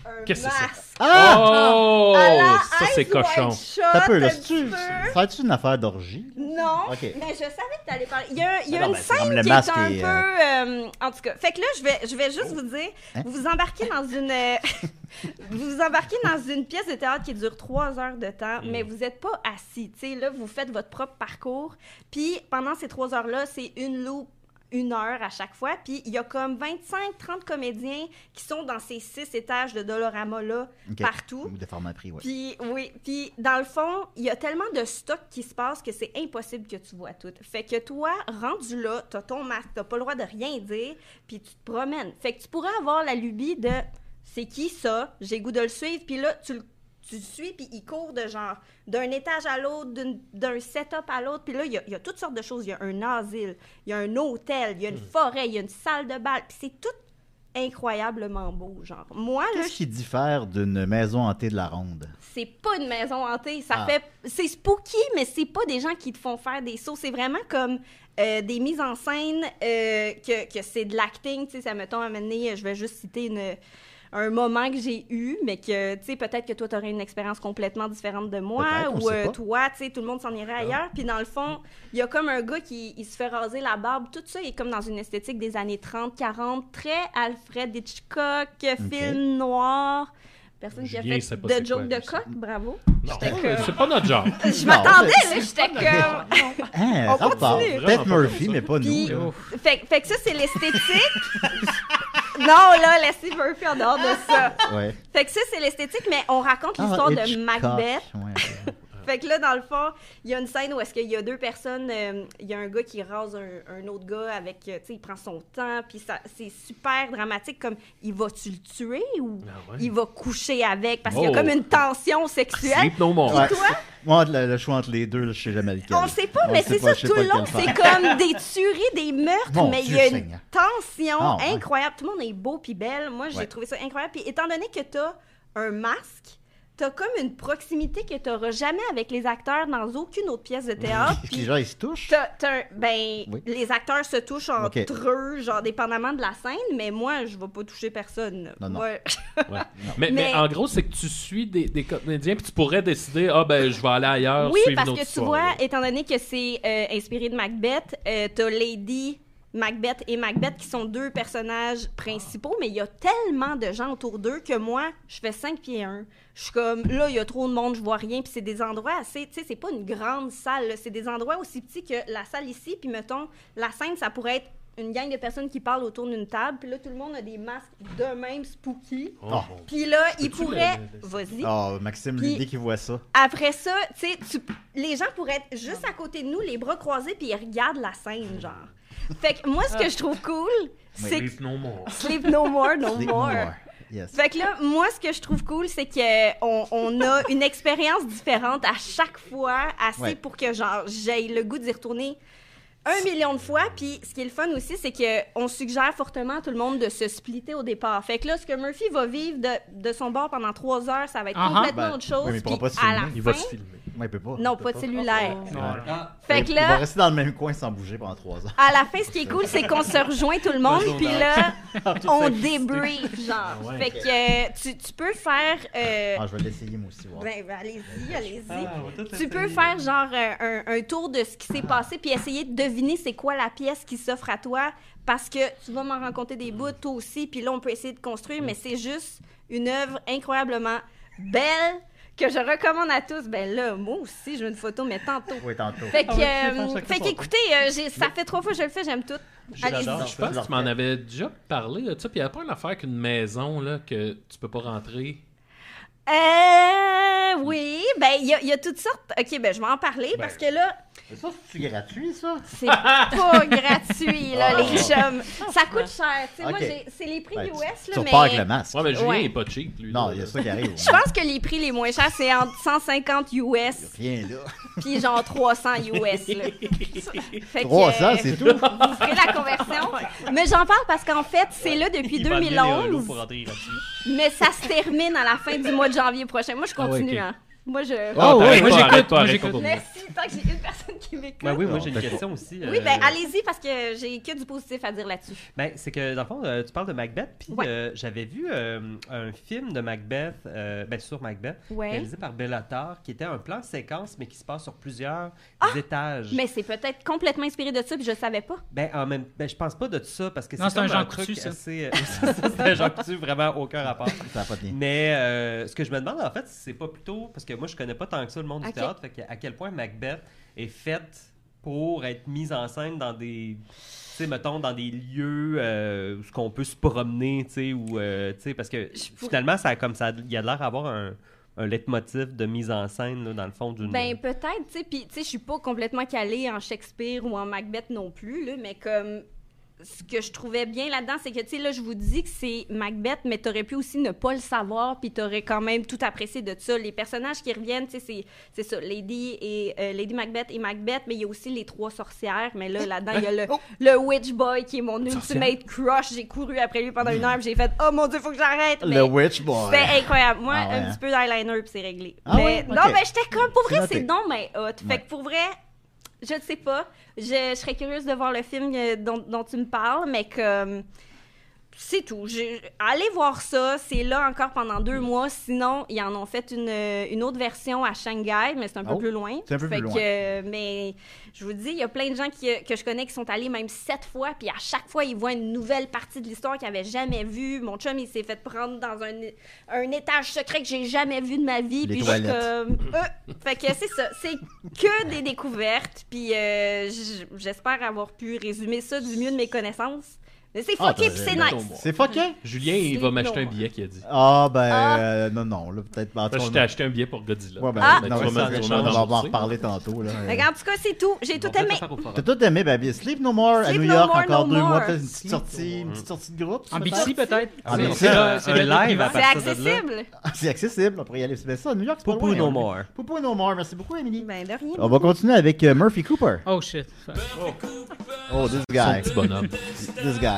Speaker 5: un
Speaker 3: Qu'est-ce que c'est ça?
Speaker 5: masque.
Speaker 2: Ah!
Speaker 3: Oh!
Speaker 5: à la
Speaker 3: Ça, c'est
Speaker 5: Eyes Wide
Speaker 3: cochon.
Speaker 5: Shut,
Speaker 2: Ça peut, là.
Speaker 5: un
Speaker 2: c'est-tu-
Speaker 5: petit peu.
Speaker 2: Ça va-tu une affaire d'orgie?
Speaker 5: Non,
Speaker 2: Ok.
Speaker 5: mais je savais que t'allais parler. Il y a, il y a
Speaker 2: Ah non,
Speaker 5: une
Speaker 2: ben, c'est comme
Speaker 5: scène
Speaker 2: le
Speaker 5: qui est
Speaker 2: masque
Speaker 5: un
Speaker 2: et,
Speaker 5: peu... euh, en tout cas, fait que là, je vais, je vais juste vous dire,
Speaker 2: Hein?
Speaker 5: vous vous embarquez dans une... euh, vous vous embarquez dans une pièce de théâtre qui dure trois heures de temps, mais
Speaker 2: Mm.
Speaker 5: vous n'êtes pas assis. Tu sais, là, vous faites votre propre parcours. Puis pendant ces trois heures-là, c'est une loupe une heure à chaque fois, puis il y a comme 25-30 comédiens qui sont dans ces six étages de Dolorama-là,
Speaker 2: Ok.
Speaker 5: partout.
Speaker 2: Ou de format prix, ouais.
Speaker 5: Puis, oui, puis dans le fond, il y a tellement de stock qui se passe que c'est impossible que tu vois tout. Fait que toi, rendu là, t'as ton masque, t'as pas le droit de rien dire, puis tu te promènes. Fait que tu pourrais avoir la lubie de « c'est qui ça? J'ai goût de le suivre », puis là, tu le tu le suis, puis il court de genre d'un étage à l'autre, d'une- d'un setup à l'autre. Puis là, il y, a- il y a toutes sortes de choses. Il y a un asile, il y a un hôtel, il y a une forêt, il y a une salle de bal. Puis c'est tout incroyablement beau, genre. Moi, là,
Speaker 2: Qu'est-ce qui diffère d'une maison hantée de la ronde?
Speaker 5: c'est pas une maison hantée. Ça
Speaker 2: Ah.
Speaker 5: fait, c'est spooky, mais c'est pas des gens qui te font faire des sauts. C'est vraiment comme euh, des mises en scène euh, que, que c'est de l'acting. Tu sais, ça mettons à un moment donné, je vais juste citer une- un moment que j'ai eu, mais que tu sais, peut-être que toi t'aurais une expérience complètement différente de moi,
Speaker 2: Peut-être, on
Speaker 5: ou
Speaker 2: sait
Speaker 5: euh,
Speaker 2: pas. Ah.
Speaker 5: toi, tu sais, tout le monde s'en irait ailleurs. Puis dans le fond, il y a comme un gars qui il se fait raser la barbe. Tout ça est comme dans une esthétique des années 30, 40, très Alfred Hitchcock, film noir. Personne qui a
Speaker 3: Julien
Speaker 5: fait
Speaker 3: sait pas
Speaker 5: de
Speaker 3: c'est quoi,
Speaker 5: joke de
Speaker 3: lui, ça.
Speaker 5: coq, bravo.
Speaker 3: Non,
Speaker 5: J'étais comme-
Speaker 3: c'est pas notre genre.
Speaker 5: Je
Speaker 2: Non,
Speaker 5: m'attendais,
Speaker 2: mais-
Speaker 5: là, j'étais comme...
Speaker 2: Hein,
Speaker 5: On
Speaker 2: rapport.
Speaker 5: continue.
Speaker 2: Peut-être
Speaker 3: Vraiment pas
Speaker 2: Murphy,
Speaker 3: comme
Speaker 2: mais pas
Speaker 5: Puis-
Speaker 2: nous. là.
Speaker 5: Fait, fait que ça, c'est l'esthétique. non, là, laissez Murphy en dehors de ça.
Speaker 2: Ouais.
Speaker 5: Fait que ça, c'est l'esthétique, mais on raconte l'histoire
Speaker 2: Ah,
Speaker 5: de
Speaker 2: Hitchcock.
Speaker 5: Macbeth.
Speaker 2: Ouais, ouais.
Speaker 5: Fait que là, dans le fond, il y a une scène où est-ce qu'il y a deux personnes, euh, il y a un gars qui rase un, un autre gars avec, euh, tu sais, il prend son temps, puis ça- c'est super dramatique, comme, il va-tu le tuer ou
Speaker 3: Ah ouais.
Speaker 5: il va coucher avec? Parce qu'il y
Speaker 3: Oh.
Speaker 5: a comme une tension sexuelle.
Speaker 3: Sleep no more.
Speaker 2: Ouais.
Speaker 5: Puis toi,
Speaker 2: Moi, le, le choix entre les deux, là, je sais jamais lequel.
Speaker 5: On le sait pas,
Speaker 2: On
Speaker 5: mais
Speaker 2: sait
Speaker 5: c'est
Speaker 2: pas,
Speaker 5: ça
Speaker 2: je sais
Speaker 5: tout
Speaker 2: pas
Speaker 5: le long.
Speaker 2: lequel
Speaker 5: C'est
Speaker 2: faire.
Speaker 5: comme des tueries, des meurtres,
Speaker 2: Mon
Speaker 5: mais il
Speaker 2: Dieu
Speaker 5: y a une
Speaker 2: Seigneur.
Speaker 5: tension
Speaker 2: Ah, ouais.
Speaker 5: incroyable. Tout le monde est beau puis belle. Moi, j'ai
Speaker 2: Ouais.
Speaker 5: trouvé ça incroyable. Puis étant donné que t'as un masque, t'as comme une proximité que t'auras jamais avec les acteurs dans aucune autre pièce de théâtre.
Speaker 2: Les
Speaker 5: puis
Speaker 2: gens, ils se touchent.
Speaker 5: t'as- t'as un- ben,
Speaker 2: Oui.
Speaker 5: les acteurs se touchent entre
Speaker 2: Ok.
Speaker 5: eux, genre dépendamment de la scène, mais moi, je vais pas toucher personne.
Speaker 2: Non, non.
Speaker 5: Moi-
Speaker 3: Ouais. Mais, mais
Speaker 5: Mais-
Speaker 3: en gros, c'est que tu suis des, des comédiens, puis tu pourrais décider, ah ben, je vais aller ailleurs,
Speaker 5: Oui,
Speaker 3: suivre
Speaker 5: parce
Speaker 3: une
Speaker 5: que
Speaker 3: autre
Speaker 5: tu
Speaker 3: histoire,
Speaker 5: vois,
Speaker 3: là.
Speaker 5: étant donné que c'est euh, inspiré de Macbeth, euh, t'as Lady Macbeth et Macbeth qui sont deux personnages principaux, mais il y a tellement de gens autour d'eux que moi, je fais 5 pieds 1. Je suis comme, là, il y a trop de monde, je vois rien, puis c'est des endroits assez, tu sais, c'est pas une grande salle, là, c'est des endroits aussi petits que la salle ici, puis mettons, la scène, ça pourrait être une gang de personnes qui parlent autour d'une table, puis là, tout le monde a des masques de même spooky,
Speaker 3: Oh,
Speaker 2: Ah.
Speaker 3: mon-
Speaker 5: puis là, ils
Speaker 3: peux-tu
Speaker 5: pourraient...
Speaker 3: le- le-
Speaker 5: Vas-y.
Speaker 2: Oh, Maxime,
Speaker 5: Puis-
Speaker 2: l'idée qu'il voit ça.
Speaker 5: Après ça, tu sais, tu- les gens pourraient être juste à côté de nous, les bras croisés, puis ils regardent la scène, genre. Fait que moi, ce que je trouve cool, c'est que
Speaker 3: Sleep no more.
Speaker 5: Sleep No More, No
Speaker 2: Sleep
Speaker 5: More.
Speaker 2: more. Yes.
Speaker 5: Fait que là, moi, ce que je trouve cool, c'est qu'on on a une expérience différente à chaque fois, assez
Speaker 2: Ouais.
Speaker 5: pour que, genre, j'ai le goût d'y retourner un million de fois. Puis ce qui est le fun aussi, c'est qu'on suggère fortement à tout le monde de se splitter au départ. Fait que là, ce que Murphy va vivre de, de son bord pendant trois heures, ça va être
Speaker 6: Ah, ah.
Speaker 5: complètement
Speaker 2: Ben,
Speaker 5: autre chose.
Speaker 2: oui, mais il pourra
Speaker 5: puis
Speaker 2: pas se
Speaker 5: à la
Speaker 2: filmer.
Speaker 3: Il va
Speaker 5: fin-
Speaker 3: se filmer.
Speaker 2: Ouais, il peut pas.
Speaker 5: Non,
Speaker 2: Il peut
Speaker 5: pas de cellulaire.
Speaker 1: Ah,
Speaker 5: Fait que
Speaker 2: Il
Speaker 5: là,
Speaker 2: va rester dans le même coin sans bouger pendant trois ans.
Speaker 5: À la fin, ce qui est cool, c'est qu'on se rejoint tout le monde,
Speaker 4: Bonjour,
Speaker 5: puis
Speaker 4: Max.
Speaker 5: là, on
Speaker 4: simplicité.
Speaker 5: débrief, genre.
Speaker 2: Ah ouais.
Speaker 5: Fait que euh, tu, tu peux faire. euh,
Speaker 2: Ah, je Ah, vais l'essayer moi aussi. voir.
Speaker 5: ben, ben, allez-y, allez-y.
Speaker 4: Tu
Speaker 5: tu peux faire genre euh, un, un tour de ce qui s'est passé, puis essayer de deviner c'est quoi la pièce qui s'offre à toi, parce que tu vas m'en rencontrer des bouts, toi aussi, puis là, on peut essayer de construire, mais c'est juste une œuvre incroyablement belle que je recommande à tous. Ben là, moi aussi, je veux une photo, mais tantôt.
Speaker 2: Oui, tantôt.
Speaker 5: Fait que,
Speaker 4: Ah ouais, tu sais,
Speaker 5: euh,
Speaker 4: faire chacun
Speaker 5: fait
Speaker 4: son
Speaker 5: qu'écoutez, euh, j'ai- ça fait trois fois que je le fais, j'aime tout. Allez-y.
Speaker 2: l'adore.
Speaker 3: Je pense que tu m'en avais déjà parlé de ça. Puis il n'y a pas une affaire qu'une maison là, que tu peux pas rentrer.
Speaker 5: Euh, oui, ben il y, a- il y a toutes sortes. Ok, ben je vais en parler parce que là,
Speaker 2: Mais ça, c'est gratuit, ça?
Speaker 5: c'est pas gratuit là,
Speaker 2: Ah.
Speaker 5: les chums. Ça coûte cher. Tu sais, Moi,
Speaker 2: Ok.
Speaker 5: j'ai- c'est les prix
Speaker 2: Ben,
Speaker 5: US
Speaker 2: tu
Speaker 5: là,
Speaker 2: tu
Speaker 5: mais.
Speaker 2: repars avec le masque.
Speaker 3: Ouais, mais Julien
Speaker 5: Ouais.
Speaker 3: est pas cheap, lui.
Speaker 2: Non,
Speaker 3: là.
Speaker 2: il y a ça qui arrive.
Speaker 5: Je pense que les prix les moins chers, c'est entre 150 US
Speaker 2: Rien là.
Speaker 5: puis genre 300 US. Là. Fait que,
Speaker 2: 300,
Speaker 5: euh,
Speaker 2: c'est tout.
Speaker 5: Vous ferez la conversion. Mais j'en parle parce qu'en fait, c'est là depuis 2011.
Speaker 4: pour rentrer gratuit.
Speaker 5: Mais ça se termine à la fin du mois de janvier prochain. Moi, je
Speaker 3: Ah ouais,
Speaker 5: continue,
Speaker 3: ok.
Speaker 5: hein. Moi, je...
Speaker 3: Ah,
Speaker 6: Oh,
Speaker 3: t'arrêtes
Speaker 6: oui, moi,
Speaker 3: pas,
Speaker 6: j'écoute,
Speaker 3: arrête pas,
Speaker 6: moi,
Speaker 3: arrête
Speaker 6: j'écoute.
Speaker 3: pas, t'arrête
Speaker 5: Merci, tant que j'ai une personne qui m'écoute.
Speaker 4: Ben oui, moi
Speaker 2: Non,
Speaker 4: j'ai une
Speaker 2: t'as-
Speaker 4: question aussi.
Speaker 5: Oui,
Speaker 4: euh,
Speaker 5: ben allez-y, parce que j'ai que du positif à dire là-dessus.
Speaker 4: Ben, c'est que, dans le fond, euh, tu parles de Macbeth, puis
Speaker 5: Ouais.
Speaker 4: euh, j'avais vu euh, un film de Macbeth, euh, ben, sur Macbeth,
Speaker 5: Ouais.
Speaker 4: réalisé par Bellator, qui était un plan séquence, mais qui se passe sur plusieurs
Speaker 5: Ah!
Speaker 4: étages.
Speaker 5: Mais c'est peut-être complètement inspiré de ça, puis je le savais pas.
Speaker 4: Ben, en même... ben, je pense pas de ça, parce que
Speaker 6: Non,
Speaker 4: c'est
Speaker 6: c'est un
Speaker 4: comme un,
Speaker 6: Jean
Speaker 4: truc
Speaker 6: Coutu, ça.
Speaker 4: assez... euh, ça, c'est un Jean Coutu, vraiment aucun rapport.
Speaker 2: Ça n'a pas de lien.
Speaker 4: Mais euh, ce que je me demande, en fait, c'est pas plutôt... Parce que moi, je connais pas tant que ça le monde
Speaker 5: Ok.
Speaker 4: du théâtre, fait que à quel point Macbeth est faite pour être mise en scène dans des... Tu sais, mettons, dans des lieux euh, où ce qu'on peut se promener, tu sais, ou... euh, tu sais, parce que
Speaker 5: Je pour-
Speaker 4: finalement, ça a comme ça... Il y a l'air d'avoir un, un leitmotiv de mise en scène, là, dans le fond, d'une...
Speaker 5: Ben peut-être, tu sais, puis tu sais, je suis pas complètement calée en Shakespeare ou en Macbeth non plus, là, mais comme ce que je trouvais bien là-dedans, c'est que, tu sais, là, je vous dis que c'est Macbeth, mais t'aurais pu aussi ne pas le savoir, puis t'aurais quand même tout apprécié de ça. Les personnages qui reviennent, tu sais, c'est- c'est ça, Lady, et, euh, Lady Macbeth et Macbeth, mais il y a aussi les trois sorcières, mais là, là-dedans, il y a le, le Witch Boy qui est mon ultimate crush. J'ai couru après lui pendant une heure, puis j'ai fait « Oh mon Dieu, faut que j'arrête! » mais-
Speaker 2: Le Witch Boy.
Speaker 5: C'était incroyable. Moi,
Speaker 2: Ah ouais,
Speaker 5: un
Speaker 2: hein?
Speaker 5: petit peu d'eyeliner, puis c'est réglé.
Speaker 2: Ah
Speaker 5: mais,
Speaker 2: ouais?
Speaker 5: Non,
Speaker 2: Ok.
Speaker 5: mais j'étais comme, pour
Speaker 2: C'est
Speaker 5: vrai,
Speaker 2: noté.
Speaker 5: c'est non, mais hot. Fait
Speaker 2: Ouais.
Speaker 5: que pour vrai, je ne sais pas. Je, je serais curieuse de voir le film euh, dont, dont tu me parles, mais comme. C'est tout. J'ai- Allez voir ça. C'est là encore pendant deux mois. Sinon, ils en ont fait une, euh, une autre version à Shanghai, mais c'est un peu
Speaker 2: Oh.
Speaker 5: plus loin.
Speaker 2: C'est un peu
Speaker 5: Fait
Speaker 2: plus loin.
Speaker 5: que, euh, mais je vous dis, il y a plein de gens qui, euh, que je connais qui sont allés même sept fois, puis à chaque fois, ils voient une nouvelle partie de l'histoire qu'ils n'avaient jamais vue. Mon chum, il s'est fait prendre dans un, un étage secret que j'ai jamais vu de ma vie.
Speaker 2: Les
Speaker 5: puis je suis
Speaker 2: toilettes.
Speaker 5: comme. Euh, fait que c'est ça. C'est que des découvertes, puis euh, j- j'espère avoir pu résumer ça du mieux de mes connaissances. Mais c'est
Speaker 2: Ah,
Speaker 5: fucké,
Speaker 2: t'as-
Speaker 5: puis c'est
Speaker 3: mettons,
Speaker 5: nice.
Speaker 3: moi.
Speaker 2: C'est fucké?
Speaker 3: Julien, il
Speaker 5: C'est
Speaker 3: va m'acheter un
Speaker 5: long.
Speaker 3: billet, qu'il a dit.
Speaker 2: Ah, ben,
Speaker 5: Ah.
Speaker 2: euh, non, non, là, peut-être. en tout
Speaker 3: Moi,
Speaker 2: cas,
Speaker 3: je t'ai acheté un billet pour Godzilla.
Speaker 2: ben, Ouais, ben,
Speaker 5: Ah.
Speaker 2: non,
Speaker 3: tu
Speaker 2: mais
Speaker 3: vas
Speaker 2: ça,
Speaker 3: me- tu
Speaker 2: on
Speaker 3: vas
Speaker 2: va
Speaker 3: m'en
Speaker 2: en
Speaker 3: rembourser.
Speaker 2: reparler tantôt. Là.
Speaker 5: Fait que, En tout cas, c'est tout. J'ai tout aimé.
Speaker 2: T'as tout aimé, baby. Sleep No More à
Speaker 5: Sleep
Speaker 2: New
Speaker 5: No
Speaker 2: York,
Speaker 5: More,
Speaker 2: encore
Speaker 5: No
Speaker 2: deux
Speaker 5: More.
Speaker 2: mois. T'as une petite
Speaker 4: Sleep
Speaker 2: sortie, une petite sortie de groupe.
Speaker 6: En
Speaker 2: peut-être?
Speaker 6: BC, peut-être?
Speaker 2: En
Speaker 6: C'est-
Speaker 2: BC.
Speaker 6: c'est là- c'est
Speaker 4: Un
Speaker 6: là le
Speaker 4: live
Speaker 6: débat.
Speaker 4: à
Speaker 5: C'est
Speaker 4: partir de là.
Speaker 5: accessible.
Speaker 2: Ah, C'est accessible, on pourrait y aller. C'est ça, New York, c'est pas
Speaker 4: Poupou
Speaker 2: loin,
Speaker 4: no
Speaker 2: hein.
Speaker 4: more.
Speaker 2: Poupou No More, merci beaucoup, Emily.
Speaker 5: Ben, de rien.
Speaker 2: On va continuer avec euh, Murphy Cooper.
Speaker 6: Oh shit.
Speaker 2: Oh,
Speaker 3: Son
Speaker 2: this guy.
Speaker 3: petit bonhomme.
Speaker 2: This guy.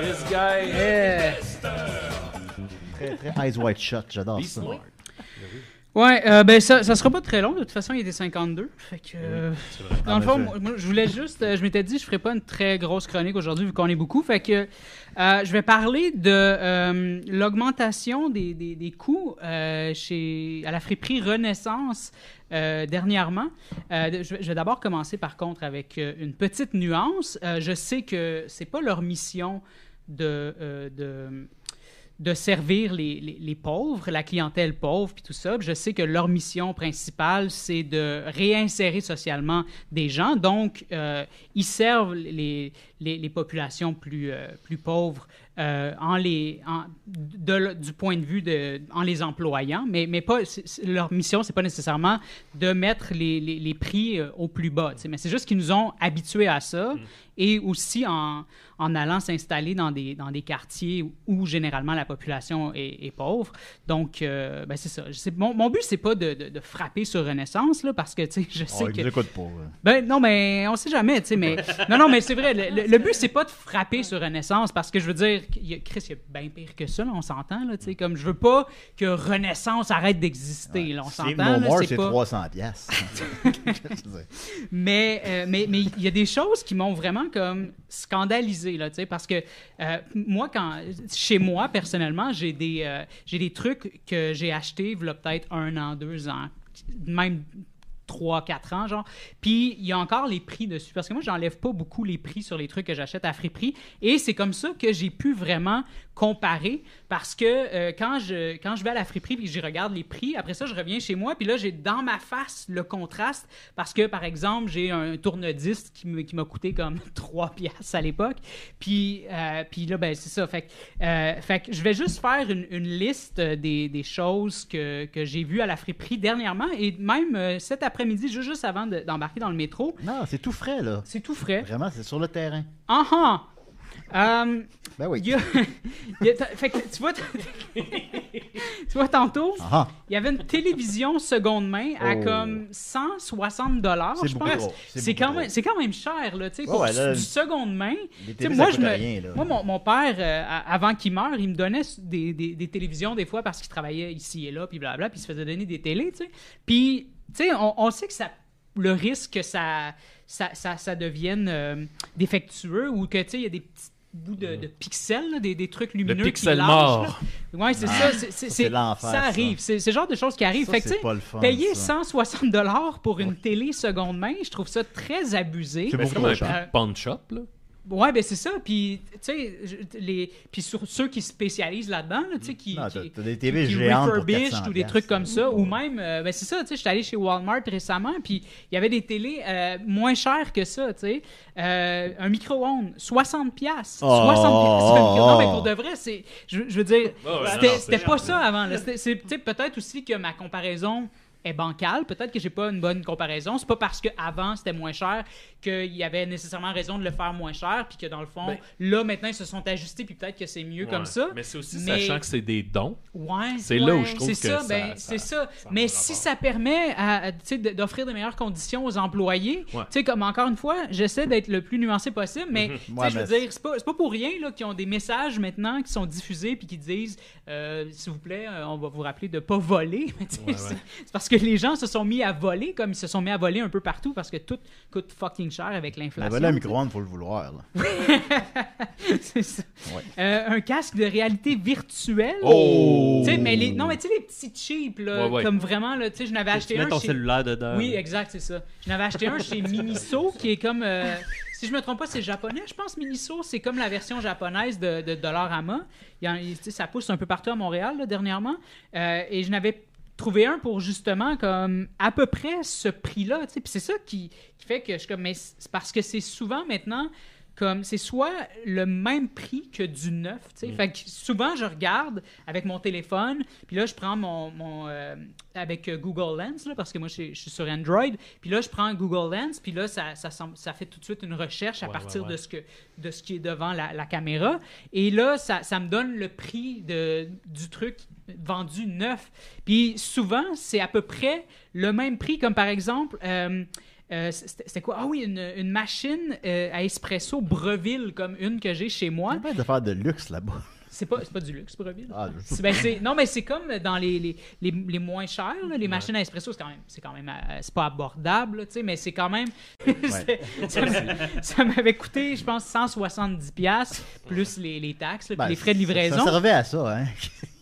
Speaker 3: This guy.
Speaker 2: Très, très eyes wide shut, j'adore ça. Oh,
Speaker 6: Ouais, euh, ben ça, ça sera pas très long. De toute façon, il était 52. Fait que. euh, Dans le
Speaker 2: Ah,
Speaker 6: fond,
Speaker 2: mais
Speaker 6: moi, moi, je voulais juste. euh, je m'étais dit, je ferais pas une très grosse chronique aujourd'hui vu qu'on est beaucoup. Fait que euh, je vais parler de euh, l'augmentation des, des, des coûts euh, chez à la friperie Renaissance euh, dernièrement. Euh, de- je, vais- je vais d'abord commencer par contre avec euh, une petite nuance. Euh, je sais que c'est pas leur mission de, euh, de, de servir les, les- les pauvres, la clientèle pauvre, puis tout ça. Puis Je sais que leur mission principale, c'est de réinsérer socialement des gens. Donc, euh, ils servent les, les, les populations plus, euh, plus pauvres euh, en les, en- de le- du point de vue de, en les employant, mais, mais pas, c'est- c'est- leur mission, c'est pas nécessairement de mettre les, les- les prix euh, au plus bas. tu sais. Mais c'est juste qu'ils nous ont habitués à ça. et aussi en, en allant s'installer dans des, dans des quartiers où généralement la population est, est pauvre. Donc, euh, ben, c'est ça. Je sais- mon, mon but, c'est pas de, de- de frapper sur Renaissance, là, parce que, tu sais, je sais
Speaker 2: On
Speaker 6: que...
Speaker 2: les écoute pas. hein. ouais.
Speaker 6: Ben non, mais on sait jamais, tu sais, mais... Non, non, mais c'est vrai, le, le- le but, c'est pas de frapper sur Renaissance, parce que je veux dire, qu'il y a- Chris, il y a bien pire que ça, là, on s'entend, là, tu sais, comme je veux pas que Renaissance arrête d'exister, là, on
Speaker 2: Steve
Speaker 6: s'entend,
Speaker 2: No
Speaker 6: là,
Speaker 2: More,
Speaker 6: c'est
Speaker 2: c'est
Speaker 6: pas...
Speaker 2: 300 piastres.
Speaker 6: Mais euh, mais mais il y a des choses qui m'ont vraiment comme scandalisé là, tu sais, parce que euh, moi quand chez moi personnellement j'ai des euh, j'ai des trucs que j'ai achetés v'là peut-être un an deux ans même 3-4 ans, genre. Puis, il y a encore les prix dessus. Parce que moi, j'enlève pas beaucoup les prix sur les trucs que j'achète à friperie. Et c'est comme ça que j'ai pu vraiment comparer. Parce que euh, quand, je, quand je vais à la friperie puis que j'y regarde les prix, après ça, je reviens chez moi. Puis là, j'ai dans ma face le contraste. Parce que, par exemple, j'ai un tourne-disque qui me- qui m'a coûté comme 3 piastres à l'époque. Puis, euh, puis là, ben, c'est ça. Fait, que, euh, fait que je vais juste faire une, une liste des, des choses que, que j'ai vues à la friperie dernièrement et même euh, cet après-midi, ju- juste avant de- d'embarquer dans le métro.
Speaker 2: non, c'est tout frais, là.
Speaker 6: C'est tout frais.
Speaker 2: Vraiment, c'est sur le terrain.
Speaker 6: Ah ah! Euh,
Speaker 2: Ben oui.
Speaker 6: il y a- il y a- t'as- fait que tu vois, t- tu vois tantôt,
Speaker 2: Ah,
Speaker 6: il y avait une télévision seconde main à
Speaker 2: Oh.
Speaker 6: comme 160 dollars,
Speaker 2: C'est
Speaker 6: je
Speaker 2: beaucoup
Speaker 6: pense.
Speaker 2: trop, c'est
Speaker 6: C'est
Speaker 2: beaucoup
Speaker 6: quand
Speaker 2: trop.
Speaker 6: même, c'est quand même cher là, tu sais,
Speaker 2: Ouais,
Speaker 6: pour
Speaker 2: ouais, là,
Speaker 6: du seconde main.
Speaker 2: les
Speaker 6: Tu sais,
Speaker 2: télés, ça
Speaker 6: moi, je
Speaker 2: coûte
Speaker 6: me-
Speaker 2: rien, là.
Speaker 6: moi, mon, mon père, euh, a- avant qu'il meure, il me donnait s- des, des- des télévisions des fois parce qu'il travaillait ici et là, puis blablabla, puis il se faisait donner des télés, tu sais. Puis, tu sais, on, on sait que ça, le risque que ça, ça, ça, ça devienne euh, défectueux ou que, tu sais, il y a des petits bouts de, de pixels, là, des, des trucs lumineux
Speaker 3: pixel
Speaker 6: qui lâchent,
Speaker 3: mort.
Speaker 6: là. Ouais, c'est ça. c'est- c'est-
Speaker 2: c'est
Speaker 6: c'est-
Speaker 2: l'enfer,
Speaker 6: Ça
Speaker 2: Ah. ça.
Speaker 6: arrive. C'est c'est le genre de choses qui arrivent.
Speaker 2: Ça,
Speaker 6: Fait que,
Speaker 2: c'est
Speaker 6: tu sais,
Speaker 2: pas le fun,
Speaker 6: payer
Speaker 2: ça.
Speaker 6: 160 dollars pour une télé seconde main, je trouve ça très abusé.
Speaker 2: C'est
Speaker 3: Mais
Speaker 2: beaucoup
Speaker 3: c'est comme
Speaker 2: trop
Speaker 3: un
Speaker 2: cher.
Speaker 6: cher.
Speaker 3: pawn shop, là.
Speaker 6: Ouais, ben c'est ça. Puis, tu sais, je- les... puis sur ceux qui spécialisent là-dedans, là, tu sais, qui,
Speaker 2: Mm. Non,
Speaker 6: qui-
Speaker 2: t'as t'as des TV
Speaker 6: qui
Speaker 2: géantes pour
Speaker 6: refurbished
Speaker 2: 400
Speaker 6: ou des trucs
Speaker 2: piastres.
Speaker 6: comme ça, ou même, euh, ben c'est ça, tu sais, j'étais allé chez Walmart récemment, puis il y avait des télés euh, moins chères que ça, tu sais. Euh, un micro-ondes, 60 piastres.
Speaker 2: Oh,
Speaker 6: 60 piastres.
Speaker 2: oh,
Speaker 6: Non, mais
Speaker 2: oh.
Speaker 6: pour de vrai, c'est, je, je veux dire,
Speaker 1: non,
Speaker 6: c'était,
Speaker 1: non, c'est
Speaker 6: c'était
Speaker 1: cher.
Speaker 6: pas ça avant. là. C'était- c'est, tu sais, peut-être aussi que ma comparaison est bancale, peut-être que j'ai pas une bonne comparaison. C'est pas parce qu'avant c'était moins cher qu'il y avait nécessairement raison de le faire moins cher, puis que dans le fond,
Speaker 1: Ben-
Speaker 6: là maintenant ils se sont ajustés, puis peut-être que c'est mieux comme
Speaker 1: Ouais.
Speaker 6: ça.
Speaker 1: Mais c'est aussi
Speaker 6: Mais-
Speaker 3: Sachant que c'est des dons.
Speaker 6: Ouais.
Speaker 3: C'est là où
Speaker 5: Ouais.
Speaker 3: je trouve
Speaker 6: C'est
Speaker 3: que
Speaker 6: ça,
Speaker 3: ça-
Speaker 6: ben,
Speaker 3: ça-
Speaker 6: c'est ça.
Speaker 1: ça a
Speaker 6: Mais
Speaker 1: un
Speaker 6: si
Speaker 1: rapport.
Speaker 6: ça permet à, à, tu sais, de- d'offrir des meilleures conditions aux employés,
Speaker 3: Ouais. Mhm.
Speaker 6: tu sais, comme encore une fois, j'essaie d'être le plus nuancé possible, mais tu sais,
Speaker 2: Ouais,
Speaker 6: je veux
Speaker 2: mais-
Speaker 6: dire, c'est pas, c'est pas pour rien là, qu'ils ont des messages maintenant qui sont diffusés puis qui disent, euh, s'il vous plaît, euh, on va vous rappeler de pas voler. Mais tu sais, C'est c'est parce que les gens se sont mis à voler comme ils se sont mis à voler un peu partout parce que tout coûte fucking cher avec
Speaker 2: Mais
Speaker 6: l'inflation.
Speaker 2: voilà, un micro-ondes, faut le vouloir, là.
Speaker 6: C'est ça.
Speaker 2: Ouais.
Speaker 6: Euh, un casque de réalité virtuelle.
Speaker 2: Oh!
Speaker 6: Tu sais, mais les, non, mais tu sais, les petits cheap, là,
Speaker 3: Ouais, ouais.
Speaker 6: comme vraiment, là, tu sais, je n'avais acheté
Speaker 4: tu mets
Speaker 6: un
Speaker 4: ton
Speaker 6: chez...
Speaker 4: cellulaire dedans.
Speaker 6: Oui, exact, c'est ça. Je n'avais acheté un chez Miniso, qui est comme... euh, si je me trompe pas, c'est japonais, je pense. Miniso, c'est comme la version japonaise de, de Dollarama. Il y en- il- tu sais, ça pousse un peu partout à Montréal, là, dernièrement. Euh, et je n'avais trouvé un pour justement comme à peu près ce prix-là. tu sais. Puis c'est ça qui, qui fait que je suis comme... Mais c'est parce que c'est souvent maintenant comme c'est soit le même prix que du neuf, tu sais.
Speaker 3: Mm.
Speaker 6: Fait que souvent je regarde avec mon téléphone, puis là je prends mon, mon euh, avec euh, Google Lens là, parce que moi je, suis- je suis sur Android, puis là je prends Google Lens, puis là ça, ça, semble- ça fait tout de suite une recherche à
Speaker 3: Ouais,
Speaker 6: partir
Speaker 3: ouais, ouais.
Speaker 6: de ce que de ce qui est devant la, la caméra, et là ça, ça me donne le prix de du truc vendu neuf. Puis souvent c'est à peu près le même prix comme par exemple euh, euh, c'était c'était quoi? Ah oui, une, une machine euh, à espresso Breville, comme une que j'ai chez
Speaker 2: Il y
Speaker 6: moi.
Speaker 2: a plein d'affaires de luxe là-bas.
Speaker 6: C'est pas, c'est pas du luxe, Breville.
Speaker 2: Ah, je-
Speaker 6: C'est- ben, c'est- non, mais c'est comme dans les, les, les, les moins chers, là, les machines à espresso, c'est quand même, c'est quand même euh, c'est pas abordable, là, tu sais, mais c'est quand même. c'est- ça m'a- ça m'avait coûté, je pense, 170$ piastres, plus les, les taxes, là, puis
Speaker 2: Ben,
Speaker 6: les frais de livraison.
Speaker 2: Ça servait à ça, hein.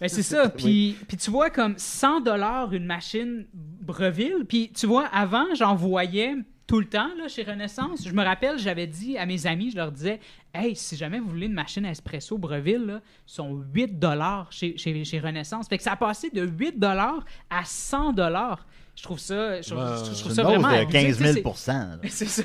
Speaker 6: Ben, c'est ça. Puis, puis tu vois, comme 100 dollars une machine Breville. Puis tu vois, avant, j'en voyais tout le temps là, chez Renaissance. Je me rappelle, j'avais dit à mes amis, je leur disais Hey, si jamais vous voulez une machine à espresso Breville, là, ils sont 8 dollars chez, chez, chez Renaissance. Fait que ça a passé de 8 dollars à 100 dollars. Je trouve ça, je trouve,
Speaker 3: Ouais,
Speaker 6: je trouve- je trouve
Speaker 2: C'est
Speaker 6: ça
Speaker 2: une hausse
Speaker 6: vraiment.
Speaker 2: de
Speaker 6: abusé. Tu
Speaker 2: 15
Speaker 6: sais,
Speaker 2: 000
Speaker 6: c'est-
Speaker 2: là.
Speaker 6: mais C'est ça.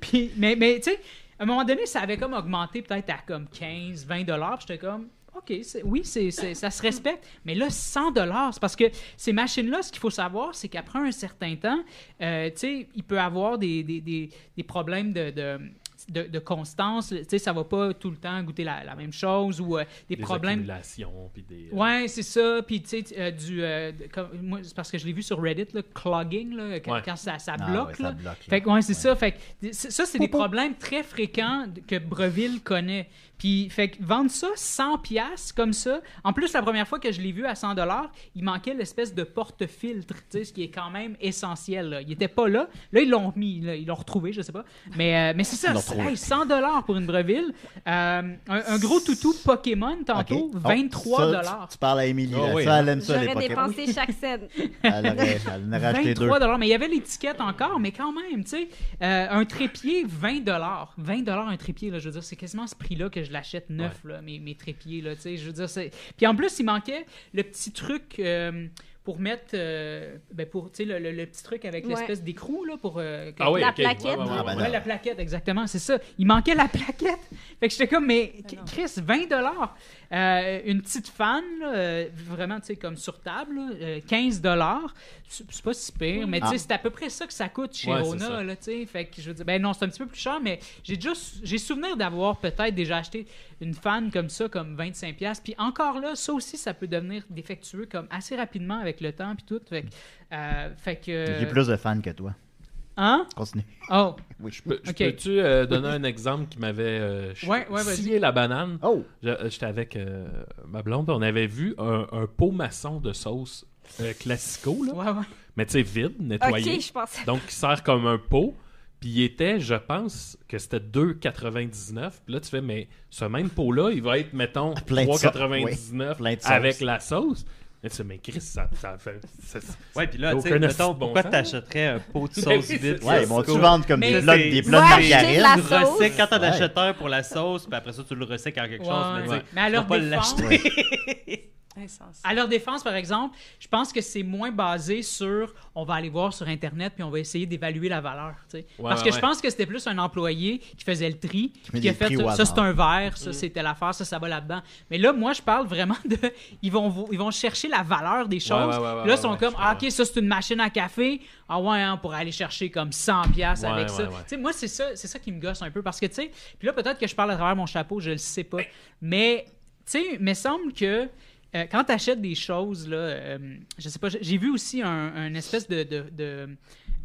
Speaker 6: Puis, mais, mais tu sais, à un moment donné, ça avait comme augmenté peut-être à comme 15, 20 dollars. J'étais comme, OK, c'est- oui, c'est c'est- ça se respecte. Mais là, 100 dollars, c'est parce que ces machines-là, ce qu'il faut savoir, c'est qu'après un certain temps, euh, tu sais, il peut avoir des, des, des, des problèmes de... de- de, de constance. Tu sais, ça va pas tout le temps goûter la, la même chose ou euh, des,
Speaker 3: Des
Speaker 6: problèmes.
Speaker 3: accumulations, puis des... euh,
Speaker 6: Ouais, c'est ça. Puis, tu sais, euh, du. euh, de- comme- moi, c'est parce que je l'ai vu sur Reddit, là, clogging, là, quand,
Speaker 3: Ouais.
Speaker 6: quand ça, ça
Speaker 2: Ah,
Speaker 6: bloque.
Speaker 2: ouais, ça
Speaker 6: là.
Speaker 2: bloque, là.
Speaker 6: Fait que, ouais, c'est
Speaker 2: Ouais.
Speaker 6: ça. Fait que, c'est- ça, c'est des problèmes très fréquents de- que Breville connaît. Puis, fait que vendre ça 100 pièces comme ça. En plus, la première fois que je l'ai vu à 100 dollars, il manquait l'espèce de porte-filtre, tu sais, ce qui est quand même essentiel. Là. Il était pas là. Là, ils l'ont remis, là, ils l'ont retrouvé, je sais pas. Mais, euh, mais c'est ça.
Speaker 2: Ils l'ont
Speaker 6: c'est-
Speaker 2: retrouvé.
Speaker 6: hey, 100 dollars pour une Breville. Euh, un, un gros toutou Pokémon tantôt,
Speaker 2: Ok. Oh,
Speaker 6: 23
Speaker 2: ça,
Speaker 6: dollars.
Speaker 2: Tu, tu parles à Émilie,
Speaker 3: Ah
Speaker 2: là.
Speaker 3: oui.
Speaker 2: ça, elle aime ça, les
Speaker 5: J'aurais
Speaker 2: Pokémon.
Speaker 5: dépensé chaque scène.
Speaker 2: Elle, aurait, elle en aurait acheté deux.
Speaker 6: 23 dollars, mais il y avait l'étiquette encore, mais quand même, tu sais, euh, un trépied 20 dollars, 20 dollars un trépied là, je veux dire, c'est quasiment ce prix-là que je l'achète neuf là, mes, mes trépieds là, tu sais, je veux dire c'est Puis en plus, il manquait le petit truc euh, pour mettre euh, ben pour tu sais le, le- le petit truc avec
Speaker 5: Ouais.
Speaker 6: l'espèce d'écrou là pour euh, que-
Speaker 3: Ah oui,
Speaker 5: La
Speaker 3: ok.
Speaker 5: plaquette.
Speaker 3: Ouais, ouais, ouais,
Speaker 2: Ah, ben
Speaker 3: ouais.
Speaker 6: Ouais, la plaquette, exactement, c'est ça. Il manquait la plaquette. Fait que j'étais comme, mais Chris, 20 dollars. Euh, une petite fan, là, euh, vraiment, tu sais, comme sur table, là, euh, 15 dollars. C'est c'est pas si pire, mais tu sais,
Speaker 2: Ah.
Speaker 6: c'est à peu près ça que ça coûte chez
Speaker 3: Ouais, c'est
Speaker 6: Rona,
Speaker 3: ça.
Speaker 6: là, tu sais. Fait que je veux dire, ben non, c'est un petit peu plus cher, mais j'ai déjà, sou- j'ai souvenir d'avoir peut-être déjà acheté une fan comme ça, comme 25 pièces. Puis encore là, ça aussi, ça peut devenir défectueux comme assez rapidement avec le temps puis tout. Fait que, euh, fait que.
Speaker 2: J'ai plus de fans que toi.
Speaker 6: Hein?
Speaker 2: Continue.
Speaker 6: Oh.
Speaker 2: Oui.
Speaker 3: Je peux- je
Speaker 6: Ok.
Speaker 3: Peux-tu euh, donner un exemple qui m'avait euh, ch-
Speaker 6: Ouais, ouais, vas-y.
Speaker 3: scié la banane?
Speaker 2: Oh!
Speaker 3: Je- euh, J'étais avec euh, ma blonde, puis on avait vu un, un pot maçon de sauce euh, classico, là.
Speaker 6: Ouais, ouais.
Speaker 3: mais tu sais, vide, nettoyé.
Speaker 5: Ok, je pensais.
Speaker 3: Donc, qui sert comme un pot. Puis il était, je pense, que c'était 2,99. Puis là, tu fais, mais ce même pot-là, il va être, mettons,
Speaker 2: Plein de sauce,
Speaker 3: 3,99
Speaker 2: oui. Plein de sauce.
Speaker 3: avec la sauce. Mais tu fais, mais Chris, ça, ça fait. ça-
Speaker 4: Ouais, puis là,
Speaker 3: Aucun
Speaker 4: tu sais, mettons,
Speaker 3: asti de bon
Speaker 4: pourquoi
Speaker 3: sens.
Speaker 4: t'achèterais un pot de
Speaker 3: Mais oui,
Speaker 4: sauce
Speaker 3: c'est
Speaker 4: vide?
Speaker 3: ça.
Speaker 2: Ouais,
Speaker 4: ça,
Speaker 2: ils vont-tu
Speaker 4: c'est
Speaker 2: vendre comme
Speaker 6: Mais
Speaker 2: des blocs,
Speaker 4: c'est-
Speaker 2: des blocs de
Speaker 5: Ouais, j'ai de
Speaker 2: margarine?
Speaker 5: la
Speaker 4: Tu
Speaker 5: sauce.
Speaker 4: recycles quand t'en
Speaker 2: Ouais.
Speaker 4: achètes un pour la sauce, puis après ça, tu le recycles en quelque chose.
Speaker 6: Ouais.
Speaker 4: Mais, tu sais,
Speaker 6: Mais à
Speaker 4: tu
Speaker 6: leur
Speaker 4: vas pas
Speaker 6: défense-
Speaker 4: l'acheter.
Speaker 8: Insensible.
Speaker 6: À leur défense, par exemple, je pense que c'est moins basé sur on va aller voir sur Internet puis on va essayer d'évaluer la valeur. tu sais. Parce que
Speaker 3: ouais,
Speaker 6: je
Speaker 3: ouais.
Speaker 6: pense que c'était plus un employé qui faisait le tri,
Speaker 2: met
Speaker 6: puis qui a
Speaker 2: des
Speaker 6: fait
Speaker 2: prix au
Speaker 6: ça c'est
Speaker 2: hasard.
Speaker 6: un verre,
Speaker 3: Mm.
Speaker 6: ça c'était l'affaire, ça ça va là-dedans. Mais là, moi, je parle vraiment de. Ils vont, vo- ils vont chercher la valeur des
Speaker 3: ouais, ouais, ouais,
Speaker 6: choses. Puis là,
Speaker 3: ouais,
Speaker 6: ils sont
Speaker 3: ouais,
Speaker 6: comme
Speaker 3: je
Speaker 6: ah,
Speaker 3: comprends.
Speaker 6: OK, ça c'est une machine à café. Ah ouais, hein, on pourrait aller chercher comme 100$ piastres
Speaker 3: Ouais,
Speaker 6: avec
Speaker 3: ouais,
Speaker 6: ça.
Speaker 3: ouais.
Speaker 6: Tu sais, moi, c'est ça, c'est ça qui me gosse un peu. Parce que, tu sais, puis là, peut-être que je parle à travers mon chapeau, je le sais pas. Mais, tu sais, il me semble que euh, quand tu achètes des choses, là, euh, je sais pas, j'ai- j'ai vu aussi un, un espèce de, de, de,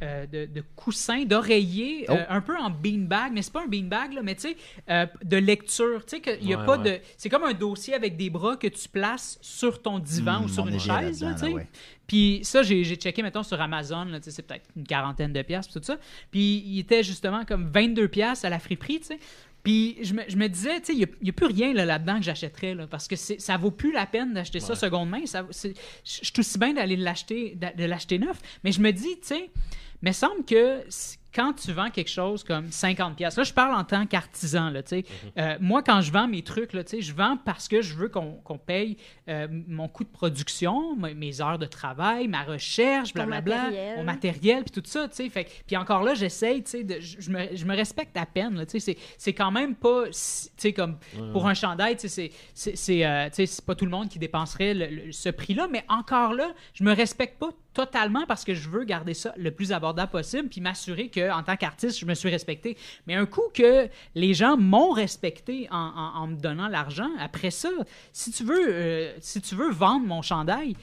Speaker 6: euh, de- de coussin, d'oreiller,
Speaker 3: Oh.
Speaker 6: euh, un peu en beanbag, mais c'est pas un beanbag, là, mais tu sais, euh, de lecture. Tu sais, qu'il y a
Speaker 3: Ouais,
Speaker 6: pas
Speaker 3: ouais.
Speaker 6: de. C'est comme un dossier avec des bras que tu places sur ton divan
Speaker 2: Hmm,
Speaker 6: ou sur
Speaker 2: on
Speaker 6: une
Speaker 2: est géré
Speaker 6: chaise, là,
Speaker 2: là-dedans,
Speaker 6: tu sais.
Speaker 2: là, ouais.
Speaker 6: Puis ça, j'ai j'ai checké, mettons, sur Amazon, là, tu sais, c'est peut-être une quarantaine de piastres, puis tout ça. Puis il était justement comme 22 piastres à la friperie, tu sais. Puis je me, je me disais, tu sais, il n'y a, plus rien là, là-dedans que j'achèterais, là, parce que c'est- ça vaut plus la peine d'acheter ça seconde main. Ça, c'est- je je suis aussi bien d'aller l'acheter d'a- de l'acheter neuf. Mais je me dis, tu sais, mais semble que c- quand tu vends quelque chose comme 50 pièces, là je parle en tant qu'artisan là, tu sais. Euh, moi quand je vends mes trucs là, tu sais, je vends parce que je veux qu'on qu'on paye euh, mon coût de production, mes- mes heures de travail, ma recherche,
Speaker 5: Ton
Speaker 6: blablabla,
Speaker 5: matériel.
Speaker 6: mon matériel puis tout ça, tu sais. Fait que- puis encore là, j'essaye, tu sais, de- je je me, je me respecte à peine là, tu sais. C'est- C'est quand même pas, si- tu sais, comme pour un chandail, tu sais, c'est- c'est c'est, euh, tu sais, c'est pas tout le monde qui dépenserait le- le- ce prix-là, mais encore là, je me respecte pas totalement parce que je veux garder ça le plus abordable possible puis m'assurer que en tant qu'artiste je me suis respecté mais un coup que les gens m'ont respecté en, en- en me donnant l'argent après ça si tu veux euh, si tu veux vendre mon chandail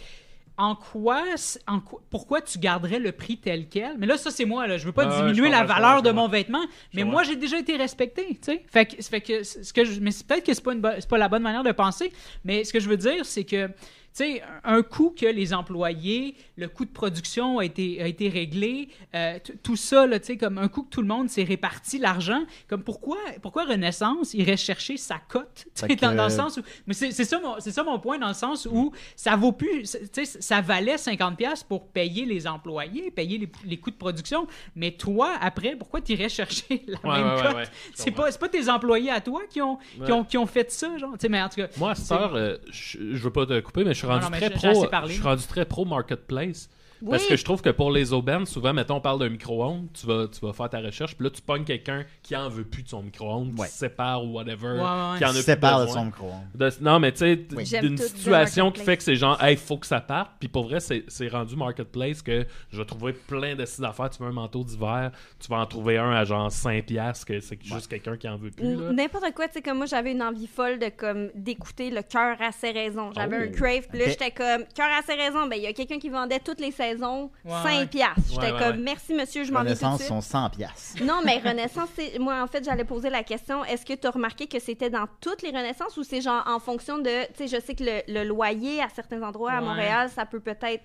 Speaker 6: en quoi, c- en quoi- pourquoi tu garderais le prix tel quel mais là ça c'est moi là je veux pas
Speaker 3: Ah Ouais, ouais,
Speaker 6: diminuer
Speaker 3: je
Speaker 6: la
Speaker 3: comprends, je
Speaker 6: valeur
Speaker 3: comprends,
Speaker 6: de
Speaker 3: je
Speaker 6: mon vêtement mais
Speaker 3: comprends.
Speaker 6: moi j'ai déjà été respecté tu sais fait que, fait que ce que je, mais c'est peut-être que c'est pas une bo- c'est pas la bonne manière de penser mais ce que je veux dire c'est que tu sais, un coût que les employés, le coût de production a été, a été réglé, euh, t- tout ça, là, tu sais, comme un coup que tout le monde s'est réparti l'argent, comme pourquoi, pourquoi Renaissance irait chercher sa cote, tu sais,
Speaker 2: Fait que-
Speaker 6: dans, dans le sens où... Mais c'est c'est ça, mon- c'est ça mon point, dans le sens où ça vaut plus... c'est- Tu sais, ça valait 50$ piastres pour payer les employés, payer les, les coûts de production, mais toi, après, pourquoi tu irais chercher la
Speaker 3: Ouais,
Speaker 6: même
Speaker 3: ouais, ouais,
Speaker 6: cote?
Speaker 3: ouais, je
Speaker 6: c'est
Speaker 3: comprends.
Speaker 6: pas, c'est pas tes employés à toi qui ont, qui
Speaker 3: Ouais.
Speaker 6: ont, qui ont fait ça, genre, tu sais, mais en tout cas...
Speaker 3: Moi, à cette heure, euh, je, je veux pas te couper, mais je suis rendu,
Speaker 6: non, mais
Speaker 3: très,
Speaker 6: j'ai assez
Speaker 3: pro,
Speaker 6: parlé.
Speaker 3: je suis rendu très pro marketplace. Parce
Speaker 5: Oui.
Speaker 3: que je trouve que pour les aubaines, souvent, mettons, on parle d'un micro-ondes, tu vas, tu vas faire ta recherche, puis là, tu pognes quelqu'un qui en veut plus de son micro-ondes,
Speaker 2: Ouais.
Speaker 3: qui se sépare ou whatever,
Speaker 6: Ouais, ouais,
Speaker 3: qui en a
Speaker 2: se
Speaker 3: plus
Speaker 2: sépare de
Speaker 3: besoin.
Speaker 2: son micro-ondes.
Speaker 3: De- non, mais tu sais, t-
Speaker 5: Oui. J'aime
Speaker 3: d'une
Speaker 5: tout dire
Speaker 3: situation qui
Speaker 5: marketplace.
Speaker 3: fait que c'est genre, hey, faut que ça parte. Puis pour vrai, c'est c'est rendu marketplace que je vais trouver plein de six affaires. Tu veux un manteau d'hiver, tu vas en trouver un à genre 5 piastres, que c'est juste quelqu'un qui en veut plus.
Speaker 5: Ou
Speaker 3: Là.
Speaker 5: N'importe quoi, tu sais, comme moi, j'avais une envie folle de comme d'écouter le cœur à ses raisons. J'avais
Speaker 3: Oh.
Speaker 5: un crave, puis là,
Speaker 2: Ok.
Speaker 5: j'étais comme, cœur à ses raisons, ben il y a quelqu'un qui vendait toutes les saisons
Speaker 6: Ouais,
Speaker 5: 5
Speaker 6: ouais.
Speaker 5: piastres. J'étais
Speaker 3: Ouais, ouais,
Speaker 5: comme,
Speaker 3: ouais.
Speaker 5: merci monsieur, je m'en vais tout de
Speaker 2: Connaissances
Speaker 5: suite.
Speaker 2: sont 100 piastres.
Speaker 5: Non, mais Renaissance, c'est- moi, en fait, j'allais poser la question est-ce que tu as remarqué que c'était dans toutes les Renaissances ou c'est genre en fonction de. Tu sais, je sais que le, le loyer à certains endroits à
Speaker 6: Ouais.
Speaker 5: Montréal, ça peut peut-être.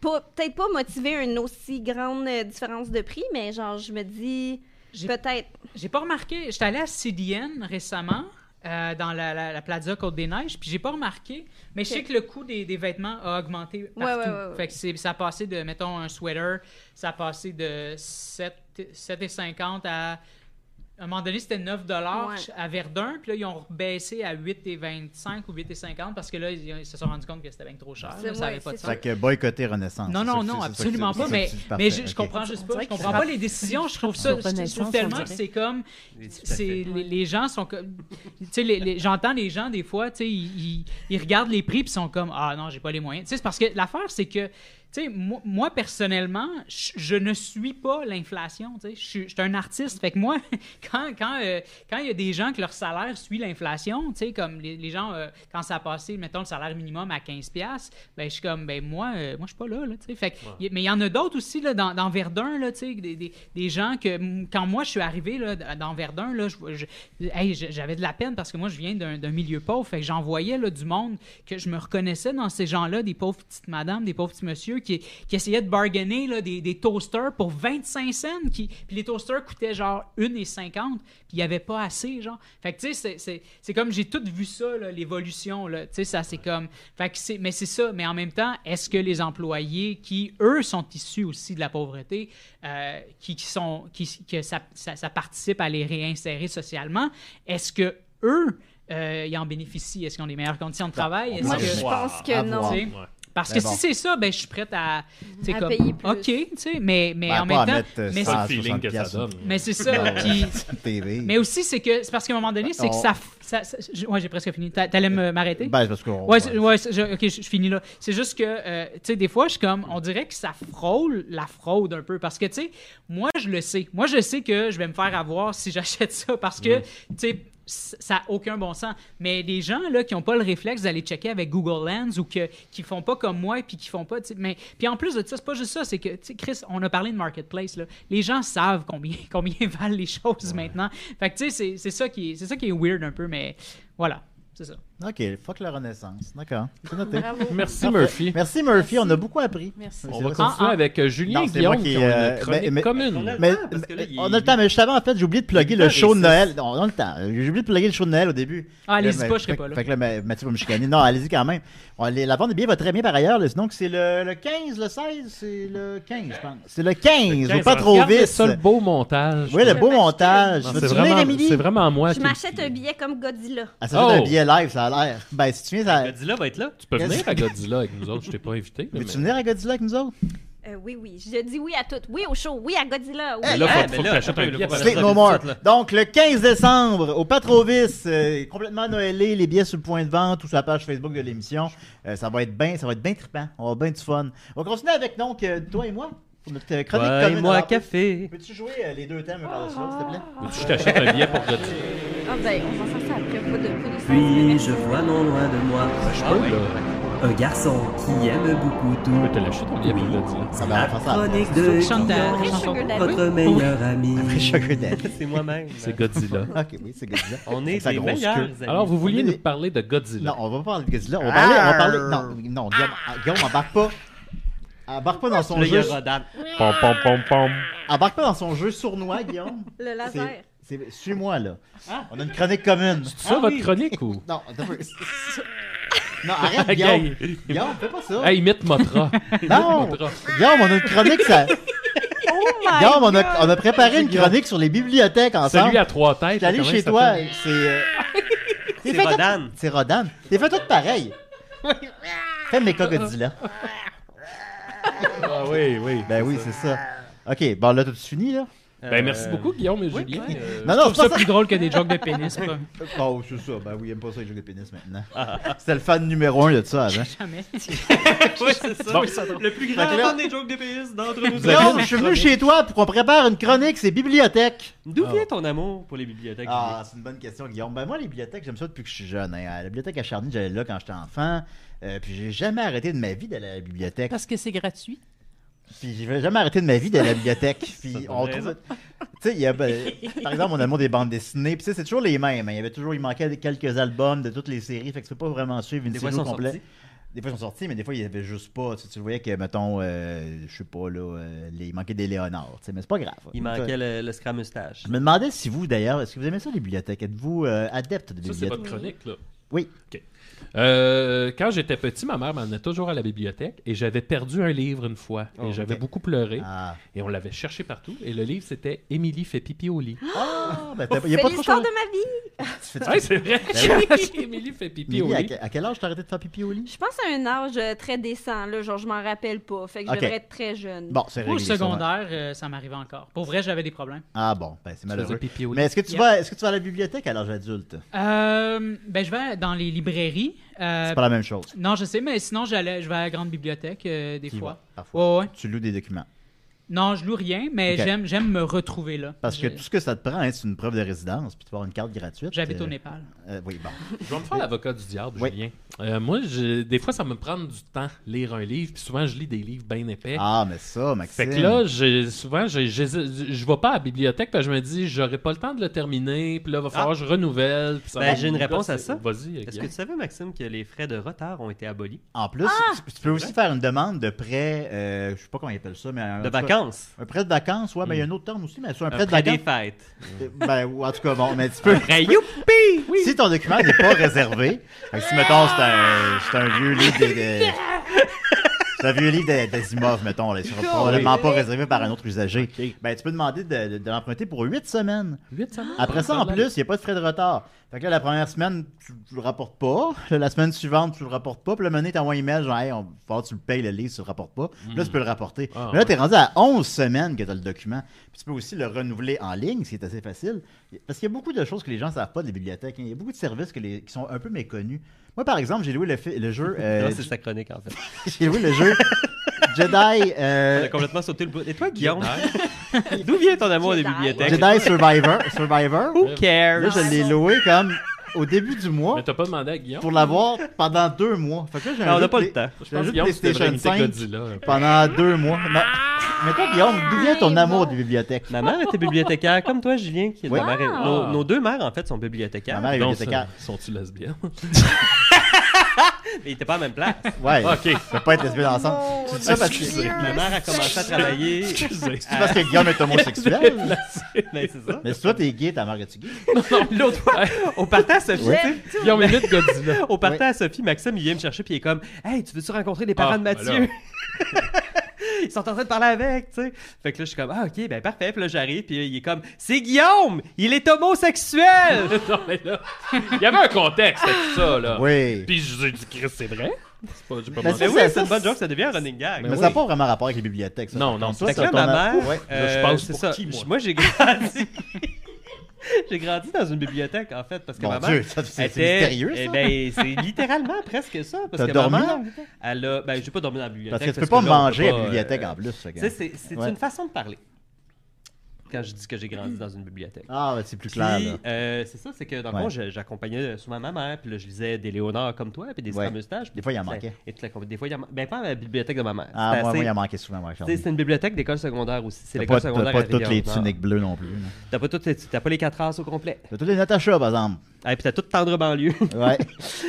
Speaker 5: pas- Peut-être pas motiver une aussi grande euh, différence de prix, mais genre, je me dis.
Speaker 6: J'ai-
Speaker 5: Peut-être.
Speaker 6: J'ai pas remarqué. J'étais allé à CDN récemment, euh, dans la, la, la Plaza Côte-des-Neiges, puis j'ai pas remarqué. Mais je sais
Speaker 5: Ok.
Speaker 6: que le coût des, des vêtements a augmenté
Speaker 5: Ouais,
Speaker 6: partout.
Speaker 5: ouais, ouais, ouais.
Speaker 6: Fait que c'est- ça a passé de, mettons, un sweater, ça a passé de 7 7,50 à... À un moment donné, c'était 9
Speaker 5: Ouais.
Speaker 6: à Verdun, puis là, ils ont baissé à 8,25 ou 8,50 parce que là, ils, ils se sont rendus compte que c'était bien trop cher.
Speaker 5: C'est-
Speaker 6: là, ça
Speaker 5: ouais,
Speaker 6: avait pas de
Speaker 5: c'est
Speaker 6: sens.
Speaker 2: Fait
Speaker 5: ça.
Speaker 2: que boycotter Renaissance.
Speaker 6: Non,
Speaker 2: c'est
Speaker 6: non,
Speaker 2: ça que
Speaker 6: non,
Speaker 2: c'est- c'est ça que
Speaker 6: absolument
Speaker 2: c'est-
Speaker 6: pas,
Speaker 2: c'est ça
Speaker 6: mais,
Speaker 2: que tu- parfait,
Speaker 6: mais je, je
Speaker 2: ok.
Speaker 6: comprends juste pas,
Speaker 8: dirait
Speaker 6: je
Speaker 8: que
Speaker 6: comprends
Speaker 8: ça-
Speaker 6: pas les décisions, je trouve ça,
Speaker 8: Sur
Speaker 6: je je trouve
Speaker 8: Renaissance, on
Speaker 6: tellement que
Speaker 8: dirait.
Speaker 6: c'est comme,
Speaker 4: Il dit tout à
Speaker 6: c'est,
Speaker 4: fait.
Speaker 6: les, les gens sont comme, tu sais, les- les- j'entends les gens des fois, tu sais, ils, ils- ils regardent les prix puis sont comme, ah non, j'ai pas les moyens, tu sais, c'est parce que l'affaire, c'est que, tu sais, moi, moi, personnellement, je, je ne suis pas l'inflation, tu sais, je suis je suis un artiste, fait que moi, quand, quand, euh, quand il y a des gens que leur salaire suit l'inflation, tu sais, comme les, les gens, euh, quand ça a passé, mettons, le salaire minimum à 15$, ben, je suis comme, ben, moi, euh, moi je suis pas là, là tu sais. Fait que y- mais il y en a d'autres aussi, là, dans, dans Verdun, là, tu sais, des, des, des gens que, mm, quand moi, je suis arrivé, là, d- dans Verdun, là, je- je- hey, je- j'avais de la peine parce que moi, je viens d'un d'un milieu pauvre, fait que j'en voyais, là, du monde que je me reconnaissais dans ces gens-là, des pauvres petites madames, des pauvres petits messieurs qui, qui essayaient de bargainer, là, des, des toasters pour 25 cents, qui, puis les toasters coûtaient genre 1,50, puis il n'y avait pas assez, genre. Fait que, tu sais, c'est- c'est- c'est comme, j'ai tout vu ça, là, l'évolution, là, tu sais, ça, c'est comme... Fait que c'est, mais c'est ça, mais en même temps, est-ce que les employés qui, eux, sont issus aussi de la pauvreté, euh, qui, qui sont, qui, que ça, ça, ça participe à les réinsérer socialement, est-ce que eux, euh, ils en bénéficient? Est-ce qu'ils ont des meilleures conditions
Speaker 2: Ben,
Speaker 6: de travail? Est-ce
Speaker 5: Moi,
Speaker 6: que-
Speaker 5: je
Speaker 3: Wow.
Speaker 5: pense
Speaker 2: À
Speaker 5: que non.
Speaker 2: voir.
Speaker 6: tu sais,
Speaker 3: Ouais.
Speaker 6: Parce
Speaker 2: Mais
Speaker 6: que
Speaker 2: bon.
Speaker 6: si c'est ça, ben, je suis prête à, tu sais,
Speaker 5: À
Speaker 6: comme,
Speaker 5: payer plus.
Speaker 6: OK, tu sais, mais, mais
Speaker 2: Ben,
Speaker 6: en
Speaker 2: pas à
Speaker 6: même temps,
Speaker 2: mettre, euh, Ben,
Speaker 6: mais,
Speaker 2: ça-
Speaker 3: C'est
Speaker 2: Ah,
Speaker 3: le feeling que
Speaker 2: 60
Speaker 3: ça
Speaker 2: piastres.
Speaker 3: donne.
Speaker 6: mais c'est ça.
Speaker 2: Non,
Speaker 6: puis-
Speaker 2: TV.
Speaker 6: mais aussi, c'est que c'est parce qu'à un moment donné, c'est que
Speaker 2: Ah, On-
Speaker 6: ça, ça, ça- je- Ouais, j'ai presque fini. T'a- T'allais me- m'arrêter?
Speaker 2: Ben, c'est parce qu'on.
Speaker 6: Ouais, c'est- ouais, c'est- je- ok, je, je finis là. C'est juste que, euh, tu sais, des fois, je suis comme, on dirait que ça frôle la fraude un peu. Parce que, tu sais, moi, je le sais. Moi, je sais que je vais me faire avoir si j'achète ça parce que, tu sais, c- ça n'a aucun bon sens. Mais les gens là, qui n'ont pas le réflexe d'aller checker avec Google Lens ou que, qui font pas comme moi et qui font pas. tu sais, Mais, puis en plus de ça, c'est pas juste ça. C'est que, tu sais, Chris, on a parlé de Marketplace. Là. Les gens savent combien, combien valent les choses maintenant. Fait que, tu sais, c'est- c'est ça, qui est- c'est ça qui est weird un peu, mais voilà, c'est ça.
Speaker 2: Ok, fuck la Renaissance. D'accord. C'est noté.
Speaker 3: Merci,
Speaker 2: Parfait.
Speaker 3: Murphy.
Speaker 2: Merci, Murphy. On a beaucoup appris.
Speaker 8: Merci.
Speaker 2: C'est
Speaker 3: On va
Speaker 2: vrai,
Speaker 3: continuer
Speaker 6: Ah, ah.
Speaker 3: avec euh, Julien
Speaker 2: Non, c'est moi
Speaker 3: Guillaume
Speaker 2: qui,
Speaker 3: qui, ont une
Speaker 2: euh,
Speaker 3: chronique
Speaker 2: mais- mais-
Speaker 3: commune.
Speaker 4: On a le
Speaker 2: Mais
Speaker 4: temps, Ah, parce que là,
Speaker 2: euh,
Speaker 4: il-
Speaker 2: on a le temps, mais justement, en fait, j'ai oublié de plugger le
Speaker 4: le temps
Speaker 2: show de
Speaker 4: des
Speaker 2: Noël. On on a le temps. J'ai oublié de plugger le show de Noël au début.
Speaker 6: Ah, allez-y
Speaker 2: mais-
Speaker 6: pas, je serai
Speaker 2: fait-
Speaker 6: pas là.
Speaker 2: Fait que là, ma- Mathieu va me chicaner. Non, allez-y quand même. On- les- la vente des billets va très bien par ailleurs. là. Sinon, que c'est le, le 15, le 16, c'est le 15, je pense. C'est le 15,
Speaker 4: Le
Speaker 2: ou pas
Speaker 4: 15,
Speaker 2: trop
Speaker 3: hein. Regarde
Speaker 2: vite.
Speaker 3: ça, le beau montage.
Speaker 2: Oui, le
Speaker 5: Je
Speaker 2: beau
Speaker 5: m'achète.
Speaker 2: montage.
Speaker 3: Non,
Speaker 2: Vas-tu
Speaker 3: Ah, C'est
Speaker 2: venir,
Speaker 3: vraiment,
Speaker 2: Émilie?
Speaker 3: c'est vraiment moi.
Speaker 5: Je
Speaker 3: qui-
Speaker 5: m'achète un billet comme Godzilla.
Speaker 2: Ah, ça fait un
Speaker 3: Oh.
Speaker 2: billet live, ça a l'air. Ben, si tu viens, ça.
Speaker 4: Godzilla va être là.
Speaker 3: Tu peux venir
Speaker 2: Qu'est-ce
Speaker 3: à Godzilla avec nous autres, je t'ai pas invité. là,
Speaker 2: Veux-tu
Speaker 3: mais-
Speaker 2: venir à Godzilla avec nous autres?
Speaker 5: Euh, oui, oui. Je dis oui à tout. Oui au show. Oui à Godzilla. Oui.
Speaker 4: Mais
Speaker 3: Là,
Speaker 4: Ah,
Speaker 3: faut,
Speaker 4: mais
Speaker 3: faut
Speaker 4: là,
Speaker 3: que t'achètes
Speaker 4: attends,
Speaker 3: un
Speaker 4: là,
Speaker 3: billet.
Speaker 4: faut-
Speaker 3: pour-
Speaker 2: Sleep
Speaker 4: ça,
Speaker 2: No
Speaker 4: tout
Speaker 2: More.
Speaker 4: de suite,
Speaker 2: Donc, le 15 décembre, au Patrovis, euh, complètement noëlé, les billets sur le point de vente ou sur la page Facebook de l'émission. Euh, ça va être bien, ça va être bien trippant. On va avoir bien du fun. On continue avec, donc, euh, toi et moi, pour notre euh, chronique
Speaker 4: Ouais,
Speaker 2: commune.
Speaker 4: moi,
Speaker 2: Alors,
Speaker 4: café.
Speaker 2: Peux-tu jouer euh, les deux thèmes par-dessus l'autre, s'il te plaît?
Speaker 3: Veux-tu que Je t'achète un billet pour Godzilla.
Speaker 5: Ah ben, on va faire ça après. Pas de pas de sens, mais
Speaker 9: Puis je vois non loin de moi
Speaker 3: Ah oui, là,
Speaker 9: un garçon qui aime beaucoup
Speaker 3: je peux te
Speaker 9: tout.
Speaker 3: l'acheter ton billet pour Godzilla.
Speaker 2: Ça va
Speaker 9: La
Speaker 2: faire ça. après.
Speaker 9: chronique de
Speaker 6: Chante ta- ta
Speaker 5: euh,
Speaker 9: Guillaume,
Speaker 6: chanson.
Speaker 5: Sugar Daddy.
Speaker 9: votre meilleur ami.
Speaker 2: Après Sugar Daddy.
Speaker 4: C'est moi-même.
Speaker 3: C'est Godzilla.
Speaker 2: Ok, oui, c'est Godzilla.
Speaker 4: On est
Speaker 2: Avec sa
Speaker 4: des
Speaker 2: grosse
Speaker 4: meilleurs
Speaker 2: queue.
Speaker 4: amis.
Speaker 3: Alors, vous vouliez
Speaker 2: Mais-
Speaker 3: nous parler de
Speaker 2: Non,
Speaker 3: Godzilla.
Speaker 2: on va pas parler de Godzilla. On va parler. On va parler... Non, non, Guillaume, Guillaume, embarque pas. Embarque pas dans son
Speaker 4: Là, il y a
Speaker 2: jeu.
Speaker 4: Rodan.
Speaker 3: Pom, pom, pom, pom.
Speaker 2: Embarque pas dans son jeu sournois, Guillaume.
Speaker 5: Le laser.
Speaker 2: C'est- c'est- Suis-moi, là. On a une chronique commune.
Speaker 3: C'est ça votre chronique ou?
Speaker 2: Non, attends un peu. Non, arrête, Guillaume. Guillaume, fais pas ça.
Speaker 3: Hey, imite Motra.
Speaker 2: non,
Speaker 3: Motra.
Speaker 2: Guillaume, on a une chronique. Ça...
Speaker 5: Oh my
Speaker 2: Guillaume, on a, on a préparé une chronique sur les bibliothèques ensemble.
Speaker 3: Celui à trois têtes.
Speaker 2: J'étais allé
Speaker 3: là, comment
Speaker 2: chez
Speaker 3: il
Speaker 2: toi.
Speaker 3: s'appelle?
Speaker 2: C'est. euh, t'es
Speaker 4: C'est
Speaker 2: fait tout-
Speaker 4: Rodan.
Speaker 2: C'est Rodan. T'es fait tout pareil. Fais mes Godzilla.
Speaker 3: Ah oui, oui.
Speaker 2: Ben oui, c'est ça. OK, bon, là, tout tu fini, là?
Speaker 3: Ben merci
Speaker 4: Euh,
Speaker 3: beaucoup, Guillaume et
Speaker 6: oui,
Speaker 3: Julien.
Speaker 6: oui.
Speaker 3: Euh,
Speaker 2: Non,
Speaker 6: Je
Speaker 2: non,
Speaker 6: trouve
Speaker 2: c'est
Speaker 6: ça
Speaker 2: pas
Speaker 6: plus drôle que des jokes de pénis. pas-
Speaker 2: ça. Oh, c'est ça. Ben oui, il aime pas ça, les jeux de pénis, maintenant. C'était le fan numéro un de ça, hein. avant.
Speaker 6: Jamais.
Speaker 4: Oui, c'est ça.
Speaker 3: Bon.
Speaker 4: Le plus
Speaker 2: Fait que là-
Speaker 4: grand des jokes de pays d'entre nous.
Speaker 2: Non, je suis venu chez toi pour qu'on prépare une chronique, c'est bibliothèque.
Speaker 4: D'où
Speaker 2: Ah.
Speaker 4: vient ton amour pour les bibliothèques?
Speaker 2: Ah, c'est une bonne question, Guillaume. Ben moi, les bibliothèques, j'aime ça depuis que je suis jeune. hein. À La bibliothèque à Charny, j'allais là quand j'étais enfant. Euh, puis j'ai jamais arrêté de ma vie d'aller à la bibliothèque.
Speaker 8: Parce que c'est gratuit.
Speaker 2: Puis j'ai jamais arrêté de ma vie d'aller à la bibliothèque. Puis on
Speaker 4: donne
Speaker 2: trouve... Tu sais, il y a, ben, par exemple, mon amour des bandes dessinées. Puis tu sais, c'est toujours les mêmes. hein. Il y avait toujours, il manquait quelques albums de toutes les séries. Fait que tu peux pas vraiment suivre une
Speaker 4: Des fois,
Speaker 2: série
Speaker 4: ils sont
Speaker 2: au complet.
Speaker 4: sortis.
Speaker 2: Des fois, ils sont sortis, mais des fois, il y avait juste pas. Tu, sais, tu le voyais que, mettons, euh, je sais pas, là, euh, les- il manquait des Léonards. tu sais, Mais c'est pas grave.
Speaker 4: Il manquait le, le scramustache.
Speaker 2: Je me demandais si vous, d'ailleurs, est-ce que vous aimez ça, les bibliothèques? Êtes-vous euh, adepte de
Speaker 3: Ça, c'est
Speaker 2: bibliothèques?
Speaker 3: votre chronique, là.
Speaker 2: Oui.
Speaker 3: OK. Euh, quand j'étais petit, ma mère m'emmenait toujours à la bibliothèque et j'avais perdu un livre une fois. Et
Speaker 2: Oh,
Speaker 3: j'avais
Speaker 2: ok.
Speaker 3: beaucoup pleuré
Speaker 2: Ah,
Speaker 3: et on l'avait cherché partout. Et le livre, c'était Émilie fait pipi au lit.
Speaker 2: ah ben, t'as- il y a
Speaker 5: C'est
Speaker 2: pas trop
Speaker 5: l'histoire
Speaker 2: changé.
Speaker 5: de ma vie.
Speaker 3: Ouais, c'est vrai. Émilie fait pipi au
Speaker 2: Lily, à,
Speaker 3: lit.
Speaker 2: que- à quel âge t'as arrêté de faire pipi au lit?
Speaker 5: Je pense à un âge euh, très décent, là, genre je m'en rappelle pas. Fait que je
Speaker 2: Ok.
Speaker 5: devrais être très jeune.
Speaker 2: Bon, c'est
Speaker 6: Au
Speaker 2: réglé. ça, hein. ouais.
Speaker 6: secondaire, euh, ça m'arrivait encore. Pour vrai, j'avais des problèmes.
Speaker 2: Ah bon, ben,
Speaker 3: Tu
Speaker 2: c'est
Speaker 3: faisais
Speaker 2: malheureux.
Speaker 3: pipi au lit.
Speaker 2: Mais est-ce que, tu
Speaker 6: Yep.
Speaker 2: vas, est-ce que tu vas à la bibliothèque à l'âge adulte?
Speaker 6: Euh, ben, je vais dans les librairies. euh,
Speaker 2: C'est pas la même chose.
Speaker 6: Non, je sais, mais sinon, j'allais, je vais à la grande bibliothèque euh, des
Speaker 2: Tu y
Speaker 6: fois.
Speaker 2: vas, parfois.
Speaker 6: Ouais, ouais.
Speaker 2: Tu loues des documents.
Speaker 6: Non, je loue rien, mais
Speaker 2: Ok.
Speaker 6: j'aime, j'aime me retrouver là.
Speaker 2: Parce que
Speaker 6: Je-
Speaker 2: tout ce que ça te prend, hein, c'est une preuve de résidence, puis tu vas avoir une carte gratuite.
Speaker 6: J'habite
Speaker 2: euh,
Speaker 6: au Népal.
Speaker 2: euh, oui, bon.
Speaker 3: Je vais me faire l'avocat du diable,
Speaker 2: Oui.
Speaker 3: Julien. Euh, moi, je- des fois, ça me prend du temps lire un livre. Puis souvent, je lis des livres bien épais.
Speaker 2: Ah, mais ça, Maxime.
Speaker 3: Fait que là, j'ai- souvent, j'ai- j'ai- je vais pas à la bibliothèque, parce que je me dis, j'aurai pas le temps de le terminer, puis là, va falloir que je renouvelle. puis ça
Speaker 4: Ah.
Speaker 3: va-
Speaker 4: Ben, j'ai une réponse à
Speaker 3: c'est-
Speaker 4: ça.
Speaker 3: Vas-y.
Speaker 4: Est-ce que
Speaker 3: Guillaume.
Speaker 4: tu savais, Maxime, que les frais de retard ont été abolis?
Speaker 2: En plus, tu- tu peux aussi faire une demande de prêt, euh, je sais pas comment ils appellent ça, mais. en
Speaker 4: De
Speaker 2: tout cas,
Speaker 4: vacances?
Speaker 2: Un prêt de vacances, ouais, mais il y a un autre terme aussi, mais c'est un prêt
Speaker 4: Après
Speaker 2: de
Speaker 4: des
Speaker 2: vacances.
Speaker 4: fêtes.
Speaker 2: Ben, ou en tout cas, bon, mais tu peux.
Speaker 4: Hey, youpi! Oui.
Speaker 2: Si ton document n'est pas réservé, fait que si mettons c'est un, c'est un vieux livre de, de- c'est un vieux livre de- d'Asimov, mettons, là, il sera probablement pas réservé par un autre usager. Ben tu peux demander de, de- de l'emprunter pour 8 semaines.
Speaker 3: Huit semaines.
Speaker 2: Après ça, en
Speaker 3: Voilà.
Speaker 2: plus, il n'y a pas de frais de retard. Fait que là, la première semaine, tu, tu le rapportes pas. Là, La semaine suivante, tu le rapportes pas. Puis là, maintenant, t'envoies un email, genre, hey, on, faut que tu le payes le livre, tu le rapportes pas. Puis
Speaker 4: Mm.
Speaker 2: Là, tu peux le rapporter.
Speaker 3: Ah,
Speaker 2: Mais là,
Speaker 3: ouais.
Speaker 2: t'es rendu à 11 semaines que t'as le document. Puis tu peux aussi le renouveler en ligne, ce qui est assez facile. Parce qu'il y a beaucoup de choses que les gens savent pas des bibliothèques. hein. Il y a beaucoup de services que les- qui sont un peu méconnus. Moi, par exemple, j'ai loué le, fi- le jeu. euh,
Speaker 4: Non, c'est sa chronique, en fait.
Speaker 2: j'ai loué le jeu Jedi.
Speaker 4: On
Speaker 2: euh,
Speaker 4: a complètement sauté le bout. Et toi, Guillaume?
Speaker 3: Ouais.
Speaker 4: D'où vient ton amour des
Speaker 5: Jedi.
Speaker 4: bibliothèques?
Speaker 2: Jedi Survivor. Survivor.
Speaker 4: Who cares?
Speaker 2: Là, je l'ai loué comme au début du mois.
Speaker 3: Mais t'as pas demandé à Guillaume.
Speaker 2: pour l'avoir pendant deux mois. Fait que là, j'ai
Speaker 4: Non,
Speaker 2: un jeu
Speaker 4: Ben, Ah, on n'a pas
Speaker 2: de
Speaker 4: le
Speaker 2: Play-
Speaker 4: temps.
Speaker 3: Je
Speaker 2: j'ai un
Speaker 3: pense
Speaker 2: jeu de
Speaker 3: que Guillaume, c'était
Speaker 2: PlayStation
Speaker 3: vraiment
Speaker 2: 5
Speaker 3: Godzilla.
Speaker 2: pendant deux mois. Ma- Mais toi, Guillaume, d'où vient ton
Speaker 5: Ah,
Speaker 2: amour
Speaker 5: bon.
Speaker 2: des bibliothèques?
Speaker 4: Ma mère était bibliothécaire, comme toi, Julien. Qui est de
Speaker 2: Oui.
Speaker 4: ma mère.
Speaker 5: Ah.
Speaker 4: Nos, nos deux mères, en fait, sont bibliothécaires.
Speaker 2: Ma mère est
Speaker 3: Donc,
Speaker 2: bibliothécaire.
Speaker 3: ça- sont-tu lesbiennes?
Speaker 4: Mais ils n'étaient pas à la même place.
Speaker 2: Ouais,
Speaker 3: OK.
Speaker 2: on peut pas être lesbiennes ensemble. C'est ça parce que,
Speaker 3: Excusez.
Speaker 2: c'est
Speaker 4: Ma mère a commencé à travailler.
Speaker 3: Excusez.
Speaker 2: parce que Guillaume est homosexuel.
Speaker 4: Mais c'est ça.
Speaker 2: Mais si toi, t'es gay, ta mère est-tu gay?
Speaker 4: L'autre fois, on partait à Sophie.
Speaker 2: Oui.
Speaker 4: tu sais,
Speaker 3: Guillaume imite Godzilla.
Speaker 4: On partait
Speaker 2: Oui.
Speaker 4: à Sophie, Maxime, il vient me chercher, puis il est comme Hey, tu veux-tu rencontrer les parents
Speaker 3: Ah,
Speaker 4: de
Speaker 3: ben
Speaker 4: Mathieu Ils sont en train de parler avec, tu sais. Fait que là, je suis comme Ah, ok, ben parfait. Puis là, j'arrive, puis il est comme C'est Guillaume Il est homosexuel
Speaker 3: non, mais là, il y avait un contexte à tout ça, là.
Speaker 4: Ah.
Speaker 2: Oui.
Speaker 3: Puis j'ai dit, Chris, c'est vrai? C'est pas, j'ai pas
Speaker 2: Mais
Speaker 3: menti.
Speaker 4: Mais oui,
Speaker 2: Ça,
Speaker 4: c'est
Speaker 2: ça,
Speaker 4: une bonne
Speaker 2: ça,
Speaker 4: joke, ça devient un running gag.
Speaker 2: Mais
Speaker 3: oui.
Speaker 2: ça n'a pas vraiment rapport avec les bibliothèques. ça.
Speaker 3: Non, non,
Speaker 2: Ça,
Speaker 4: Fait que
Speaker 2: ça,
Speaker 4: là, ma
Speaker 2: ton am-
Speaker 4: mère,
Speaker 2: Ouais.
Speaker 3: Là, je
Speaker 4: euh,
Speaker 3: passe
Speaker 4: c'est
Speaker 3: pour
Speaker 4: ça.
Speaker 3: qui, moi?
Speaker 4: Moi, j'ai grandi. j'ai grandi dans une bibliothèque, en fait, parce que
Speaker 2: Mon
Speaker 4: ma mère.
Speaker 2: Dieu, ça, c'est c'est
Speaker 4: était-
Speaker 2: mystérieux, ça.
Speaker 4: eh ben, c'est littéralement presque ça. Parce
Speaker 2: T'as
Speaker 4: que
Speaker 2: dormi
Speaker 4: ma
Speaker 2: dans
Speaker 4: mère,
Speaker 2: la
Speaker 4: elle a. Ben, j'ai pas dormi dans la bibliothèque.
Speaker 2: Parce que tu peux pas
Speaker 4: là, on peut
Speaker 2: manger à
Speaker 4: pas,
Speaker 2: la bibliothèque
Speaker 4: euh,
Speaker 2: en plus. fait que-
Speaker 4: Tu sais, c'est c'est
Speaker 2: Ouais.
Speaker 4: une façon de parler. Quand je dis que j'ai grandi dans une bibliothèque.
Speaker 2: Ah, ben, c'est plus
Speaker 4: Puis,
Speaker 2: clair, là.
Speaker 4: euh, c'est ça, c'est que dans le
Speaker 2: Ouais.
Speaker 4: fond, je- j'accompagnais souvent ma mère, puis là, je lisais des Léonards comme toi, puis des
Speaker 2: Ouais.
Speaker 4: ouais. moustaches.
Speaker 2: Des fois, il en manquait.
Speaker 4: Et toute la com- des fois, il en manquait. Ben, pas à la bibliothèque de ma mère.
Speaker 2: Ah,
Speaker 4: C'était
Speaker 2: moi,
Speaker 4: assez-
Speaker 2: moi, il en manquait souvent, moi,
Speaker 4: tu
Speaker 2: Charlie.
Speaker 4: sais, C'est une bibliothèque d'école secondaire aussi. C'est
Speaker 2: T'as
Speaker 4: l'école
Speaker 2: pas, t'as
Speaker 4: secondaire.
Speaker 2: pas
Speaker 4: avec des
Speaker 2: toutes les
Speaker 4: Léonards.
Speaker 2: tuniques bleues non plus. là.
Speaker 4: T'as pas toutes les- T'as pas les quatre as au complet.
Speaker 2: T'as toutes les Natacha, par exemple.
Speaker 4: Ah, et puis t'as toute tendre banlieue. Ben,
Speaker 2: Ouais.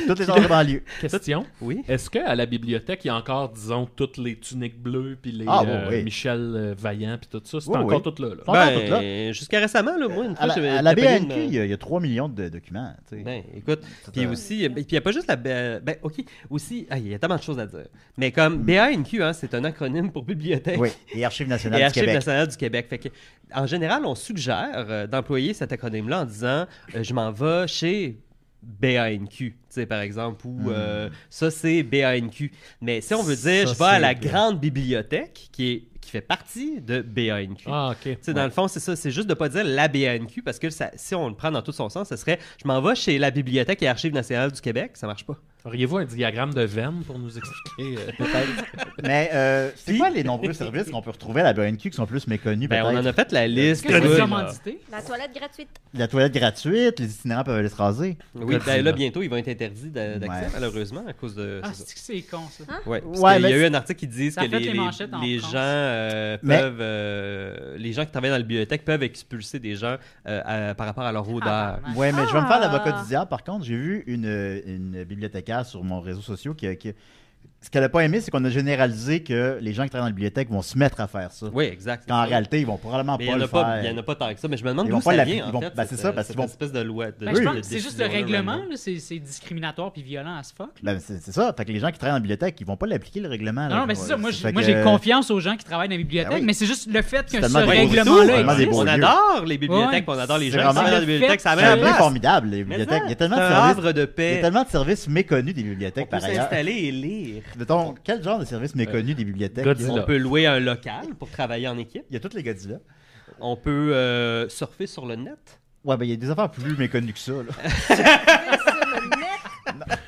Speaker 2: Toutes les autres banlieues.
Speaker 3: Question.
Speaker 4: oui.
Speaker 3: Est-ce qu'à la bibliothèque, il y a encore, disons, toutes les tuniques bleues, puis les
Speaker 2: Ah, oui,
Speaker 3: euh,
Speaker 2: oui.
Speaker 3: Michel euh, Vaillant, puis tout ça? C'est
Speaker 2: Oui,
Speaker 3: encore
Speaker 2: oui.
Speaker 3: tout là, là.
Speaker 2: Bon, Pendant toute
Speaker 4: Ben, jusqu'à récemment, là, moi, une
Speaker 2: À
Speaker 4: fois, j'avais
Speaker 2: la, à la
Speaker 4: tapé
Speaker 2: BNQ,
Speaker 4: une- euh,
Speaker 2: il y, a- il y a 3 millions de documents. tu sais.
Speaker 4: Ben, écoute, puis
Speaker 2: un-
Speaker 4: aussi, euh, puis il n'y a pas juste la... B- Ben, OK, aussi, ah, il y a tellement de choses à dire. Mais comme BANQ, hein, c'est un acronyme pour Bibliothèque
Speaker 2: Mm. Oui, et Archives nationales
Speaker 4: et
Speaker 2: du
Speaker 4: Archives
Speaker 2: Québec.
Speaker 4: nationales du Québec. Fait que, en général, on suggère euh, d'employer cet acronyme-là en disant euh, Je m'en vais chez BANQ, tu sais, par exemple, ou euh, ça, c'est BANQ. Mais si on veut dire,
Speaker 2: Ça,
Speaker 4: je vais à la
Speaker 2: c'est-
Speaker 4: grande bibliothèque qui, est, qui fait partie de BANQ.
Speaker 3: Ah, ok.
Speaker 4: Tu sais, Dans le fond, c'est ça. C'est juste de pas dire la BANQ parce que ça- si on le prend dans tout son sens, ce serait je m'en vais chez la Bibliothèque et Archives nationales du Québec. Ça marche pas.
Speaker 3: Auriez-vous un diagramme de veine pour nous expliquer
Speaker 2: Ah,
Speaker 3: euh,
Speaker 2: Mais euh, c'est quoi les nombreux services qu'on peut retrouver à la BNQ qui sont plus méconnus?
Speaker 4: Ben, on
Speaker 2: peut-être?
Speaker 4: en a fait la liste.
Speaker 6: Est-ce que c'est
Speaker 4: oui.
Speaker 6: commandité?
Speaker 5: La toilette gratuite.
Speaker 2: La toilette gratuite, les itinérants peuvent aller se raser.
Speaker 4: Oui, ben là, bientôt, ils vont être interdits d'a- d'accès,
Speaker 2: Ouais.
Speaker 4: malheureusement, à cause de.
Speaker 6: Ah,
Speaker 4: c'est ça.
Speaker 6: c'est que c'est con, ça.
Speaker 4: Ouais, parce
Speaker 2: Ouais,
Speaker 4: qu'il y a
Speaker 2: mais
Speaker 4: eu
Speaker 2: c'est-
Speaker 4: un article qui dit que
Speaker 6: Ça a
Speaker 4: les,
Speaker 6: fait les
Speaker 4: les-
Speaker 6: manchettes en
Speaker 4: les gens
Speaker 6: France.
Speaker 4: euh,
Speaker 2: Mais-
Speaker 4: peuvent. euh, les gens qui travaillent dans la bibliothèque peuvent expulser des gens euh, à- par rapport à leur odeur.
Speaker 6: Ah,
Speaker 2: Ouais, mais je vais me faire l'avocat
Speaker 8: Ah.
Speaker 2: du diable. Par contre, j'ai vu une, une bibliothécaire sur mon réseau social qui, qui- ce qu'elle n'a pas aimé, c'est qu'on a généralisé que les gens qui travaillent dans la bibliothèque vont se mettre à faire ça.
Speaker 4: oui, exact.
Speaker 2: Qu'en réalité, ils vont probablement
Speaker 4: Mais il
Speaker 2: pas
Speaker 4: n'y en,
Speaker 2: le
Speaker 4: a pas-
Speaker 2: faire.
Speaker 4: il y en a pas tant que ça, mais je me demande
Speaker 2: Ils
Speaker 4: d'où
Speaker 2: vont pas
Speaker 4: ça
Speaker 2: la-
Speaker 4: vient.
Speaker 2: ils
Speaker 4: en
Speaker 2: vont-
Speaker 4: fait,
Speaker 2: ben, c'est ça,
Speaker 4: cette-
Speaker 2: parce qu'ils
Speaker 4: cette
Speaker 2: vont-
Speaker 4: espèce de loi. de-
Speaker 6: Ben, je
Speaker 4: de
Speaker 6: pense que c'est juste le
Speaker 4: décision-là,
Speaker 6: règlement,
Speaker 4: random.
Speaker 6: là, c'est c'est discriminatoire puis violent à ce fuck.
Speaker 2: Ben, c'est c'est ça. Fait que les gens qui travaillent dans la bibliothèque, ils vont pas l'appliquer le règlement. là.
Speaker 6: Non, non, mais c'est ça. Moi,
Speaker 2: Fait
Speaker 6: j'ai
Speaker 2: que-
Speaker 6: moi, j'ai confiance aux gens qui travaillent dans la bibliothèque,
Speaker 2: Ben oui.
Speaker 6: mais c'est juste le fait que ce
Speaker 2: tellement des beaux Vraiment
Speaker 4: Ouais,
Speaker 6: règlement-là
Speaker 2: des
Speaker 6: existe.
Speaker 2: beaux
Speaker 4: on
Speaker 2: lieux.
Speaker 4: adore les bibliothèques, on adore les
Speaker 2: C'est
Speaker 4: gens qui
Speaker 2: vraiment-
Speaker 4: travaillent dans les
Speaker 6: Le
Speaker 4: bibliothèques, ça
Speaker 2: C'est
Speaker 4: met
Speaker 2: un
Speaker 4: à
Speaker 2: lieu
Speaker 4: la place.
Speaker 2: formidable, les
Speaker 4: Mais
Speaker 2: bibliothèques.
Speaker 4: ça,
Speaker 2: Il y a tellement
Speaker 4: Ah, ben, c'est
Speaker 2: de
Speaker 4: un
Speaker 2: services.
Speaker 4: havre
Speaker 2: Il
Speaker 4: de
Speaker 2: y a
Speaker 4: paix.
Speaker 2: tellement de services méconnus des
Speaker 4: On
Speaker 2: bibliothèques
Speaker 4: peut
Speaker 2: par ailleurs.
Speaker 4: s'installer et lire.
Speaker 2: Mettons, quel genre de services méconnus des bibliothèques
Speaker 3: Godzilla.
Speaker 4: On peut louer un local pour travailler en équipe.
Speaker 2: Il y a toutes les Godzilla.
Speaker 4: On peut euh, surfer sur le net.
Speaker 2: Ouais, ben il y a des affaires plus méconnues que ça. Là.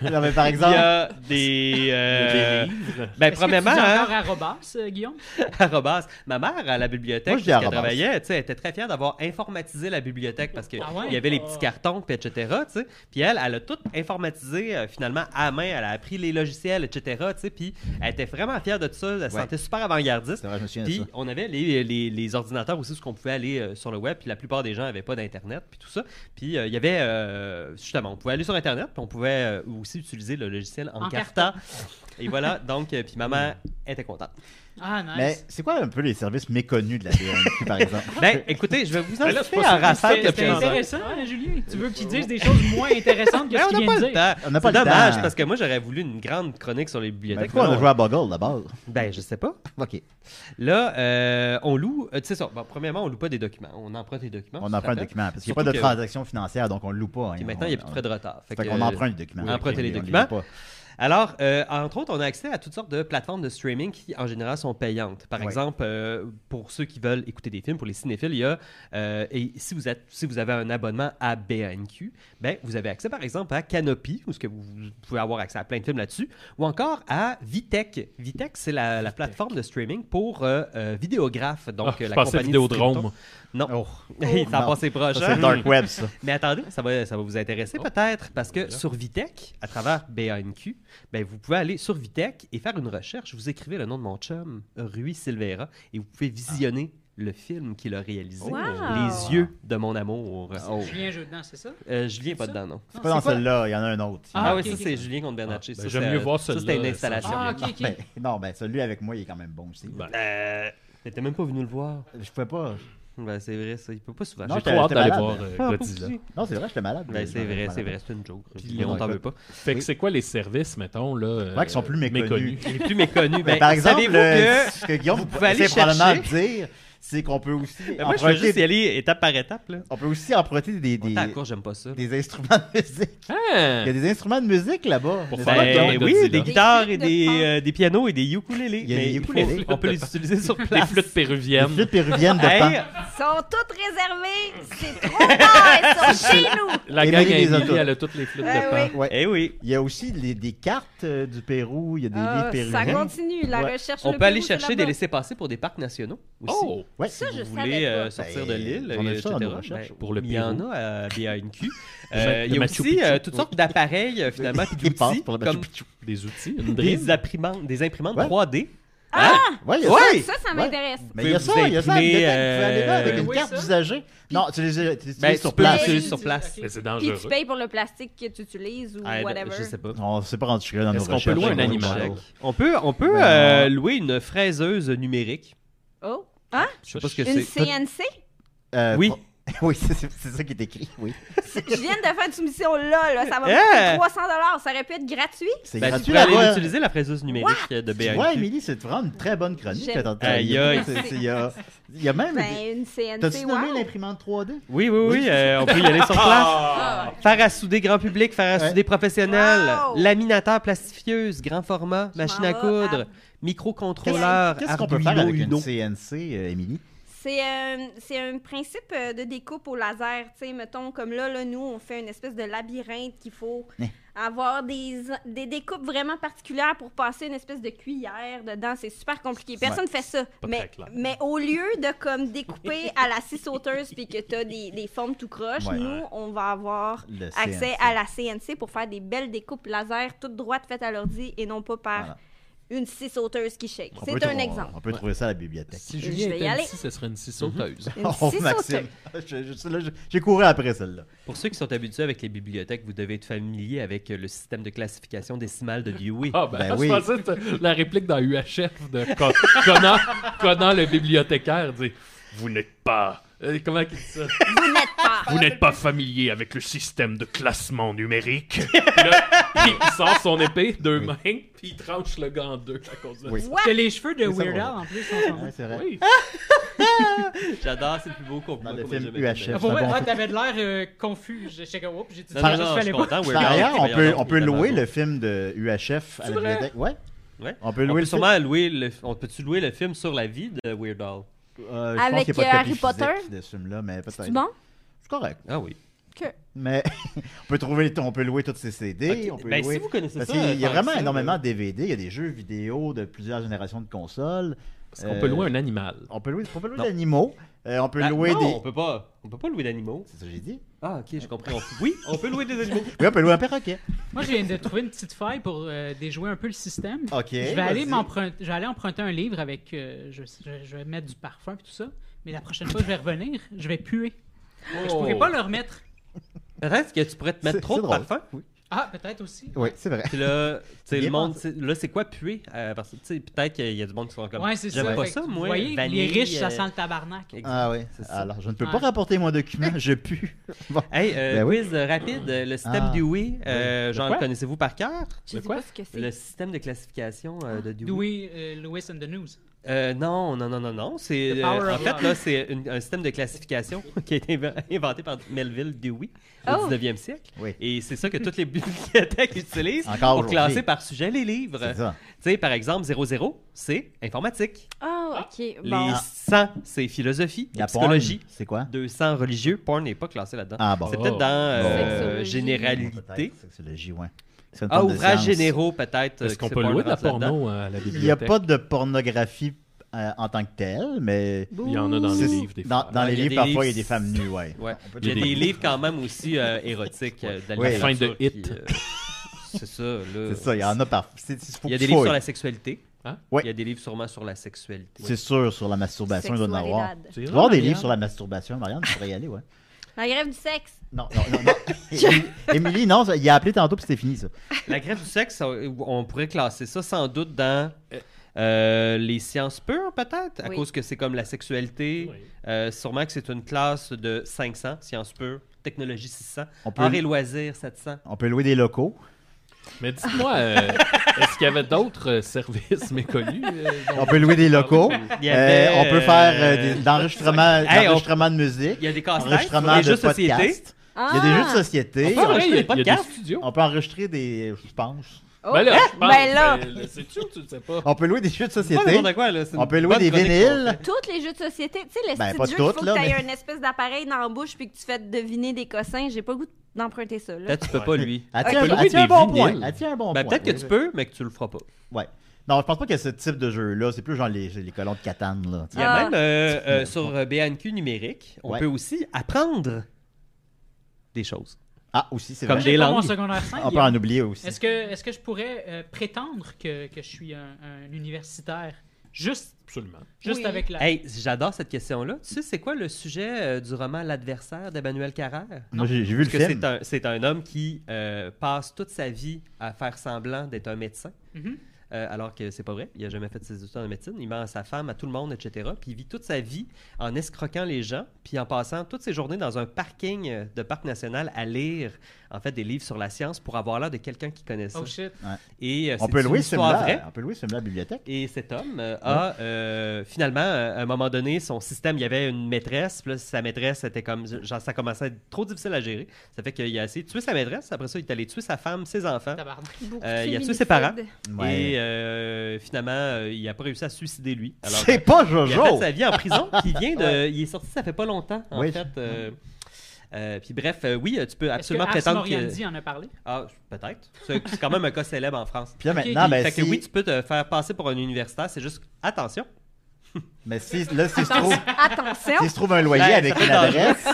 Speaker 2: non, non, mais par
Speaker 4: Il y
Speaker 2: exemple,
Speaker 4: a des. euh, ben,
Speaker 6: Est-ce que tu dis
Speaker 4: premièrement, hein,
Speaker 6: encore à Robas, euh, Guillaume?
Speaker 4: Arrobas. Ma mère, à la bibliothèque,
Speaker 2: Moi, je dis
Speaker 4: puisqu'elle
Speaker 2: arrobas.
Speaker 4: travaillait, tu sais, elle était très fière d'avoir informatisé la bibliothèque parce qu'il
Speaker 6: Ah ouais?
Speaker 4: y avait les petits cartons, puis etc. tu sais. Puis elle, elle a tout informatisé euh, finalement à main. Elle a appris les logiciels, etc. tu sais, Puis elle était vraiment fière de tout ça. Elle se
Speaker 2: Ouais.
Speaker 4: sentait super avant-gardiste.
Speaker 2: c'est vrai, je me souviens de
Speaker 4: Puis
Speaker 2: ça.
Speaker 4: on avait les, les- les ordinateurs aussi, ce qu'on pouvait aller euh, sur le web, puis la plupart des gens n'avaient pas d'Internet, puis tout ça. Puis euh, il y avait, euh, justement, on pouvait aller sur Internet, puis on pouvait euh, aussi utiliser le logiciel en,
Speaker 6: En
Speaker 4: carta. Et voilà, donc, euh, puis maman était contente.
Speaker 6: Ah, nice.
Speaker 2: Mais c'est quoi un peu les services méconnus de la BNQ par exemple
Speaker 4: Ben, écoutez, je vais vous en
Speaker 3: Ben là, c'est
Speaker 4: citer
Speaker 3: pas
Speaker 4: en
Speaker 3: ça.
Speaker 4: rafale
Speaker 6: C'était c'était
Speaker 4: quelques-uns.
Speaker 6: Ah, intéressant, hein, Julien. Tu veux qu'ils disent des choses moins intéressantes que
Speaker 4: Ben,
Speaker 6: ce
Speaker 4: on n'a
Speaker 6: qu'ils
Speaker 4: pas
Speaker 6: viennent de
Speaker 4: le
Speaker 6: dire?
Speaker 4: temps.
Speaker 2: On n'a pas
Speaker 4: C'est
Speaker 2: le temps.
Speaker 4: dommage parce que moi j'aurais voulu une grande chronique sur les
Speaker 2: Ben,
Speaker 4: bibliothèques.
Speaker 2: Pourquoi on
Speaker 4: mais
Speaker 2: a
Speaker 4: non.
Speaker 2: joué à Boggle d'abord
Speaker 4: Ben je sais pas.
Speaker 2: Ok.
Speaker 4: Là, euh, on loue. euh, tu sais ça. bon, premièrement, on loue pas des documents. On emprunte des documents.
Speaker 2: On
Speaker 4: tu te
Speaker 2: emprunte des
Speaker 4: rappelles?
Speaker 2: documents parce qu'il n'y a pas de
Speaker 4: Surtout que-
Speaker 2: transaction financière donc on le loue pas. hein.
Speaker 4: Puis maintenant, il n'y a plus de frais de retard.
Speaker 2: On-
Speaker 4: Fait
Speaker 2: Fait
Speaker 4: que,
Speaker 2: qu'on
Speaker 4: euh,
Speaker 2: emprunte les documents.
Speaker 4: oui, emprunter les
Speaker 2: On les
Speaker 4: documents.
Speaker 2: loue pas.
Speaker 4: Alors, euh, entre autres, on a accès à toutes sortes de plateformes de streaming qui, en général, sont payantes. Par
Speaker 2: Ouais.
Speaker 4: exemple, euh, pour ceux qui veulent écouter des films, pour les cinéphiles, il y a, euh, et si vous, êtes, si vous avez un abonnement à BANQ, ben, vous avez accès, par exemple, à Canopy, où ce que vous, vous pouvez avoir accès à plein de films là-dessus, ou encore à Vitech. Vitech, c'est la, la plateforme de streaming pour euh, euh, vidéographes, donc
Speaker 3: Ah,
Speaker 4: euh,
Speaker 3: je
Speaker 4: la
Speaker 3: pensais
Speaker 4: compagnie de
Speaker 3: Vidéodrome.
Speaker 4: Non,
Speaker 2: Oh.
Speaker 4: il s'en
Speaker 2: Non.
Speaker 4: passait proche.
Speaker 2: Ça, C'est
Speaker 4: hein?
Speaker 2: le dark web ça.
Speaker 4: Mais attendez, ça va, ça va vous intéresser peut-être, parce que sur Vitech, à travers BANQ, ben, vous pouvez aller sur Vitech et faire une recherche. Vous écrivez le nom de mon chum, Rui Silveira, et vous pouvez visionner le film qu'il a réalisé,
Speaker 5: Wow.
Speaker 4: Les yeux de mon amour. Oh,
Speaker 6: Julien jeu dedans, Ah, c'est ça?
Speaker 4: Euh, Julien, pas dedans, non.
Speaker 2: C'est pas dans celle-là, il y en a un autre.
Speaker 4: Ah,
Speaker 6: Ah,
Speaker 4: oui,
Speaker 6: ok,
Speaker 4: ça
Speaker 6: ok.
Speaker 4: c'est Julien contre Bernacci.
Speaker 3: Ah, ben,
Speaker 4: Ça,
Speaker 3: j'aime
Speaker 4: c'est-
Speaker 3: mieux voir
Speaker 4: ça,
Speaker 3: celui-là,
Speaker 4: c'était une
Speaker 3: ça.
Speaker 4: installation.
Speaker 6: Ah, ok, ok.
Speaker 2: Ben, non, ben celui avec moi, il est quand même bon aussi.
Speaker 3: Ben.
Speaker 4: Euh, mais t'es même pas venu le voir.
Speaker 2: Je pouvais pas.
Speaker 4: Ben, c'est vrai, ça. Il peut pas souvent.
Speaker 2: Non,
Speaker 3: J'ai
Speaker 4: J'ai-
Speaker 2: t'es-
Speaker 3: trop hâte
Speaker 2: t'es
Speaker 3: d'aller
Speaker 2: malade.
Speaker 3: voir euh,
Speaker 4: Ah,
Speaker 3: Godzilla.
Speaker 4: poursuivi.
Speaker 2: Non, c'est vrai, j'étais malade.
Speaker 4: Ben, c'est vrai, c'est vrai.
Speaker 2: Je
Speaker 4: C'est une joke.
Speaker 3: Puis,
Speaker 4: on t'en
Speaker 2: écoute.
Speaker 4: veut pas.
Speaker 3: Fait que c'est quoi les services, mettons, là euh,
Speaker 2: Ouais, qui sont plus méconnus.
Speaker 4: Les plus méconnus.
Speaker 2: Mais
Speaker 4: ben,
Speaker 2: par exemple,
Speaker 4: savez-vous
Speaker 2: le-
Speaker 4: que-
Speaker 2: ce que Guillaume
Speaker 4: vous pouvez aller
Speaker 2: sait probablement
Speaker 4: chercher-
Speaker 2: dire, c'est qu'on peut aussi
Speaker 4: Ben, moi, je veux juste y
Speaker 2: emprunter,
Speaker 4: aller étape par étape. Là.
Speaker 2: on peut aussi emprunter des, des,
Speaker 4: Attends, encore, j'aime pas ça.
Speaker 2: des instruments de musique.
Speaker 3: Hein?
Speaker 2: Il y a des instruments de musique là-bas.
Speaker 3: Pour
Speaker 2: Mais
Speaker 3: faire
Speaker 2: ça va,
Speaker 3: des-
Speaker 2: Guillaume?
Speaker 4: Ben,
Speaker 3: Godzilla.
Speaker 4: oui, des guitares et
Speaker 5: flûtes de
Speaker 4: des,
Speaker 5: pan.
Speaker 4: euh, des pianos et des ukulélés.
Speaker 2: Il y a
Speaker 4: mais
Speaker 2: des
Speaker 4: il faut-
Speaker 2: ukulélés.
Speaker 4: on peut les utiliser sur
Speaker 3: Les
Speaker 4: place.
Speaker 3: flûtes
Speaker 2: Des
Speaker 3: péruviennes.
Speaker 2: flûtes péruviennes de
Speaker 4: Hey,
Speaker 2: pan.
Speaker 5: Ils sont toutes réservées. C'est trop tard. Elles sont chez nous.
Speaker 3: La
Speaker 2: Et
Speaker 3: gang à
Speaker 2: Mélanie des
Speaker 3: Emily,
Speaker 2: autos.
Speaker 3: elle a toutes les flûtes
Speaker 5: Ah,
Speaker 3: de
Speaker 5: oui.
Speaker 3: pan.
Speaker 2: Ouais.
Speaker 4: eh oui.
Speaker 2: Il y a aussi les- des cartes euh, du Pérou, il y a des livres
Speaker 5: Ah, ça
Speaker 2: péruviens.
Speaker 5: continue. La
Speaker 2: Ouais.
Speaker 5: recherche
Speaker 4: On
Speaker 5: le
Speaker 4: peut aller
Speaker 5: Pérou, c'est
Speaker 4: chercher des
Speaker 5: là-bas.
Speaker 4: laissés-passer pour des parcs nationaux aussi.
Speaker 3: Oh!
Speaker 2: Ouais.
Speaker 5: Ça, je
Speaker 4: Vous voulez
Speaker 5: savais
Speaker 4: euh,
Speaker 5: pas.
Speaker 4: sortir de
Speaker 2: Ben,
Speaker 4: l'île,
Speaker 2: on a vu ça dans
Speaker 4: etc.
Speaker 2: nos recherches.
Speaker 4: Ben,
Speaker 3: Pour le
Speaker 4: Il y en
Speaker 3: Pérou.
Speaker 4: a à BANQ.
Speaker 3: De
Speaker 4: Euh, Il y a
Speaker 3: Machu
Speaker 4: aussi
Speaker 3: Picchu.
Speaker 4: euh, toutes sortes d'appareils, euh, finalement, puis
Speaker 2: Des passes
Speaker 4: d'outils,
Speaker 2: pour le
Speaker 4: comme
Speaker 2: Machu Picchu.
Speaker 3: Des outils, une
Speaker 4: des
Speaker 3: drille.
Speaker 4: imprimantes, des imprimantes
Speaker 2: Ouais.
Speaker 4: 3D.
Speaker 2: Ouais, il y a ça.
Speaker 5: Ça, ça, ça
Speaker 2: Ouais.
Speaker 5: m'intéresse.
Speaker 2: Mais il y a
Speaker 4: Vous
Speaker 2: ça, il y a ça. à la
Speaker 4: imprimez,
Speaker 2: bibliothèque, Tu peux aller là avec
Speaker 4: euh,
Speaker 2: une
Speaker 6: oui,
Speaker 2: carte
Speaker 6: ça.
Speaker 2: d'usagée. Non, tu les as- tu les
Speaker 4: Ben,
Speaker 2: utilises
Speaker 4: tu
Speaker 2: sur
Speaker 4: peux
Speaker 2: place.
Speaker 4: l'utiliser sur place.
Speaker 3: Mais c'est
Speaker 5: Puis
Speaker 3: dangereux.
Speaker 5: tu payes pour le plastique que tu utilises ou
Speaker 4: Ah,
Speaker 5: whatever.
Speaker 4: Je sais pas.
Speaker 2: On s'est pas rendu là dans nos
Speaker 3: Est-ce qu'on peut
Speaker 2: recherches.
Speaker 3: louer un
Speaker 2: on a
Speaker 3: animal?
Speaker 2: loué.
Speaker 4: On peut, on peut euh, louer une fraiseuse numérique.
Speaker 5: Oh. Hein?
Speaker 4: Je sais pas ce que
Speaker 5: Une
Speaker 4: c'est.
Speaker 5: CNC?
Speaker 2: Euh,
Speaker 4: Oui.
Speaker 2: pro- Oui, c'est c'est ça qui est écrit, oui.
Speaker 5: Je viens de faire une soumission là, là. Ça va me
Speaker 4: Hein?
Speaker 5: coûter 300 ça aurait pu être gratuit.
Speaker 2: C'est
Speaker 4: Ben, tu
Speaker 2: gratuit
Speaker 4: peux aller
Speaker 2: là-bas.
Speaker 4: utiliser la fraiseuse numérique euh, de
Speaker 2: Tu
Speaker 4: BNQ.
Speaker 2: vois, Émilie, c'est vraiment une très bonne chronique.
Speaker 5: J'aime.
Speaker 2: Attends,
Speaker 4: Aïe,
Speaker 2: attends,
Speaker 4: aïe.
Speaker 2: c'est- c'est- Il y a- il y a même...
Speaker 5: Ben, une CNC,
Speaker 2: Ah, T'as-tu nommé
Speaker 5: wow.
Speaker 2: l'imprimante 3D?
Speaker 4: Oui, oui, oui, euh, on peut y aller sur place.
Speaker 1: Ah!
Speaker 4: Faire à souder grand public, faire à
Speaker 2: Ouais.
Speaker 4: souder professionnel,
Speaker 5: Wow!
Speaker 4: laminateur plastifieuse, grand format, machine à
Speaker 5: m'en vais à-
Speaker 4: coudre, microcontrôleur,
Speaker 2: Qu'est-ce qu'on peut faire
Speaker 4: Arduino
Speaker 2: avec une
Speaker 4: Uno.
Speaker 2: CNC, euh, Émilie?
Speaker 5: C'est euh, c'est un principe euh, de découpe au laser. Tu sais, mettons, comme là, là, nous, on fait une espèce de labyrinthe qu'il faut
Speaker 2: Hein.
Speaker 5: avoir des, des découpes vraiment particulières pour passer une espèce de cuillère dedans. C'est super compliqué. Personne ne fait ça.
Speaker 3: très
Speaker 5: Mais,
Speaker 3: clair.
Speaker 5: mais au lieu de comme découper à la scie sauteuse puis que tu as des, des formes tout croche,
Speaker 2: Ouais.
Speaker 5: nous, on va avoir
Speaker 2: Le
Speaker 5: accès
Speaker 2: CNC.
Speaker 5: à la CNC pour faire des belles découpes laser toutes droites faites à l'ordi et non pas par
Speaker 2: Voilà.
Speaker 5: une scie sauteuse qui shake.
Speaker 2: On peut
Speaker 5: C'est
Speaker 2: trou-
Speaker 5: un exemple.
Speaker 2: On peut trouver ça à la bibliothèque.
Speaker 3: Ben, Si
Speaker 5: Je
Speaker 3: Julien
Speaker 5: vais y
Speaker 3: était
Speaker 5: aller.
Speaker 3: ici, ce serait une scie
Speaker 2: Mhm.
Speaker 3: sauteuse.
Speaker 5: Une scie sauteuse.
Speaker 2: Je- je- celle-là, je- J'ai couru après celle-là.
Speaker 4: Pour ceux qui sont habitués avec les bibliothèques, vous devez être familier avec euh, le système de classification décimale de Dewey.
Speaker 3: Ah ben,
Speaker 2: Ben
Speaker 3: je
Speaker 2: oui.
Speaker 3: pensais que c'était la réplique dans UHF de Con- Conan, Conan le bibliothécaire dit Vous n'êtes pas. euh, comment il dit ça
Speaker 5: Vous n'êtes pas.
Speaker 3: Vous n'êtes pas familier avec le système de classement numérique. Puis là, puis il sort son épée, deux mains, puis il tranche le gars en deux à cause de
Speaker 2: Oui.
Speaker 3: ça.
Speaker 6: T'as les cheveux de
Speaker 2: Oui, ça
Speaker 6: Weird Al
Speaker 2: va.
Speaker 6: en plus. en ce moment.
Speaker 2: Ouais, c'est vrai.
Speaker 3: Oui.
Speaker 4: J'adore, c'est le plus beau compliment.
Speaker 2: Dans le
Speaker 4: qu'on
Speaker 2: film
Speaker 4: m'a jamais fait.
Speaker 2: UHF.
Speaker 6: Pour vrai,
Speaker 2: bon
Speaker 6: ah,
Speaker 2: fait.
Speaker 6: t'avais de l'air euh, confus. Je sais que, oups, j'ai dit
Speaker 4: Non,
Speaker 6: ça,
Speaker 4: non,
Speaker 6: je
Speaker 4: non, je
Speaker 6: fallais
Speaker 4: suis
Speaker 6: pas.
Speaker 4: content. Weird Al,
Speaker 2: D'ailleurs,
Speaker 4: Ah c'est
Speaker 2: on
Speaker 4: meilleur
Speaker 2: peut,
Speaker 4: dans
Speaker 2: on peut
Speaker 4: tout,
Speaker 2: louer
Speaker 4: vraiment.
Speaker 2: le film de UHF à
Speaker 3: C'est
Speaker 2: la
Speaker 3: vrai?
Speaker 2: bibliothèque. Ouais.
Speaker 4: Ouais.
Speaker 2: On peut
Speaker 4: On
Speaker 2: louer
Speaker 4: peut
Speaker 2: le film.
Speaker 4: sûrement louer le... On peut-tu louer le film sur la vie de Weird Al?
Speaker 2: Euh, je pense
Speaker 5: Avec,
Speaker 2: qu'il y a pas de
Speaker 5: euh,
Speaker 2: copie
Speaker 5: Harry Potter?
Speaker 2: physique De ce film-là, mais peut-être.
Speaker 5: C'est bon?
Speaker 2: C'est correct.
Speaker 4: Ah oui.
Speaker 2: Mais on peut trouver, on peut louer toutes ces CD. On
Speaker 4: Ok,
Speaker 2: peut
Speaker 4: ben,
Speaker 2: louer...
Speaker 4: si vous connaissez
Speaker 2: Parce
Speaker 4: ça...
Speaker 2: qu'il y a
Speaker 4: euh,
Speaker 2: vraiment
Speaker 4: ça,
Speaker 2: énormément
Speaker 4: euh,
Speaker 2: de DVD. Il y a des jeux vidéo de plusieurs générations de consoles.
Speaker 3: Est-ce qu'on peut
Speaker 2: Euh,
Speaker 3: louer un animal
Speaker 2: On peut louer, on peut louer
Speaker 4: Non.
Speaker 2: des animaux. Euh, on peut
Speaker 4: Ah,
Speaker 2: louer
Speaker 4: non,
Speaker 2: des.
Speaker 4: on peut pas. On peut pas louer d'animaux.
Speaker 2: C'est ça que j'ai dit.
Speaker 4: Ah, ok, j'ai compris. On- Oui, on peut louer des animaux.
Speaker 2: Oui, on peut louer un perroquet.
Speaker 6: Moi, je viens de trouver une petite faille pour euh, déjouer un peu le système.
Speaker 2: Ok.
Speaker 6: je, vais aller
Speaker 2: vas-y.
Speaker 6: m'emprunter- je vais aller emprunter un livre avec. euh, je, je- je vais mettre du parfum et tout ça. Mais la prochaine fois que je vais revenir, je vais puer.
Speaker 4: Oh.
Speaker 6: Je pourrais pas le remettre.
Speaker 4: Peut-être que tu pourrais te
Speaker 2: C'est-
Speaker 4: mettre trop
Speaker 2: c'est
Speaker 4: de
Speaker 2: drôle.
Speaker 4: parfum.
Speaker 6: Ah, peut-être aussi.
Speaker 2: Oui, c'est vrai.
Speaker 4: Puis là, tu sais,
Speaker 2: Bien
Speaker 4: le monde,
Speaker 2: pensé.
Speaker 4: c'est- là, c'est quoi puer? Euh, parce que, tu sais, peut-être qu'il y a du monde qui sont comme.
Speaker 6: Ouais, c'est ça.
Speaker 4: J'aime pas
Speaker 6: Fait
Speaker 4: ça,
Speaker 6: que,
Speaker 4: moi.
Speaker 6: Vous voyez,
Speaker 4: vanille,
Speaker 6: les riches,
Speaker 4: euh,
Speaker 6: ça sent le tabarnak.
Speaker 4: exact.
Speaker 2: Ah oui.
Speaker 4: C'est ça.
Speaker 2: Alors, je ne peux pas
Speaker 6: Ouais.
Speaker 2: rapporter mon document, je pue. Bon.
Speaker 4: Hey, euh,
Speaker 2: Ben oui.
Speaker 4: quiz euh, rapide, euh, le système
Speaker 2: Ah.
Speaker 4: Dewey, euh, genre,
Speaker 3: quoi?
Speaker 4: le connaissez-vous par cœur?
Speaker 5: Je
Speaker 3: Le
Speaker 5: sais
Speaker 3: quoi?
Speaker 5: pas ce que c'est.
Speaker 4: Le système de classification euh, de Dewey.
Speaker 6: Dewey, euh, Lewis and the News.
Speaker 4: Euh, non, non, non, non, non.
Speaker 6: The
Speaker 4: C'est, euh,
Speaker 6: power
Speaker 4: en
Speaker 6: of
Speaker 4: fait,
Speaker 6: love.
Speaker 4: là, c'est une- un système de classification qui a été inv- inventé par Melville Dewey au
Speaker 5: Oh.
Speaker 4: 19e siècle.
Speaker 2: Oui.
Speaker 4: Et c'est ça que toutes les bibliothèques utilisent
Speaker 2: Encore
Speaker 4: pour classer
Speaker 2: aujourd'hui.
Speaker 4: par sujet les livres.
Speaker 2: C'est ça.
Speaker 4: Tu sais, par exemple, 00, c'est informatique.
Speaker 5: Ah, OK. Bon.
Speaker 4: Les 100, c'est philosophie, et
Speaker 2: La
Speaker 4: psychologie.
Speaker 2: porn, C'est quoi
Speaker 4: 200 religieux, porn n'est pas classé là-dedans.
Speaker 2: Ah bon.
Speaker 4: C'est peut-être dans euh,
Speaker 5: Oh. Sexologie.
Speaker 4: généralité.
Speaker 2: Peut-être, Sexologie, ouais. C'est une
Speaker 4: Ah,
Speaker 2: forme de
Speaker 4: ouvrages
Speaker 2: science.
Speaker 4: généraux, peut-être. euh,
Speaker 3: Est-ce
Speaker 4: que
Speaker 3: qu'on
Speaker 4: c'est
Speaker 3: peut
Speaker 4: pas
Speaker 3: louer de la
Speaker 4: rentré là-dedans.
Speaker 3: porno à la bibliothèque
Speaker 2: Il n'y a pas de pornographie euh, en tant que telle, mais.
Speaker 3: Il y en a dans les
Speaker 2: c'est-
Speaker 3: livres. Des
Speaker 2: dans,
Speaker 3: fois.
Speaker 2: dans les
Speaker 4: Ouais, il y a
Speaker 2: livres,
Speaker 4: des
Speaker 2: parfois, il y a
Speaker 4: livres-
Speaker 2: des femmes nues, ouais.
Speaker 4: Ouais.
Speaker 2: On peut
Speaker 4: Il y a
Speaker 2: trouver
Speaker 4: des livres quand même aussi euh, érotiques euh, de la
Speaker 2: Oui.
Speaker 4: littérature
Speaker 3: Fin de
Speaker 4: qui,
Speaker 3: hit.
Speaker 4: euh, c'est ça, là.
Speaker 2: C'est ça, il y en a parfois. C'est, c'est- faut
Speaker 4: Il y a
Speaker 2: que
Speaker 4: des
Speaker 2: tu
Speaker 4: livres
Speaker 2: fouilles.
Speaker 4: sur la sexualité.
Speaker 3: Hein?
Speaker 2: Ouais.
Speaker 4: Il y a des livres sûrement sur la sexualité.
Speaker 2: C'est sûr, sur la masturbation, il doit en avoir.
Speaker 5: Sexualidad.
Speaker 3: C'est
Speaker 2: Tu vas
Speaker 3: rare,
Speaker 2: avoir des
Speaker 3: Marianne.
Speaker 2: livres sur la masturbation, Marianne, tu pourrais y aller, ouais.
Speaker 5: La grève du sexe.
Speaker 2: Non, non, non. non. Émilie- Émilie, non, ça- il a appelé tantôt, puis c'était fini, ça.
Speaker 4: La grève du sexe, on on pourrait classer ça sans doute dans euh, les sciences pures, peut-être, à
Speaker 5: Oui.
Speaker 4: cause que c'est comme la sexualité.
Speaker 3: Oui.
Speaker 4: Euh, sûrement que c'est une classe de 500, sciences pures, technologie 600,
Speaker 2: On peut,
Speaker 4: arts et loisirs 700.
Speaker 2: on peut louer des locaux.
Speaker 3: Mais dites-moi, euh, est-ce qu'il y avait d'autres euh, services méconnus euh, dont-
Speaker 2: On peut louer des locaux.
Speaker 4: Il y
Speaker 2: Euh,
Speaker 4: avait,
Speaker 2: on peut
Speaker 4: euh,
Speaker 2: faire euh, des- d'enregistrements
Speaker 4: Hey, on-
Speaker 2: d'enregistrements de musique,
Speaker 4: Il y a des casse-têtes, il y
Speaker 2: enregistrements
Speaker 4: a des
Speaker 2: de
Speaker 4: jeux de société.
Speaker 2: podcasts. Il y a des jeux de société.
Speaker 4: On
Speaker 3: Ah, ouais,
Speaker 4: peut-
Speaker 3: il y a,
Speaker 4: Enregistrer des
Speaker 3: il y a des
Speaker 4: podcasts?
Speaker 3: studios.
Speaker 2: On peut enregistrer des. Je pense.
Speaker 5: Oh.
Speaker 3: Ben là, je
Speaker 5: Ben
Speaker 3: pense,
Speaker 5: là.
Speaker 3: ben, le sais-tu ou tu le sais pas?
Speaker 2: On peut louer des jeux de
Speaker 4: C'est pas
Speaker 2: société.
Speaker 4: n'importe quoi, là. c'est
Speaker 2: On
Speaker 4: une
Speaker 2: peut louer
Speaker 4: bonne
Speaker 2: des
Speaker 4: chronique qu'on
Speaker 2: vinyles.
Speaker 4: fait.
Speaker 5: Tous les jeux de société. Tu sais, le
Speaker 2: Ben,
Speaker 5: petit
Speaker 2: pas
Speaker 5: jeu qu'il
Speaker 2: toutes,
Speaker 5: faut
Speaker 2: là,
Speaker 5: que tu
Speaker 2: mais-
Speaker 5: une espèce d'appareil dans la bouche puis que tu fais deviner des cossins. J'ai pas le goût d'emprunter ça. Là.
Speaker 4: Peut-être que Ah, tu peux pas, lui.
Speaker 2: Elle
Speaker 3: On
Speaker 2: tient
Speaker 3: peut
Speaker 2: un-
Speaker 3: louer
Speaker 2: elle tient Ah, un
Speaker 3: des
Speaker 2: bon
Speaker 3: vinyles.
Speaker 2: point. Elle tient un bon
Speaker 4: Ben,
Speaker 2: point.
Speaker 4: peut-être que tu peux, mais que tu le feras pas.
Speaker 2: Ouais. Non, je pense pas que ce type de jeu-là, c'est plus genre les, les colons de Catane, là. tu
Speaker 4: Il
Speaker 2: sais.
Speaker 4: y a
Speaker 5: Ah.
Speaker 4: même euh, euh, sur euh, BNQ numérique, on
Speaker 2: Ouais.
Speaker 4: peut aussi apprendre des choses.
Speaker 2: Ah, aussi, c'est
Speaker 4: Comme
Speaker 2: vrai.
Speaker 4: des
Speaker 6: J'ai pas mon
Speaker 4: langues.
Speaker 6: secondaire 5.
Speaker 2: On peut en oublier aussi.
Speaker 6: Est-ce que, est-ce que je pourrais euh, prétendre que, que je suis un, un universitaire juste,
Speaker 3: Absolument.
Speaker 6: juste
Speaker 5: Oui.
Speaker 6: avec la.
Speaker 4: Hey, j'adore cette question-là. Tu sais, c'est quoi le sujet euh, du roman L'adversaire d'Emmanuel Carrère?
Speaker 2: Moi, j'ai j'ai vu le
Speaker 4: Parce que
Speaker 2: film.
Speaker 4: c'est un, c'est un homme qui euh, passe toute sa vie à faire semblant d'être un médecin.
Speaker 6: Mhm.
Speaker 4: euh, alors que c'est pas vrai. Il a jamais fait ses études en médecine. Il ment à sa femme, à tout le monde, etc. Puis il vit toute sa vie en escroquant les gens, puis en passant toutes ses journées dans un parking euh, de parc national à lire en fait des livres sur la science pour avoir l'air de quelqu'un qui connaît ça.
Speaker 6: Oh shit.
Speaker 4: Et euh,
Speaker 2: On
Speaker 4: c'est
Speaker 2: peut
Speaker 4: une
Speaker 2: louer ce
Speaker 4: histoire vraie.
Speaker 2: là. On peut louer ce à la bibliothèque.
Speaker 4: Et cet homme euh, a euh, finalement, euh, à un moment donné, son système, il y avait une maîtresse, puis là, sa maîtresse était comme, genre, ça commençait à être trop difficile à gérer. Ça fait qu'il a essayé de tuer sa maîtresse, après ça, il est allé tuer sa femme, ses enfants.
Speaker 6: Tabarnak.
Speaker 5: Beaucoup
Speaker 4: Euh,
Speaker 5: de
Speaker 4: il a tué ses
Speaker 5: féminicides.
Speaker 4: parents.
Speaker 2: Ouais.
Speaker 4: Et euh, finalement, euh, il a pas réussi à se suicider lui. Alors,
Speaker 2: C'est pas
Speaker 4: euh, il a fait
Speaker 2: Jojo!
Speaker 4: sa vie en prison, puis il vient de, il est sorti ça fait pas longtemps, en
Speaker 2: Oui.
Speaker 4: fait. euh, euh, puis bref, euh, oui, euh, tu peux
Speaker 6: Est-ce que
Speaker 4: absolument
Speaker 6: Ars
Speaker 4: prétendre que...
Speaker 6: Moriendi en a parlé?
Speaker 4: Ah, peut-être. C'est c'est quand même un cas célèbre en France.
Speaker 2: Puis là,
Speaker 6: Ok,
Speaker 2: maintenant,
Speaker 6: ok.
Speaker 2: ben,
Speaker 4: fait
Speaker 2: si,
Speaker 4: que oui, tu peux te faire passer pour un universitaire, c'est juste attention.
Speaker 2: mais ben, si, là, si se trouve,
Speaker 5: Attention.
Speaker 2: si se trouve un loyer
Speaker 4: Ouais,
Speaker 2: avec
Speaker 4: c'est
Speaker 2: une adresse,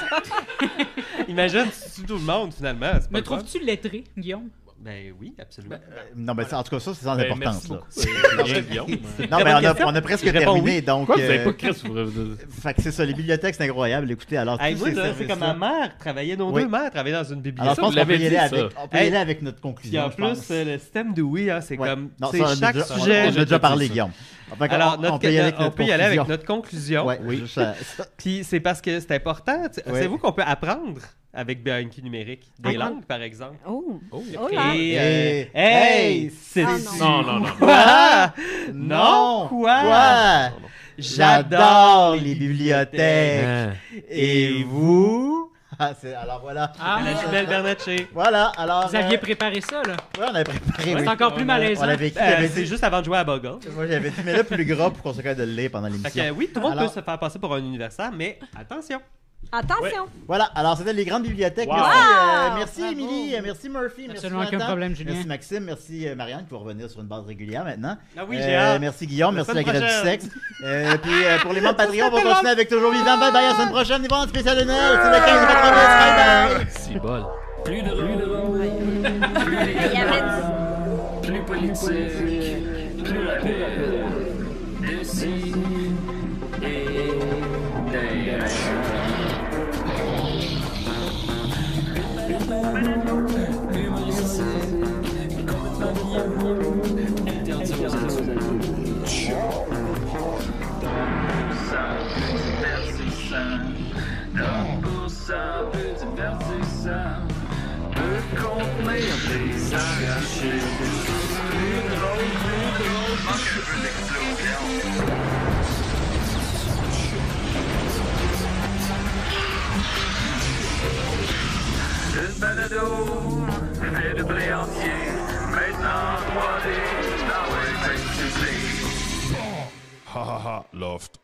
Speaker 4: Imagine tu tues tout le monde finalement, c'est pas
Speaker 6: Me
Speaker 4: le fun.
Speaker 6: trouves-tu lettré, Guillaume?
Speaker 4: Ben oui, absolument.
Speaker 2: non, mais ça- en tout cas, ça, c'est sans
Speaker 3: Ben,
Speaker 2: importance,
Speaker 3: merci
Speaker 2: là.
Speaker 3: beaucoup. euh, Jean Guillaume.
Speaker 2: Non, mais
Speaker 4: bonne
Speaker 2: on a,
Speaker 4: question.
Speaker 2: on a presque
Speaker 4: Il répond
Speaker 2: terminé, donc.
Speaker 3: Pourquoi vous
Speaker 2: euh,
Speaker 3: avez pas Chris vous revenez-
Speaker 2: Fait que c'est ça, les bibliothèques, c'est incroyable. Écoutez, alors,
Speaker 4: Hey,
Speaker 2: tous
Speaker 4: moi,
Speaker 2: ces
Speaker 4: là, c'est
Speaker 2: services-là-
Speaker 4: comme ma mère travaillait, nos
Speaker 2: Oui.
Speaker 4: deux mères travaillaient dans une bibliothèque.
Speaker 2: Alors, je pense
Speaker 3: vous
Speaker 2: qu'on peut y
Speaker 3: l'avez
Speaker 2: aller
Speaker 3: dit,
Speaker 2: avec, on peut y
Speaker 4: Hey.
Speaker 2: aller avec notre
Speaker 4: Puis
Speaker 2: conclusion.
Speaker 4: en
Speaker 2: je
Speaker 4: plus,
Speaker 2: pense.
Speaker 4: euh, le système de oui, hein, c'est
Speaker 2: Ouais.
Speaker 4: comme
Speaker 2: Non,
Speaker 4: c'est
Speaker 2: ça, on a
Speaker 4: chaque
Speaker 2: déjà- on-
Speaker 4: sujet.
Speaker 2: On a déjà parlé,
Speaker 3: ça.
Speaker 2: Guillaume. Fait qu'on-
Speaker 4: Alors, notre- euh,
Speaker 2: on peut y aller avec
Speaker 4: on
Speaker 2: notre
Speaker 4: peut y aller avec
Speaker 2: conclusion.
Speaker 4: notre conclusion.
Speaker 2: Ouais, juste, euh, ça-
Speaker 4: Puis c'est parce que c'est important. Tu-
Speaker 2: Ouais.
Speaker 4: Savez-vous qu'on peut apprendre avec BNQ numérique des
Speaker 5: Ah,
Speaker 4: langues, par exemple?
Speaker 5: Oh.
Speaker 3: Oh.
Speaker 5: Oh là.
Speaker 4: Et, euh,
Speaker 2: Hey.
Speaker 4: hey,
Speaker 2: Hey.
Speaker 4: c'est
Speaker 5: Ah,
Speaker 3: Non, Oh,
Speaker 5: non.
Speaker 3: non, non.
Speaker 4: quoi?
Speaker 2: Non.
Speaker 4: Non, quoi?
Speaker 2: Quoi?
Speaker 4: J'adore les
Speaker 2: bibliothèques.
Speaker 3: Ah.
Speaker 2: Et vous? Ah, c'est- alors voilà.
Speaker 6: Ah,
Speaker 4: La jumelle Bernatchez.
Speaker 2: Voilà, alors.
Speaker 6: vous aviez
Speaker 2: euh,
Speaker 6: préparé ça, là.
Speaker 2: ouais, on avait préparé.
Speaker 6: C'est
Speaker 2: oui.
Speaker 6: encore plus
Speaker 2: On
Speaker 6: malaisant.
Speaker 2: l'avait qui?
Speaker 4: Euh,
Speaker 2: J'avais
Speaker 4: c'est
Speaker 2: dit-
Speaker 4: juste avant de jouer à Boggle.
Speaker 2: Moi, j'avais dit, mais là, plus gras pour qu'on soit capable de le lire pendant
Speaker 4: Fait que,
Speaker 2: l'émission.
Speaker 4: euh, oui, tout le monde
Speaker 2: Alors-
Speaker 4: peut se faire passer pour un universel, mais attention.
Speaker 5: Attention.
Speaker 2: Voilà, alors c'était les grandes bibliothèques.
Speaker 3: Wow.
Speaker 2: Merci, euh,
Speaker 5: Wow.
Speaker 2: merci Émilie, euh, merci Murphy,
Speaker 6: Absolument
Speaker 2: merci
Speaker 6: aucun
Speaker 2: Nathan,
Speaker 6: problème, Julien.
Speaker 2: merci Maxime, merci euh, Marianne qui va revenir sur une base régulière maintenant.
Speaker 4: Ah oui,
Speaker 2: Euh,
Speaker 4: j'ai hâte.
Speaker 2: Merci Guillaume,
Speaker 4: La
Speaker 2: merci la
Speaker 4: semaine
Speaker 2: grève du
Speaker 4: prochaine.
Speaker 2: sexe. Euh, puis euh, pour les membres Patreon, on va
Speaker 4: fait
Speaker 2: continuer avec Toujours Vivant. Bye bye, à la semaine prochaine, les ventes spéciales de Noël, c'est le 15 90, bye bye.
Speaker 3: C'est bol.
Speaker 9: Plus de plus
Speaker 5: Il y avait du
Speaker 9: plus politique, plus la
Speaker 10: Hahaha, Loft.